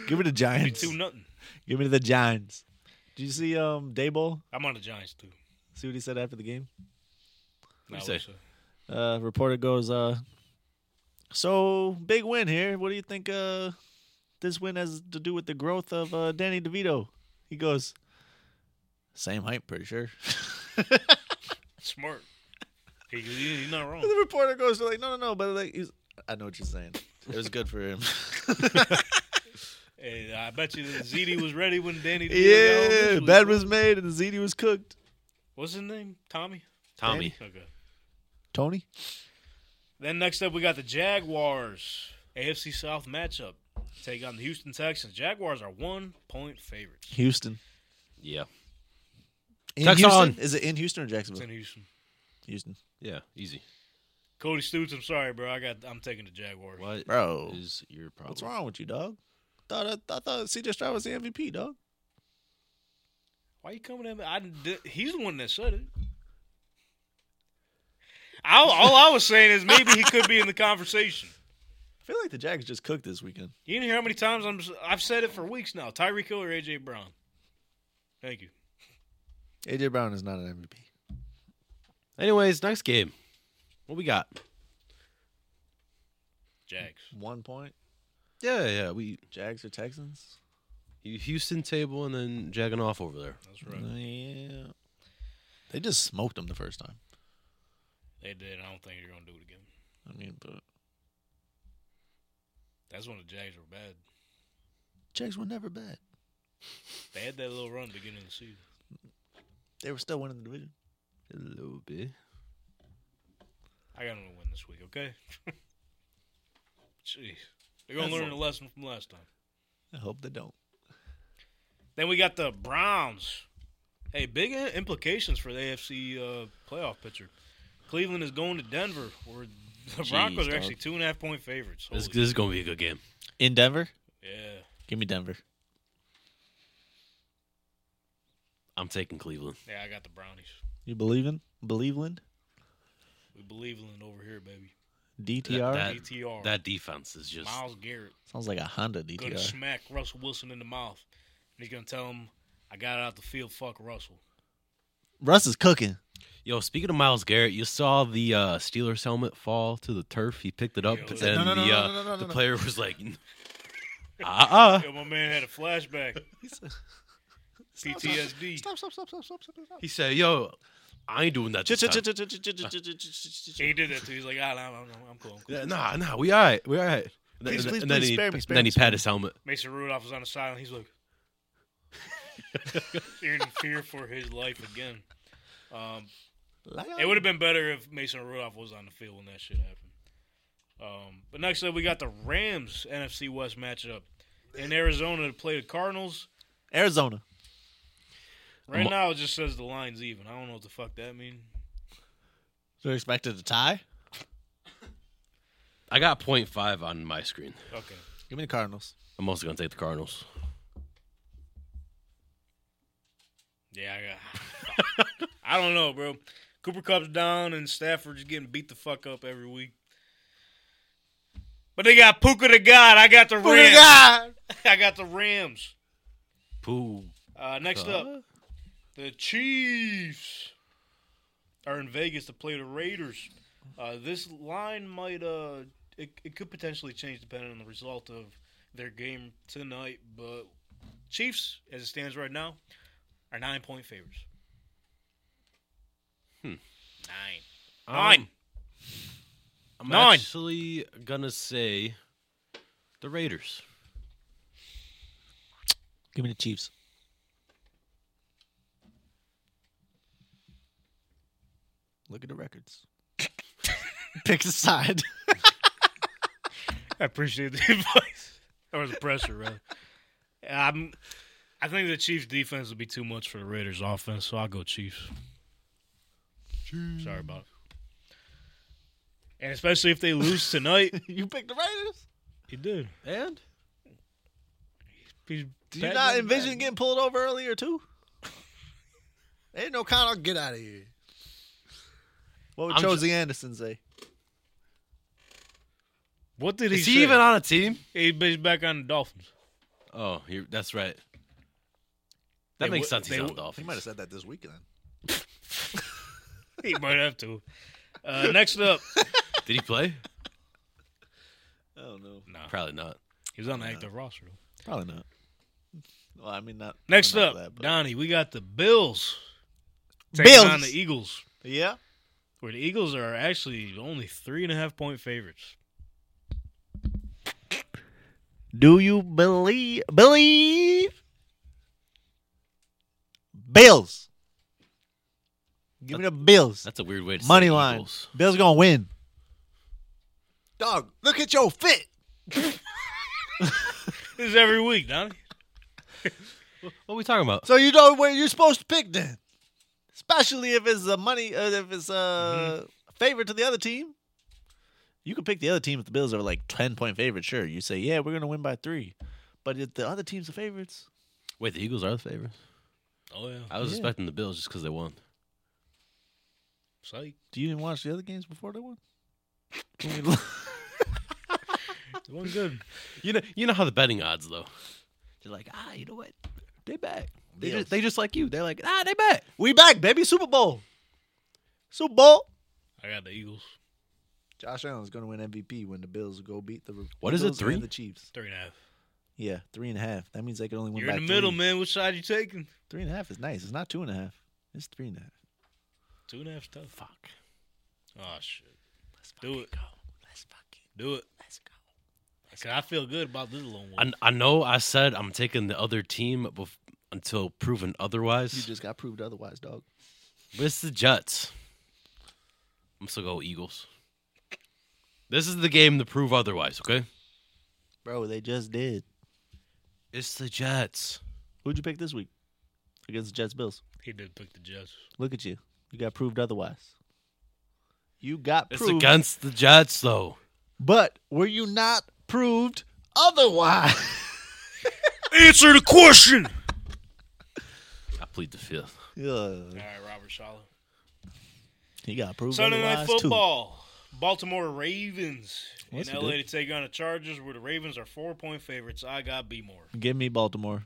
[SPEAKER 4] Give me the
[SPEAKER 2] Be
[SPEAKER 4] Giants.
[SPEAKER 2] two nothing.
[SPEAKER 4] Give me the Giants. Did you see um Dable?
[SPEAKER 2] I'm on the Giants too.
[SPEAKER 4] See what he said after the game?
[SPEAKER 2] Nah,
[SPEAKER 3] What do you
[SPEAKER 2] what's
[SPEAKER 3] say?
[SPEAKER 2] up?
[SPEAKER 4] Uh reporter goes, uh So big win here. What do you think uh this win has to do with the growth of uh Danny DeVito? He goes, Same height, pretty sure. <laughs>
[SPEAKER 2] Smart. He, he- he's not wrong.
[SPEAKER 4] the reporter goes like, No no no, but like he's I know what you're saying. It was good for him. <laughs>
[SPEAKER 2] Hey, I bet you that ZD was ready when Danny. DeVito got on
[SPEAKER 4] yeah,
[SPEAKER 2] this
[SPEAKER 4] bed
[SPEAKER 2] week.
[SPEAKER 4] was made and Ziti was cooked.
[SPEAKER 2] What's his name? Tommy.
[SPEAKER 3] Tommy.
[SPEAKER 2] Okay.
[SPEAKER 4] Tony?
[SPEAKER 2] Then next up, we got the Jaguars AFC South matchup. Take on the Houston Texans. Jaguars are one point favorites.
[SPEAKER 4] Houston.
[SPEAKER 3] Yeah.
[SPEAKER 4] In
[SPEAKER 3] Tucks
[SPEAKER 4] Houston?
[SPEAKER 3] on.
[SPEAKER 4] Is it in Houston or
[SPEAKER 2] It's
[SPEAKER 4] Jacksonville?
[SPEAKER 2] in Houston.
[SPEAKER 4] Houston.
[SPEAKER 3] Yeah. Easy.
[SPEAKER 2] Cody Stutes, I'm sorry, bro. I got. I'm taking the Jaguars.
[SPEAKER 3] What is
[SPEAKER 4] Bro.
[SPEAKER 3] your problem?
[SPEAKER 4] What's wrong with you, dog? Thought I, I thought CJ Stroud was the MVP, dog.
[SPEAKER 2] Why you coming at me? I did- he's the one that said it. I, all I was saying is maybe he could be in the conversation.
[SPEAKER 4] I feel like the Jags just cooked this weekend.
[SPEAKER 2] You didn't hear how many times I'm, I've said it for weeks now. Tyreek Hill or AJ Brown. Thank you.
[SPEAKER 4] AJ Brown is not an MVP.
[SPEAKER 3] Anyways, next game. What we got?
[SPEAKER 2] Jags.
[SPEAKER 4] One point.
[SPEAKER 3] Yeah, yeah. We
[SPEAKER 4] Jags or Texans?
[SPEAKER 3] Houston table and then jagging off over there.
[SPEAKER 2] That's right.
[SPEAKER 4] Uh, Yeah. They just smoked them the first time.
[SPEAKER 2] They did. I don't think they're gonna do it again.
[SPEAKER 4] I mean, but
[SPEAKER 2] That's when the Jags were bad.
[SPEAKER 4] Jags were never bad.
[SPEAKER 2] They had that little run beginning of the season.
[SPEAKER 4] They were still winning the division.
[SPEAKER 3] A little bit.
[SPEAKER 2] I got them to win this week, okay? <laughs> Jeez. They're gonna learn a lesson from last time.
[SPEAKER 4] I hope they don't.
[SPEAKER 2] Then we got the Browns. Hey, big i- implications for the AFC uh, playoff picture. Cleveland is going to Denver, where the
[SPEAKER 3] Jeez,
[SPEAKER 2] Broncos are
[SPEAKER 3] dog.
[SPEAKER 2] actually two and a half point favorites.
[SPEAKER 3] This,
[SPEAKER 2] Holy-
[SPEAKER 3] this is gonna be a good game.
[SPEAKER 4] In Denver?
[SPEAKER 2] Yeah.
[SPEAKER 4] Give me Denver.
[SPEAKER 3] I'm taking Cleveland.
[SPEAKER 2] Yeah, I got the Brownies.
[SPEAKER 4] You believe in? Believeland?
[SPEAKER 2] We believe in it over here, baby.
[SPEAKER 4] DTR?
[SPEAKER 3] That-
[SPEAKER 2] DTR.
[SPEAKER 3] That defense is just
[SPEAKER 2] Miles Garrett
[SPEAKER 4] Sounds like a Honda
[SPEAKER 2] gonna
[SPEAKER 4] DTR.
[SPEAKER 2] smack Russell Wilson in the mouth. And he's gonna tell him, I got out the field, fuck Russell. <laughs>
[SPEAKER 4] Russ is cooking.
[SPEAKER 3] Yo, speaking of Miles Garrett, you saw the uh, Steelers helmet fall to the turf. He picked it up,
[SPEAKER 2] Yo, no,
[SPEAKER 3] but then
[SPEAKER 4] no,
[SPEAKER 3] the,
[SPEAKER 4] no, no,
[SPEAKER 3] uh,
[SPEAKER 4] no, no, no,
[SPEAKER 3] the
[SPEAKER 4] no.
[SPEAKER 3] player was like, <laughs> "Ah, uh
[SPEAKER 2] Yo, my man had a flashback.
[SPEAKER 4] <laughs>
[SPEAKER 2] PTSD.
[SPEAKER 4] Stop, stop, stop, stop, stop, stop, stop.
[SPEAKER 3] He said, "Yo, I ain't doing that." This time.
[SPEAKER 2] He did that too. He's like, ah, nah, I'm, I'm cool. I'm cool.
[SPEAKER 3] Yeah, nah, nah, we all right, we all right. And then-
[SPEAKER 4] Please, please,
[SPEAKER 3] and then
[SPEAKER 4] please,
[SPEAKER 3] he,
[SPEAKER 4] spare me,
[SPEAKER 3] and
[SPEAKER 4] spare
[SPEAKER 3] then
[SPEAKER 4] me,
[SPEAKER 3] he pat his helmet.
[SPEAKER 2] Mason Rudolph was on the sideline. He's like, <laughs> in fear for his life again. Um, it would have been better if Mason Rudolph was on the field when that shit happened. Um, but next up, we got the Rams NFC West matchup in Arizona to play the Cardinals.
[SPEAKER 4] Arizona.
[SPEAKER 2] Right
[SPEAKER 3] Um,
[SPEAKER 2] now, it just says the line's even. I don't know what the fuck that means.
[SPEAKER 4] They're expected to tie.
[SPEAKER 3] I got 0.5 on my screen.
[SPEAKER 2] Okay.
[SPEAKER 4] Give me the Cardinals.
[SPEAKER 3] I'm also gonna take the Cardinals.
[SPEAKER 2] Yeah, I got. I don't know, bro. Cooper Cup's down, and Stafford's getting beat the fuck up every week. But they got Puka the God. I got the Rams. <laughs> I got the Rams.
[SPEAKER 3] Poo.
[SPEAKER 2] Uh, next up, the Chiefs are in Vegas to play the Raiders. Uh, this line might uh, it, it could potentially change depending on the result of their game tonight. But Chiefs, as it stands right now, are nine point favorites. Hmm. Nine. Nine.
[SPEAKER 3] Um, I'm
[SPEAKER 2] Nine.
[SPEAKER 3] actually gonna say the Raiders.
[SPEAKER 4] Give me the Chiefs. Look at the records. Pick a side.
[SPEAKER 2] I appreciate the <laughs> advice or the pressure, rather. Um, I think the Chiefs' defense will be too much for the Raiders' offense, so I'll go Chiefs. Sorry about it. And especially if they lose tonight,
[SPEAKER 4] <laughs> you picked the Raiders.
[SPEAKER 2] he did.
[SPEAKER 4] And
[SPEAKER 2] He's
[SPEAKER 4] do you not envision getting pulled over earlier too? <laughs> Ain't no kind of get out of here. What would
[SPEAKER 3] I'm
[SPEAKER 4] Josie Anderson say?
[SPEAKER 2] What did he
[SPEAKER 3] Is
[SPEAKER 2] say?
[SPEAKER 3] he even on a team?
[SPEAKER 2] He- He's back on the Dolphins.
[SPEAKER 4] <laughs>
[SPEAKER 3] Oh, you're, that's right. That
[SPEAKER 2] They
[SPEAKER 3] makes
[SPEAKER 2] would-
[SPEAKER 3] sense. He's
[SPEAKER 2] they
[SPEAKER 3] on the
[SPEAKER 2] would-
[SPEAKER 3] Dolphins.
[SPEAKER 4] He might have said that this weekend.
[SPEAKER 2] He might have to. Uh, next up,
[SPEAKER 3] Did he play?
[SPEAKER 4] I don't know.
[SPEAKER 2] nah,
[SPEAKER 3] Probably not.
[SPEAKER 2] he's on the active roster.
[SPEAKER 4] Probably not. Well, I mean, not
[SPEAKER 2] Next
[SPEAKER 4] not
[SPEAKER 2] up,
[SPEAKER 4] that, but-
[SPEAKER 2] Donnie, we got the Bills taking
[SPEAKER 4] Bills.
[SPEAKER 2] on the Eagles.
[SPEAKER 4] yeah.
[SPEAKER 2] where the Eagles are actually only three and a half point favorites.
[SPEAKER 4] Do you believe believe Bills? Give me the Bills.
[SPEAKER 3] That's a weird way to
[SPEAKER 4] Money
[SPEAKER 3] say
[SPEAKER 4] line.
[SPEAKER 3] Eagles.
[SPEAKER 4] Bills gonna win. Dog, look at your fit.
[SPEAKER 2] This is every week, Donnie.
[SPEAKER 3] What are we talking about?
[SPEAKER 4] So you know where you're supposed to pick then. Especially if it's a money, uh, if it's a favorite to the other team. Mm-hmm. You could pick the other team if the Bills are like ten point favorite. Sure, you say yeah, we're gonna win by three. But if the other team's the favorites,
[SPEAKER 3] Wait, the Eagles are the favorites.
[SPEAKER 2] Oh yeah,
[SPEAKER 3] I was
[SPEAKER 4] Yeah.
[SPEAKER 3] expecting the Bills just because they won.
[SPEAKER 2] psych.
[SPEAKER 4] do you didn't watch the other games before they <laughs> won?
[SPEAKER 2] It wasn't good.
[SPEAKER 3] You know, you know how the betting odds though. They're like, ah, you know what? They back. They
[SPEAKER 4] Bills.
[SPEAKER 3] just, they just like you. They're like, ah, they back.
[SPEAKER 4] We back, baby. Super Bowl. Super Bowl.
[SPEAKER 2] I got the Eagles
[SPEAKER 4] Josh Allen's going to win MVP when the Bills go beat the
[SPEAKER 3] What is it,
[SPEAKER 4] Bills and
[SPEAKER 3] three?
[SPEAKER 4] the Chiefs.
[SPEAKER 2] three and a half.
[SPEAKER 4] Yeah, three and a half. That means they could only win
[SPEAKER 2] You're
[SPEAKER 4] by
[SPEAKER 2] in the middle,
[SPEAKER 4] three.
[SPEAKER 2] man. Which side you taking?
[SPEAKER 4] Three and a half is nice. It's not two and a half. It's
[SPEAKER 3] <laughs>
[SPEAKER 4] three and a half.
[SPEAKER 2] Two and a half tough. Fuck. Oh shit.
[SPEAKER 4] Let's
[SPEAKER 2] Do it.
[SPEAKER 4] Let's fucking
[SPEAKER 2] Do it.
[SPEAKER 4] let's go.
[SPEAKER 2] Cause I feel good about this lone one.
[SPEAKER 3] I, I know I said I'm taking the other team bef- until proven otherwise.
[SPEAKER 4] You just got proved otherwise, dog.
[SPEAKER 3] but it's the Jets. I'm still go Eagles. This is the game to prove otherwise. Okay,
[SPEAKER 4] Bro, they just did.
[SPEAKER 3] it's the Jets.
[SPEAKER 4] Who'd you pick this week against the Jets Bills?
[SPEAKER 2] He did pick the Jets.
[SPEAKER 4] Look at you. You got proved otherwise. You got
[SPEAKER 3] It's
[SPEAKER 4] proved.
[SPEAKER 3] against the Jets though.
[SPEAKER 4] But were you not proved otherwise?
[SPEAKER 2] Answer the question.
[SPEAKER 3] I plead the fifth.
[SPEAKER 4] <laughs> yeah.
[SPEAKER 2] All right, Robert Sala.
[SPEAKER 4] He got approved.
[SPEAKER 2] Sunday night
[SPEAKER 4] otherwise, too.
[SPEAKER 2] football. Baltimore Ravens
[SPEAKER 4] Yes,
[SPEAKER 2] in
[SPEAKER 4] we
[SPEAKER 2] LA
[SPEAKER 4] did.
[SPEAKER 2] to take on the Chargers, where the Ravens are four point favorites. I got B more.
[SPEAKER 4] Give me Baltimore.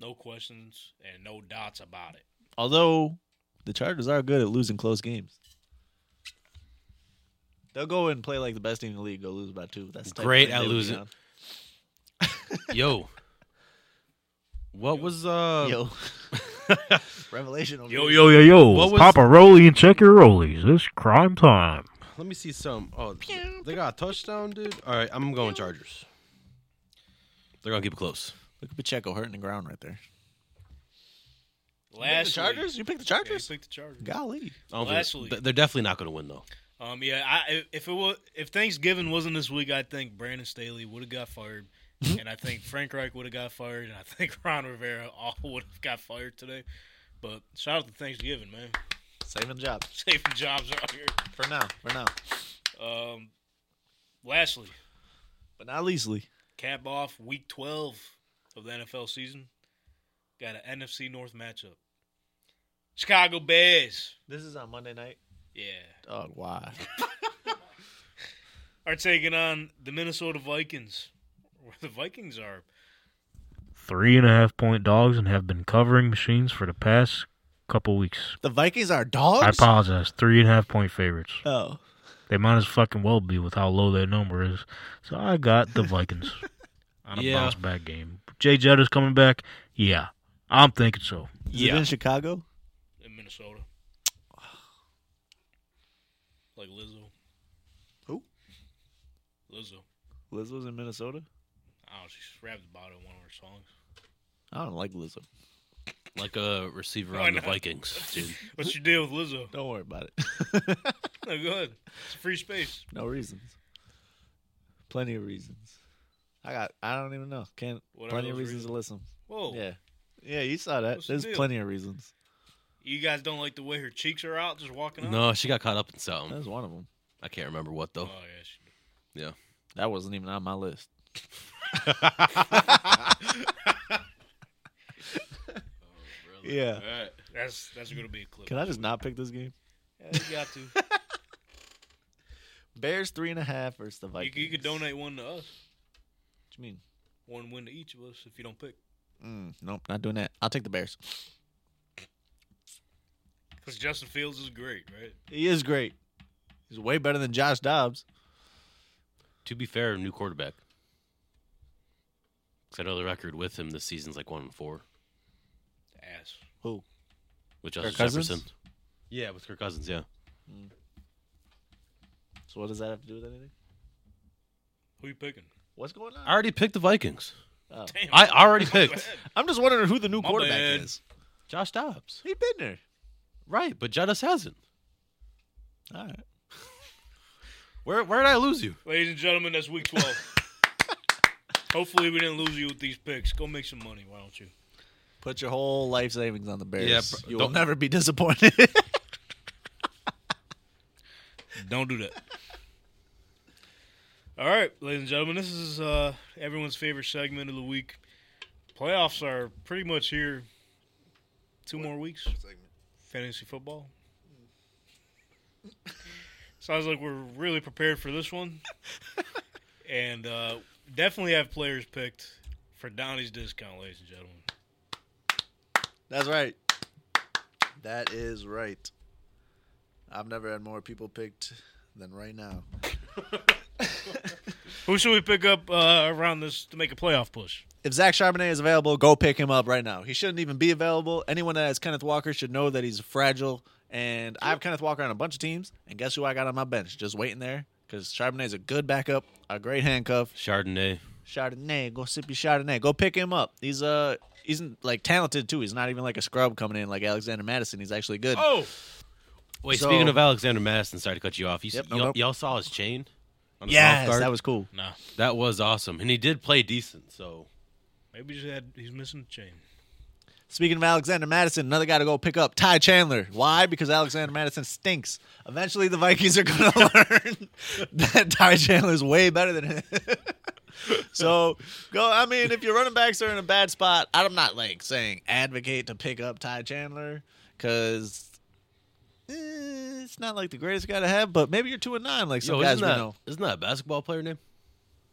[SPEAKER 2] No questions and no dots about it.
[SPEAKER 4] Although The Chargers are good at losing close games. They'll go and play like the best team in the league, go lose by two. That's the type of
[SPEAKER 3] Great
[SPEAKER 4] thing
[SPEAKER 3] at
[SPEAKER 4] they would be
[SPEAKER 3] losing.
[SPEAKER 4] on.
[SPEAKER 3] <laughs> Yo. What was uh
[SPEAKER 4] Yo.
[SPEAKER 2] <laughs>
[SPEAKER 4] Revelation over
[SPEAKER 2] Oh. Yo, yo, yo,
[SPEAKER 4] here.
[SPEAKER 2] yo.
[SPEAKER 3] What was-
[SPEAKER 2] Pop a rollie and check your rollies. It's crime time.
[SPEAKER 3] let me see some. Oh they got a touchdown, dude. All right, I'm going Chargers. They're gonna keep it close.
[SPEAKER 4] Look at Pacheco hurting the ground right there.
[SPEAKER 2] Last
[SPEAKER 4] Chargers? You picked the Chargers?
[SPEAKER 2] picked the Chargers.
[SPEAKER 4] Golly.
[SPEAKER 3] I don't
[SPEAKER 2] Last
[SPEAKER 3] think
[SPEAKER 2] week.
[SPEAKER 3] th- they're definitely not gonna win though.
[SPEAKER 2] Um, yeah, I, if it was if Thanksgiving wasn't this week, I think Brandon Staley would have got fired, and I think Frank Reich would have got fired, and I think <laughs> Ron Rivera all would have got fired today. But shout out to Thanksgiving, man, <laughs>
[SPEAKER 4] Saving jobs.
[SPEAKER 2] saving jobs out here.
[SPEAKER 4] For now. For now.
[SPEAKER 2] Um, lastly,
[SPEAKER 4] But not leastly.
[SPEAKER 2] cap off week twelve of the NFL season. Got an NFC North matchup. Chicago Bears.
[SPEAKER 4] This is on Monday night.
[SPEAKER 2] Yeah.
[SPEAKER 4] Oh, why?
[SPEAKER 2] are taking on the Minnesota Vikings. <laughs> Where the Vikings are.
[SPEAKER 6] three and a half point dogs and have been covering machines for the past couple weeks.
[SPEAKER 4] The Vikings are
[SPEAKER 6] I
[SPEAKER 4] dogs?
[SPEAKER 6] apologize. Three and a half point favorites.
[SPEAKER 4] oh.
[SPEAKER 6] They might as fucking well be with how low that number is. So I got the Vikings on a
[SPEAKER 3] Yeah.
[SPEAKER 6] bounce back game. Jay Jetter's coming back. Yeah, I'm thinking so.
[SPEAKER 4] Is it in Chicago?
[SPEAKER 2] in Minnesota. Like Lizzo.
[SPEAKER 4] Who?
[SPEAKER 2] Lizzo.
[SPEAKER 4] Liz was in Minnesota?
[SPEAKER 2] Oh, she rapped about it in one of her songs.
[SPEAKER 4] I don't like Lizzo.
[SPEAKER 3] Like a receiver
[SPEAKER 2] Why
[SPEAKER 3] on the
[SPEAKER 2] not?
[SPEAKER 3] Vikings,
[SPEAKER 2] <laughs>
[SPEAKER 3] dude.
[SPEAKER 2] What's your deal with Lizzo?
[SPEAKER 4] Don't worry about it. <laughs>
[SPEAKER 2] No, go ahead. It's free space.
[SPEAKER 4] no reasons. Plenty of reasons. I got. I don't even know. Can't.
[SPEAKER 2] What are
[SPEAKER 4] plenty of
[SPEAKER 2] those
[SPEAKER 4] reasons, to listen.
[SPEAKER 2] Whoa.
[SPEAKER 4] Yeah. Yeah, you saw that.
[SPEAKER 2] What's the
[SPEAKER 4] There's
[SPEAKER 2] deal?
[SPEAKER 4] plenty of reasons.
[SPEAKER 2] You guys don't like the way her cheeks are out just walking out?
[SPEAKER 3] No, she got caught up in something.
[SPEAKER 4] That's one of them.
[SPEAKER 3] I can't remember what
[SPEAKER 2] Oh,
[SPEAKER 3] though.
[SPEAKER 2] yeah. She,
[SPEAKER 4] That wasn't even on my list.
[SPEAKER 2] <laughs>
[SPEAKER 4] <laughs>
[SPEAKER 2] Oh,
[SPEAKER 4] yeah.
[SPEAKER 3] right.
[SPEAKER 2] that's that's going to be a clip.
[SPEAKER 4] Can I just not pick this game?
[SPEAKER 2] Yeah, you got
[SPEAKER 4] <laughs>
[SPEAKER 2] to.
[SPEAKER 4] Bears three and a half versus the
[SPEAKER 2] you,
[SPEAKER 4] Vikings.
[SPEAKER 2] you could donate one to us.
[SPEAKER 4] What you mean?
[SPEAKER 2] One win to each of us if you don't pick.
[SPEAKER 4] Mm, nope, not doing that. I'll take the Bears.
[SPEAKER 2] Because Justin Fields is great, right?
[SPEAKER 4] He is great. He's way better than Josh Dobbs.
[SPEAKER 3] To be fair, new quarterback. 'Cause I know the record with him this season's like one and four,
[SPEAKER 2] Ass.
[SPEAKER 4] Who?
[SPEAKER 3] with Justin
[SPEAKER 4] Kirk Cousins?
[SPEAKER 3] Jefferson. Yeah, with Kirk Cousins. Yeah.
[SPEAKER 4] So what does that have to do with anything?
[SPEAKER 2] Who you picking?
[SPEAKER 4] What's going on?
[SPEAKER 3] I already picked the Vikings.
[SPEAKER 4] Oh.
[SPEAKER 2] Damn. <laughs>
[SPEAKER 3] I already picked
[SPEAKER 4] I'm just wondering who the new
[SPEAKER 2] My
[SPEAKER 4] quarterback
[SPEAKER 2] bad.
[SPEAKER 4] is.
[SPEAKER 3] Josh Dobbs.
[SPEAKER 4] He's been there.
[SPEAKER 3] Right, but Jettis hasn't.
[SPEAKER 4] All right.
[SPEAKER 3] Where where did I lose you?
[SPEAKER 2] Ladies and gentlemen, that's week <laughs> 12. Hopefully, we didn't lose you with these picks. Go make some money, why don't you?
[SPEAKER 4] Put your whole life savings on the Bears.
[SPEAKER 3] Yeah, pr-
[SPEAKER 4] you will
[SPEAKER 3] don't-
[SPEAKER 4] never be disappointed. <laughs>
[SPEAKER 2] Don't do that. All right, ladies and gentlemen, this is uh, everyone's favorite segment of the week. Playoffs are pretty much here. Two more weeks. Fantasy football. <laughs> Sounds like we're really prepared for this one, and uh, definitely have players picked for Donnie's discount, ladies and gentlemen.
[SPEAKER 4] That's right. That is right. I've never had more people picked than right now.
[SPEAKER 2] Who should we pick up uh, around this to make a playoff push?
[SPEAKER 4] If Zach Charbonnet is available, go pick him up right now. He shouldn't even be available. Anyone that has Kenneth Walker should know that he's fragile. And I have Kenneth Walker on a bunch of teams. And guess who I got on my bench? Just waiting there because Charbonnet's a good backup, a great handcuff.
[SPEAKER 3] Chardonnay.
[SPEAKER 4] Chardonnay, go sip your Chardonnay. Go pick him up. He's uh he's like talented too. He's not even like a scrub coming in like Alexander Madison. He's actually good.
[SPEAKER 2] Oh,
[SPEAKER 3] Wait,
[SPEAKER 4] So-
[SPEAKER 3] speaking of Alexander Madison, sorry to cut you off. You,
[SPEAKER 4] Yep, no
[SPEAKER 3] y'all,
[SPEAKER 4] problem.
[SPEAKER 3] y'all saw his chain? On his golf
[SPEAKER 4] yes,
[SPEAKER 3] cart?
[SPEAKER 4] that was cool.
[SPEAKER 2] no.
[SPEAKER 3] that was awesome. And he did play decent, so
[SPEAKER 2] Maybe he just had he's missing the chain.
[SPEAKER 4] Speaking of Alexander Madison, another guy to go pick up, Ty Chandler. Why? Because Alexander Madison stinks. Eventually, the Vikings are going to <laughs> learn that Ty Chandler is way better than him. <laughs> so, go. I mean, if your running backs are in a bad spot, I'm not like saying advocate to pick up Ty Chandler because it's not like the greatest guy to have. But maybe you're two and nine, like some
[SPEAKER 3] Yo,
[SPEAKER 4] guys
[SPEAKER 3] isn't
[SPEAKER 4] we
[SPEAKER 3] that,
[SPEAKER 4] know.
[SPEAKER 3] isn't that a basketball player name?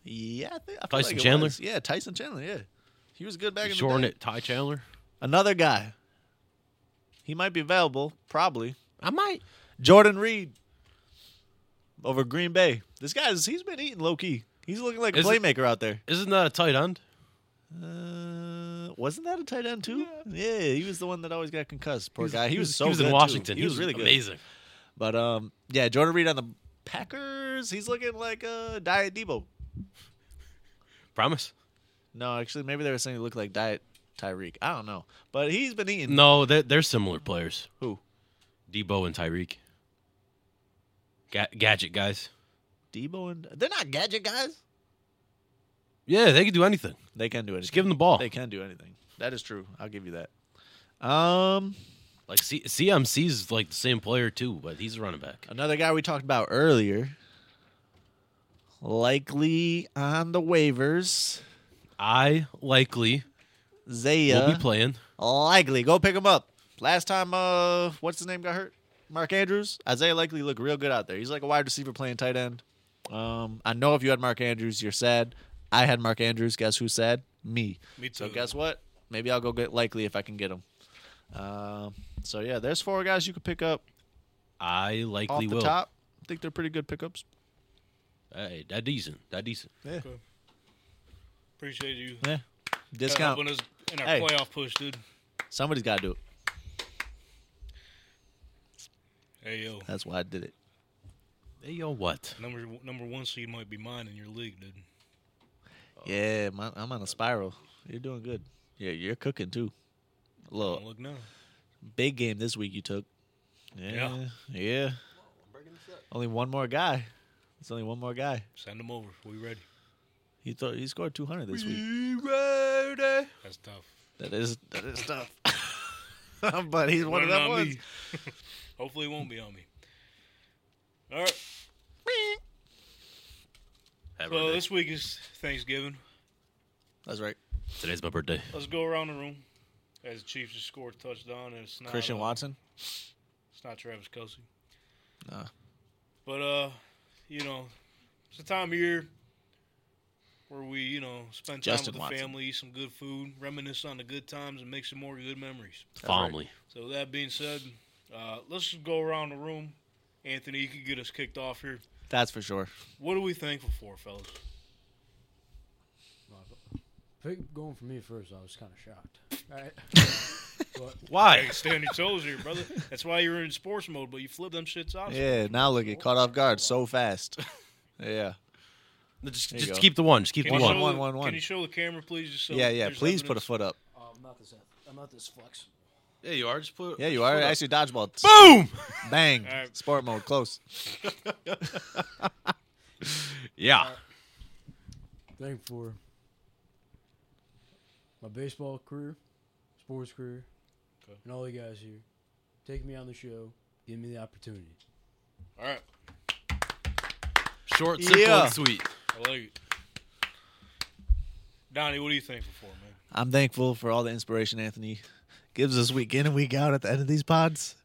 [SPEAKER 4] Yeah, I think, I feel
[SPEAKER 3] Tyson
[SPEAKER 4] like it
[SPEAKER 3] Chandler?
[SPEAKER 4] was. Yeah, Tyson Chandler. Yeah, he was good back in the
[SPEAKER 3] Shorn
[SPEAKER 4] day.
[SPEAKER 3] it Ty Chandler.
[SPEAKER 4] Another guy. He might be available, probably.
[SPEAKER 3] I might.
[SPEAKER 4] Jordan Reed over Green Bay. This guy's he's been eating low key. He's looking like a
[SPEAKER 3] Is it-
[SPEAKER 4] playmaker out there.
[SPEAKER 3] Isn't that a tight end?
[SPEAKER 4] Uh, wasn't that a tight end too? Yeah. he was the one that always got concussed. Poor guy. He was so
[SPEAKER 3] he was
[SPEAKER 4] good,
[SPEAKER 3] in
[SPEAKER 4] too.
[SPEAKER 3] Washington.
[SPEAKER 4] He was really good.
[SPEAKER 3] amazing.
[SPEAKER 4] But um, yeah, Jordan Reed on the Packers. He's looking like a uh, Diet Debo.
[SPEAKER 3] Promise.
[SPEAKER 4] No, actually, maybe they were saying he looked like Diet Tyreek. I don't know, but he's been eating.
[SPEAKER 3] No, they're, they're similar players.
[SPEAKER 4] Who?
[SPEAKER 3] Debo and Tyreek. Ga- gadget guys.
[SPEAKER 4] Debo and they're not gadget guys.
[SPEAKER 3] Yeah, they can do anything.
[SPEAKER 4] They can do anything.
[SPEAKER 3] Just give them the ball.
[SPEAKER 4] They can do anything. That is true. I'll give you that. Um,
[SPEAKER 3] Like C- CMC's like the same player too, but he's a running back.
[SPEAKER 4] another guy we talked about earlier, likely on the waivers.
[SPEAKER 3] I likely will
[SPEAKER 4] Zaya
[SPEAKER 3] be playing.
[SPEAKER 4] likely go pick him up. Last time, uh, what's his name got hurt? Mark Andrews. Isaiah likely looked real good out there. He's like a wide receiver playing tight end. Um, I know if you had Mark Andrews, you're sad. I had Mark Andrews. Guess who's sad? Me.
[SPEAKER 2] Me
[SPEAKER 4] So
[SPEAKER 2] too.
[SPEAKER 4] guess what? Maybe I'll go get likely if I can get him. Um, so yeah, there's four guys you could pick up
[SPEAKER 3] I
[SPEAKER 4] off
[SPEAKER 3] likely
[SPEAKER 4] the
[SPEAKER 3] will.
[SPEAKER 4] top. I think they're pretty good pickups.
[SPEAKER 3] Hey, that decent. That decent.
[SPEAKER 2] Appreciate you uh,
[SPEAKER 4] Yeah.
[SPEAKER 2] helping
[SPEAKER 4] Discount.
[SPEAKER 2] us in our
[SPEAKER 4] Hey.
[SPEAKER 2] playoff push, dude.
[SPEAKER 4] Somebody's got to do it.
[SPEAKER 2] Hey yo,
[SPEAKER 4] That's why I did it.
[SPEAKER 3] Hey, yo, what?
[SPEAKER 2] number number one seed might be mine in your league, dude. Oh.
[SPEAKER 4] Yeah, my, I'm on a spiral. You're doing good. Yeah, you're cooking too. Look,
[SPEAKER 2] Don't look now.
[SPEAKER 4] big game this week you took. Yeah.
[SPEAKER 2] Yeah.
[SPEAKER 4] Yeah. Only one more guy. It's only one more guy.
[SPEAKER 2] Send them over. We ready?
[SPEAKER 4] He thought he scored 200 this week.
[SPEAKER 2] That's tough.
[SPEAKER 4] That is that is tough. <laughs> but he's one
[SPEAKER 2] Wasn't
[SPEAKER 4] of them
[SPEAKER 2] on
[SPEAKER 4] ones.
[SPEAKER 2] me. <laughs> Hopefully, it won't be on me. All right.
[SPEAKER 3] Have
[SPEAKER 2] So
[SPEAKER 3] a good day.
[SPEAKER 2] this week is Thanksgiving.
[SPEAKER 4] That's right.
[SPEAKER 3] Today's my birthday.
[SPEAKER 2] Let's go around the room. As the Chiefs just scored a touchdown, and it's not
[SPEAKER 4] Christian
[SPEAKER 2] uh,
[SPEAKER 4] Watson.
[SPEAKER 2] It's not Travis Kelsey.
[SPEAKER 4] Nah.
[SPEAKER 2] But uh, you know, it's a time of year where we, you know, spend time
[SPEAKER 4] Justin
[SPEAKER 2] with the
[SPEAKER 4] Watson.
[SPEAKER 2] family, eat some good food, reminisce on the good times, and make some more good memories.
[SPEAKER 3] Family.
[SPEAKER 2] So with that being said, uh, let's just go around the room. Anthony, you could get us kicked off here.
[SPEAKER 4] That's for sure.
[SPEAKER 2] What are we thankful for, fellas?
[SPEAKER 5] Pick going for me first. I was kind of shocked. All right.
[SPEAKER 3] Why?
[SPEAKER 2] Hey, stay on your toes here,
[SPEAKER 4] <laughs>
[SPEAKER 2] brother. That's why you're in sports mode, but you flip them shits out.
[SPEAKER 4] Yeah, now look at caught off guard so fast. <laughs> yeah.
[SPEAKER 3] Just,
[SPEAKER 4] There you
[SPEAKER 3] just
[SPEAKER 4] go.
[SPEAKER 3] keep the one. Just keep
[SPEAKER 2] Can
[SPEAKER 3] the
[SPEAKER 2] you
[SPEAKER 4] One,
[SPEAKER 2] show
[SPEAKER 3] one.
[SPEAKER 2] the-
[SPEAKER 4] one, one, one.
[SPEAKER 2] Can you show the camera, please? Just so
[SPEAKER 4] Yeah, yeah.
[SPEAKER 2] there's
[SPEAKER 4] Please put a
[SPEAKER 2] evidence?
[SPEAKER 4] foot up.
[SPEAKER 5] Uh, I'm not this. I'm not this flexible.
[SPEAKER 3] Yeah, you are. Just put.
[SPEAKER 4] Yeah, you are actually dodgeball.
[SPEAKER 3] Boom.
[SPEAKER 4] <laughs> Bang.
[SPEAKER 2] right.
[SPEAKER 4] Sport mode. Close.
[SPEAKER 3] Yeah.
[SPEAKER 5] Thank for my baseball career, sports career,
[SPEAKER 2] Okay.
[SPEAKER 5] and all you guys here. Take me on the show. Give me the opportunity.
[SPEAKER 2] All right,
[SPEAKER 3] Short, simple,
[SPEAKER 4] Yeah.
[SPEAKER 3] and sweet.
[SPEAKER 2] I like it. Donnie, what are you thankful for, man?
[SPEAKER 4] I'm thankful for all the inspiration Anthony gives us week in and week out at the end of these pods.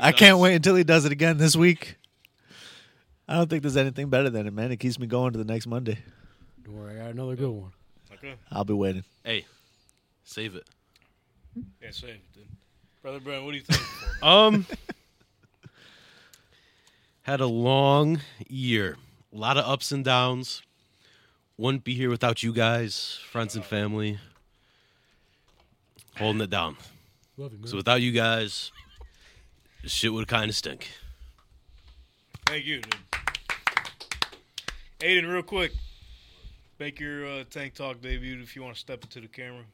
[SPEAKER 4] I can't wait until he does it again this week. I don't think there's anything better than it, man. It keeps me going to the next Monday.
[SPEAKER 5] Don't worry, I got another good one.
[SPEAKER 2] Okay.
[SPEAKER 4] I'll be waiting.
[SPEAKER 3] Hey, save it.
[SPEAKER 2] Yeah, save it, dude. Brother Brent, what do you think? for?
[SPEAKER 3] Um, had a long year, a lot of ups and downs. Wouldn't be here without you guys, friends and family, holding it down.
[SPEAKER 5] Love you, man.
[SPEAKER 3] Because without you guys, shit would kind of stink.
[SPEAKER 2] Thank you, dude. Aiden, real quick, make your uh, tank talk debut if you want to step into the camera.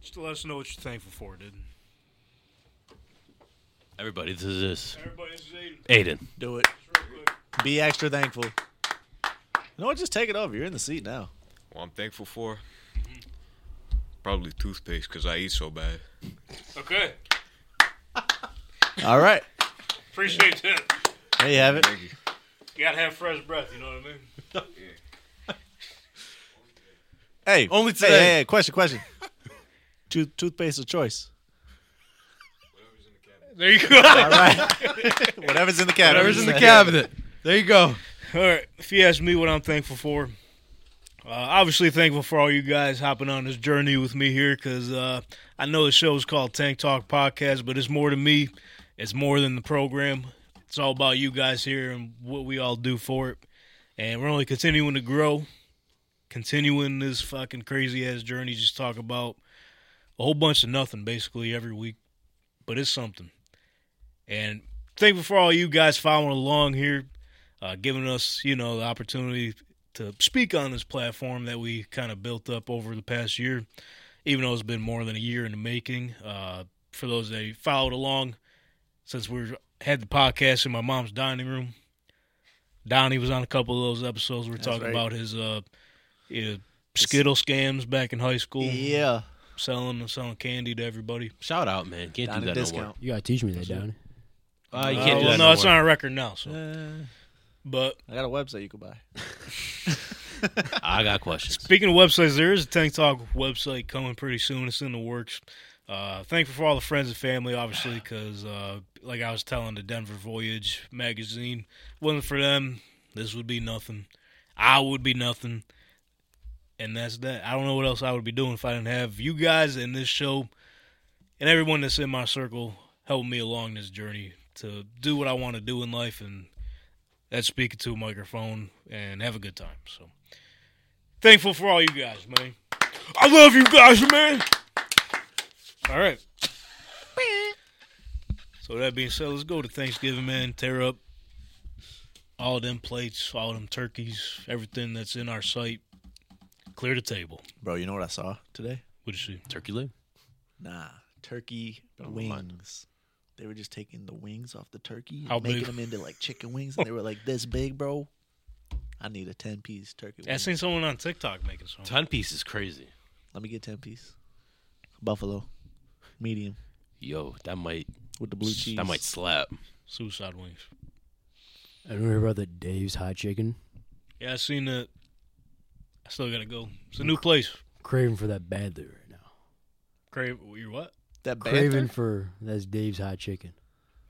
[SPEAKER 2] Just to let us know what you're thankful for, dude.
[SPEAKER 3] Everybody, this is this.
[SPEAKER 2] Everybody, this is Aiden.
[SPEAKER 3] Aiden.
[SPEAKER 4] Do it. Be extra thankful. You know what? Just take it over. You're in the seat now.
[SPEAKER 7] Well, I'm thankful for probably toothpaste because I eat so bad.
[SPEAKER 2] Okay.
[SPEAKER 4] All right.
[SPEAKER 2] Appreciate that.
[SPEAKER 4] There you have it.
[SPEAKER 7] Thank you.
[SPEAKER 2] You gotta have fresh breath, you know what I mean?
[SPEAKER 4] Hey.
[SPEAKER 3] Only
[SPEAKER 4] hey,
[SPEAKER 3] today.
[SPEAKER 4] Hey, hey, question, <laughs> question. Tooth, toothpaste of choice.
[SPEAKER 2] There you go.
[SPEAKER 3] <laughs>
[SPEAKER 4] All right. Whatever's in the cabinet.
[SPEAKER 3] Whatever's in the cabinet. There you go.
[SPEAKER 2] all right, if you ask me what I'm thankful for, uh, obviously thankful for all you guys hopping on this journey with me here because uh, I know the show is called Tank Talk Podcast, but it's more to me. It's more than the program. It's all about you guys here and what we all do for it. And we're only continuing to grow, continuing this fucking crazy ass journey. Just talk about a whole bunch of nothing basically every week, but it's something. And thankful for all you guys following along here, uh, giving us you know the opportunity to speak on this platform that we kind of built up over the past year, even though it's been more than a year in the making. Uh, for those that followed along, since we were- had the podcast in my mom's dining room, Donnie was on a couple of those episodes. We are talking
[SPEAKER 4] right.
[SPEAKER 2] about his uh, yeah, Skittle scams back in high school,
[SPEAKER 4] Yeah.
[SPEAKER 2] selling selling candy to everybody.
[SPEAKER 3] Shout out, man. Can't
[SPEAKER 4] Down
[SPEAKER 3] do that
[SPEAKER 4] a discount.
[SPEAKER 5] You gotta teach me that, Donnie.
[SPEAKER 3] no more. Uh, you
[SPEAKER 2] Uh,
[SPEAKER 3] can't do
[SPEAKER 2] well,
[SPEAKER 3] that
[SPEAKER 2] no,
[SPEAKER 3] no,
[SPEAKER 2] it's
[SPEAKER 3] more.
[SPEAKER 2] on a record now. So,
[SPEAKER 4] Uh,
[SPEAKER 2] but
[SPEAKER 4] I got a website you could buy.
[SPEAKER 3] I got questions.
[SPEAKER 2] Speaking of websites, there is a Tank Talk website coming pretty soon. It's in the works. Uh, thankful for all the friends and family, obviously, because uh, like I was telling the Denver Voyage magazine, wasn't for them, this would be nothing. I would be nothing, and that's that. I don't know what else I would be doing if I didn't have you guys in this show and everyone that's in my circle helping me along this journey to do what I want to do in life, and that's speaking to a microphone and have a good time. So thankful for all you guys, man. I love you guys, man. All right. So that being said, let's go to Thanksgiving, man. Tear up all them plates, all them turkeys, everything that's in our sight. Clear the table.
[SPEAKER 4] Bro, you know what I saw today?
[SPEAKER 2] What you see?
[SPEAKER 3] Turkey leg.
[SPEAKER 4] Nah, turkey wings. They were just taking the wings off the turkey and
[SPEAKER 2] How
[SPEAKER 4] making
[SPEAKER 2] big?
[SPEAKER 4] them into like chicken wings, and they were like this big, bro. I need a ten piece turkey.
[SPEAKER 2] I
[SPEAKER 4] wing.
[SPEAKER 2] seen someone on TikTok making some.
[SPEAKER 3] Ten piece is crazy.
[SPEAKER 4] Let me get ten piece. Buffalo, medium
[SPEAKER 3] Yo, that might
[SPEAKER 4] with the blue cheese.
[SPEAKER 3] that might slap.
[SPEAKER 2] Suicide wings.
[SPEAKER 5] I don't hear about the Dave's hot chicken.
[SPEAKER 2] Yeah, I seen that. I still gotta go. It's a new place.
[SPEAKER 5] Craving for that badly right now.
[SPEAKER 2] Crave, you're what?
[SPEAKER 4] that
[SPEAKER 5] Craving
[SPEAKER 4] Craven.
[SPEAKER 5] for that's Dave's hot chicken.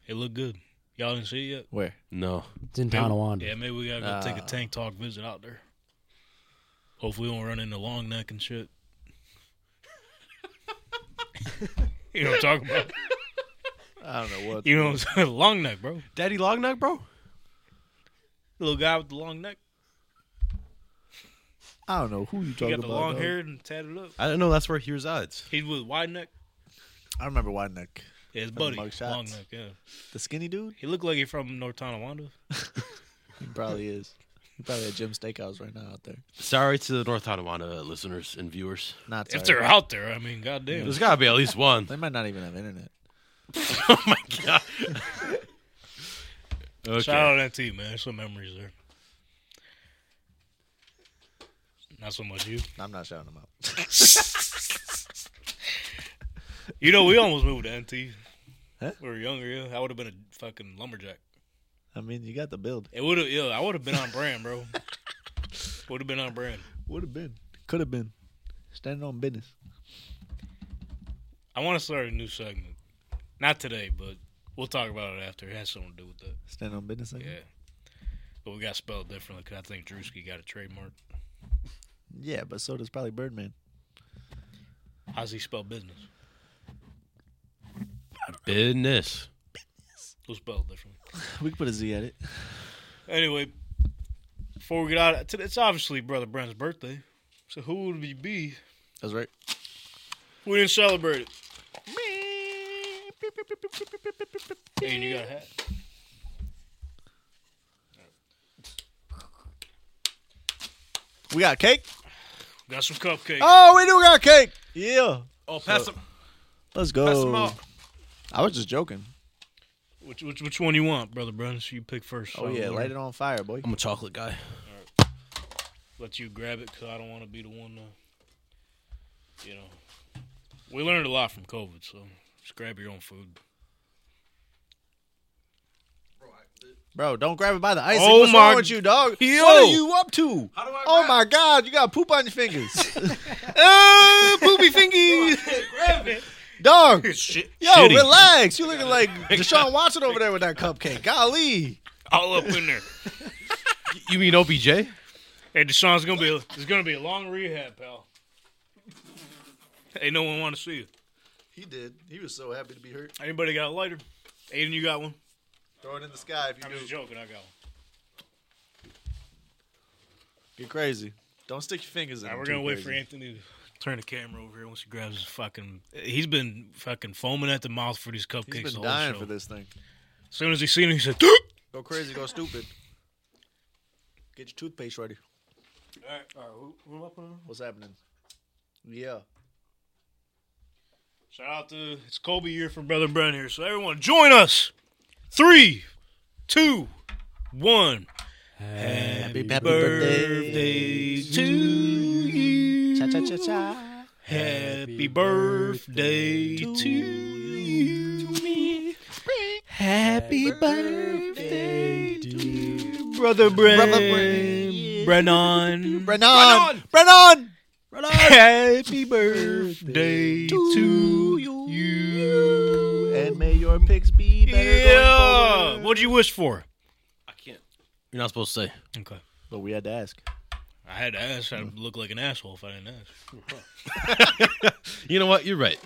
[SPEAKER 2] It looked good. Y'all didn't see it yet?
[SPEAKER 4] Where?
[SPEAKER 3] No,
[SPEAKER 5] It's in
[SPEAKER 2] Maybe-
[SPEAKER 5] Tonawanda.
[SPEAKER 2] Yeah, maybe we gotta go take a
[SPEAKER 4] Ah.
[SPEAKER 2] tank talk visit out there. Hopefully, we do not run into long neck and shit. <laughs> you know what I'm talking about?
[SPEAKER 4] I don't know what.
[SPEAKER 2] You know, what I'm saying? <laughs> long neck, bro.
[SPEAKER 3] Daddy Long Neck, bro.
[SPEAKER 2] Little guy with the long neck.
[SPEAKER 4] I don't know who you
[SPEAKER 2] He
[SPEAKER 4] talking
[SPEAKER 2] got the
[SPEAKER 4] about.
[SPEAKER 2] long
[SPEAKER 4] dog.
[SPEAKER 2] hair and tatted up.
[SPEAKER 3] I don't know. That's where he resides.
[SPEAKER 2] He's with wide neck.
[SPEAKER 4] I remember wide neck,
[SPEAKER 2] Yeah, his
[SPEAKER 4] the
[SPEAKER 2] buddy,
[SPEAKER 4] mug shots.
[SPEAKER 2] long neck. Yeah,
[SPEAKER 4] the skinny dude.
[SPEAKER 2] he looked like he's from North Tonawanda.
[SPEAKER 4] He probably is. He probably at Jim Steakhouse right now out there.
[SPEAKER 3] Sorry to the North Tonawanda listeners and viewers.
[SPEAKER 4] Not
[SPEAKER 2] If
[SPEAKER 4] sorry.
[SPEAKER 2] they're out there, I mean, goddamn.
[SPEAKER 3] There's got to be at least one.
[SPEAKER 4] They might not even have internet.
[SPEAKER 3] oh my god. okay.
[SPEAKER 2] Shout out that team, man. There's some memories there. Not so much you.
[SPEAKER 4] I'm not shouting them out.
[SPEAKER 2] You know, we almost moved to NT.
[SPEAKER 4] Huh?
[SPEAKER 2] We were younger, yeah. I would have been a fucking lumberjack.
[SPEAKER 4] I mean, you got the build.
[SPEAKER 2] It would have, yeah. I would have been on brand, bro. would have been on brand.
[SPEAKER 4] Would have been. Could have been. Standing on business.
[SPEAKER 2] I want to start a new segment. Not today, but we'll talk about it after. It has something to do with that.
[SPEAKER 4] Standing on business.
[SPEAKER 2] Yeah. But we got spelled differently because I think Drewski got a trademark.
[SPEAKER 4] Yeah, but so does probably Birdman. <laughs>
[SPEAKER 2] How's he spell business?
[SPEAKER 3] Business.
[SPEAKER 2] Who's spelled differently?
[SPEAKER 4] We could put a Z at it.
[SPEAKER 2] Anyway, before we get out, today- it's obviously Brother Brent's birthday. So who would we be? if
[SPEAKER 4] That's right.
[SPEAKER 2] We didn't celebrate it. And you got a hat.
[SPEAKER 4] We got cake.
[SPEAKER 2] Got some cupcakes.
[SPEAKER 4] Oh, we do got cake. Yeah.
[SPEAKER 3] Oh, pass him.
[SPEAKER 4] Let's
[SPEAKER 3] Pass him
[SPEAKER 4] go.
[SPEAKER 3] out.
[SPEAKER 4] I was just joking.
[SPEAKER 2] Which, which which one you want, brother Brent? You pick first.
[SPEAKER 4] Oh yeah, light it on fire, boy.
[SPEAKER 3] I'm a chocolate guy.
[SPEAKER 2] Let you grab it because I don't want to be the one. To, you know, we learned a lot from COVID, so just grab your own food.
[SPEAKER 4] Bro, don't grab it by the ice.
[SPEAKER 2] Oh,
[SPEAKER 4] What's
[SPEAKER 2] my
[SPEAKER 4] wrong with you, dog?
[SPEAKER 2] Yo.
[SPEAKER 4] What are you up to? Oh my god, you got poop on your <laughs> fingers. Oh,
[SPEAKER 2] Ah,
[SPEAKER 8] <laughs>
[SPEAKER 2] poopy fingies.
[SPEAKER 4] dog.
[SPEAKER 2] Shit,
[SPEAKER 4] Yo,
[SPEAKER 2] shitty.
[SPEAKER 4] relax. You looking like Deshaun Watson over there with that cupcake. Golly.
[SPEAKER 2] all up
[SPEAKER 4] <laughs>
[SPEAKER 2] in there.
[SPEAKER 3] You mean OBJ?
[SPEAKER 2] Hey, Deshaun's gonna be a, it's gonna be a long rehab, pal. Hey, no one want to see you.
[SPEAKER 8] He did. He was so happy to be hurt.
[SPEAKER 2] Anybody got a lighter? Aiden, you got one?
[SPEAKER 8] Throw it in the sky if you
[SPEAKER 2] I'm
[SPEAKER 8] do.
[SPEAKER 2] just joking. I got one.
[SPEAKER 4] You're crazy. Don't stick your fingers in.
[SPEAKER 2] All right,
[SPEAKER 4] them
[SPEAKER 2] we're gonna wait
[SPEAKER 4] too crazy.
[SPEAKER 2] for Anthony to turn the camera over here once he grabs his fucking. He's been fucking foaming at the mouth for these cupcakes.
[SPEAKER 4] He's
[SPEAKER 2] the whole
[SPEAKER 4] been dying
[SPEAKER 2] show.
[SPEAKER 4] for this thing.
[SPEAKER 2] As soon as he seen it, he said,
[SPEAKER 4] Go crazy, go stupid. Get your toothpaste ready. What's happening? Yeah.
[SPEAKER 2] Shout out to it's Kobe year for Brother Brent here. So everyone, join us. Three, two, one.
[SPEAKER 4] Happy,
[SPEAKER 2] birthday to you.
[SPEAKER 4] Cha cha cha cha.
[SPEAKER 2] Happy birthday to you.
[SPEAKER 4] Happy birthday,
[SPEAKER 2] Brother Brent.
[SPEAKER 4] Brother Brent.
[SPEAKER 2] Brennan.
[SPEAKER 4] Brennan. Brennan.
[SPEAKER 2] Happy birthday to you.
[SPEAKER 4] And may your picks be better going
[SPEAKER 2] Yeah.
[SPEAKER 4] forward.
[SPEAKER 2] What'd you wish for?
[SPEAKER 3] I can't. You're not supposed to say.
[SPEAKER 2] Okay.
[SPEAKER 4] But we had to ask.
[SPEAKER 2] I had to ask. I'd look like an asshole if I didn't ask.
[SPEAKER 3] You know what? You're right.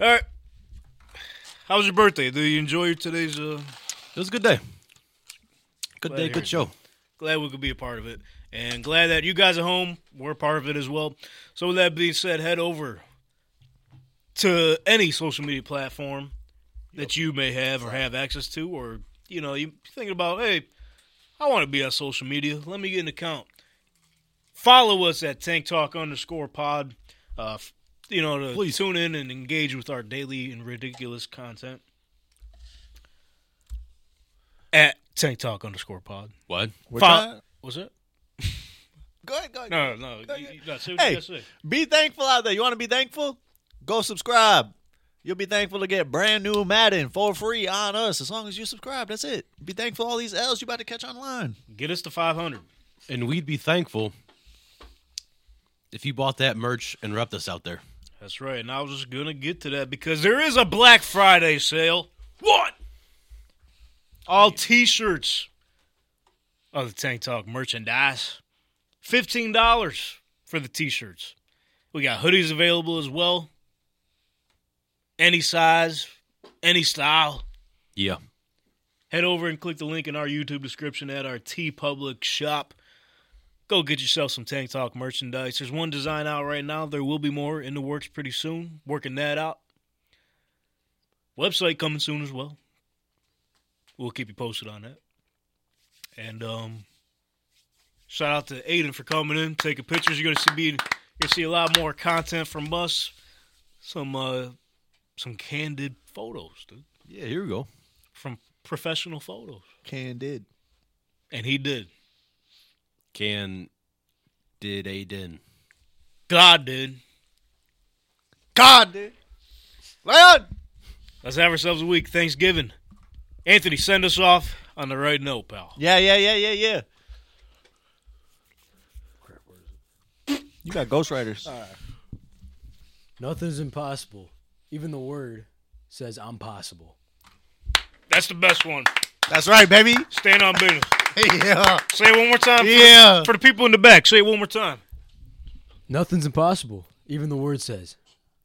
[SPEAKER 2] All right. How was your birthday? Do you enjoy your today's? Uh,
[SPEAKER 3] It was a good day. Good
[SPEAKER 2] Glad to
[SPEAKER 3] day.
[SPEAKER 2] hear
[SPEAKER 3] Good
[SPEAKER 2] it.
[SPEAKER 3] show.
[SPEAKER 2] glad we could be a part of it, and glad that you guys at home were part of it as well. So with that being said, head over to any social media platform that you may have or have access to, or you know, you thinking about, hey, I want to be on social media. Let me get an account. Follow us at Tank Talk underscore Pod. Uh, f- you know, to
[SPEAKER 3] Please.
[SPEAKER 2] tune in and engage with our daily and ridiculous content at Tank Talk underscore Pod.
[SPEAKER 3] What?
[SPEAKER 4] We're
[SPEAKER 2] Fo-
[SPEAKER 4] trying-
[SPEAKER 2] What's it?
[SPEAKER 4] Go ahead, go ahead.
[SPEAKER 2] No, no, no. You, you, no say what
[SPEAKER 4] Hey.
[SPEAKER 2] you gotta say.
[SPEAKER 4] Be thankful out there. You want to be thankful? Go subscribe. You'll be thankful to get brand new Madden for free on us as long as you subscribe. That's it. Be thankful all these L's you about to catch online.
[SPEAKER 2] Get us to 500.
[SPEAKER 3] And we'd be thankful if you bought that merch and repped us out there.
[SPEAKER 2] That's right. And I was just gonna get to that because there is a Black Friday sale. What? All T-shirts of the Tank Talk merchandise. Fifteen dollars for the T-shirts. We got hoodies available as well. Any size, any style.
[SPEAKER 3] Yeah.
[SPEAKER 2] head over and click the link in our YouTube description at our T Public shop. Go get yourself some Tank Talk merchandise. There's one design out right now. There will be more in the works pretty soon. Working that out. Website coming soon as well. We'll keep you posted on that. And um, shout out to Aiden for coming in, taking pictures. You're gonna see be, you're gonna see a lot more content from us. Some uh, some candid photos, dude,
[SPEAKER 3] Yeah, here we go.
[SPEAKER 2] from professional photos.
[SPEAKER 4] Candid.
[SPEAKER 2] And he did.
[SPEAKER 3] Can did Aiden.
[SPEAKER 2] God did.
[SPEAKER 4] God, dude. Leon!
[SPEAKER 2] Let's have ourselves a week. Thanksgiving. Anthony, send us off on the right note, pal.
[SPEAKER 4] Yeah, yeah, yeah, yeah, yeah. You got ghostwriters.
[SPEAKER 5] Nothing's impossible. Even the word says I'm possible.
[SPEAKER 2] That's the best one.
[SPEAKER 4] That's right, baby.
[SPEAKER 2] Stand on business.
[SPEAKER 4] <laughs> yeah.
[SPEAKER 2] Say it one more time. for-
[SPEAKER 4] Yeah.
[SPEAKER 2] For the people in the back, say it one more time.
[SPEAKER 5] Nothing's impossible. Even the word says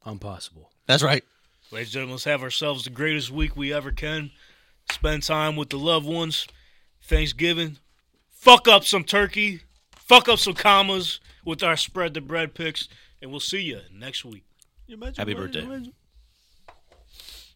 [SPEAKER 5] I'm possible.
[SPEAKER 4] That's right.
[SPEAKER 2] Ladies and gentlemen, let's have ourselves the greatest week we ever can. Spend time with the loved ones. Thanksgiving. Fuck up some turkey. Fuck up some commas with our spread the bread picks. And we'll see you next week.
[SPEAKER 3] Happy birthday.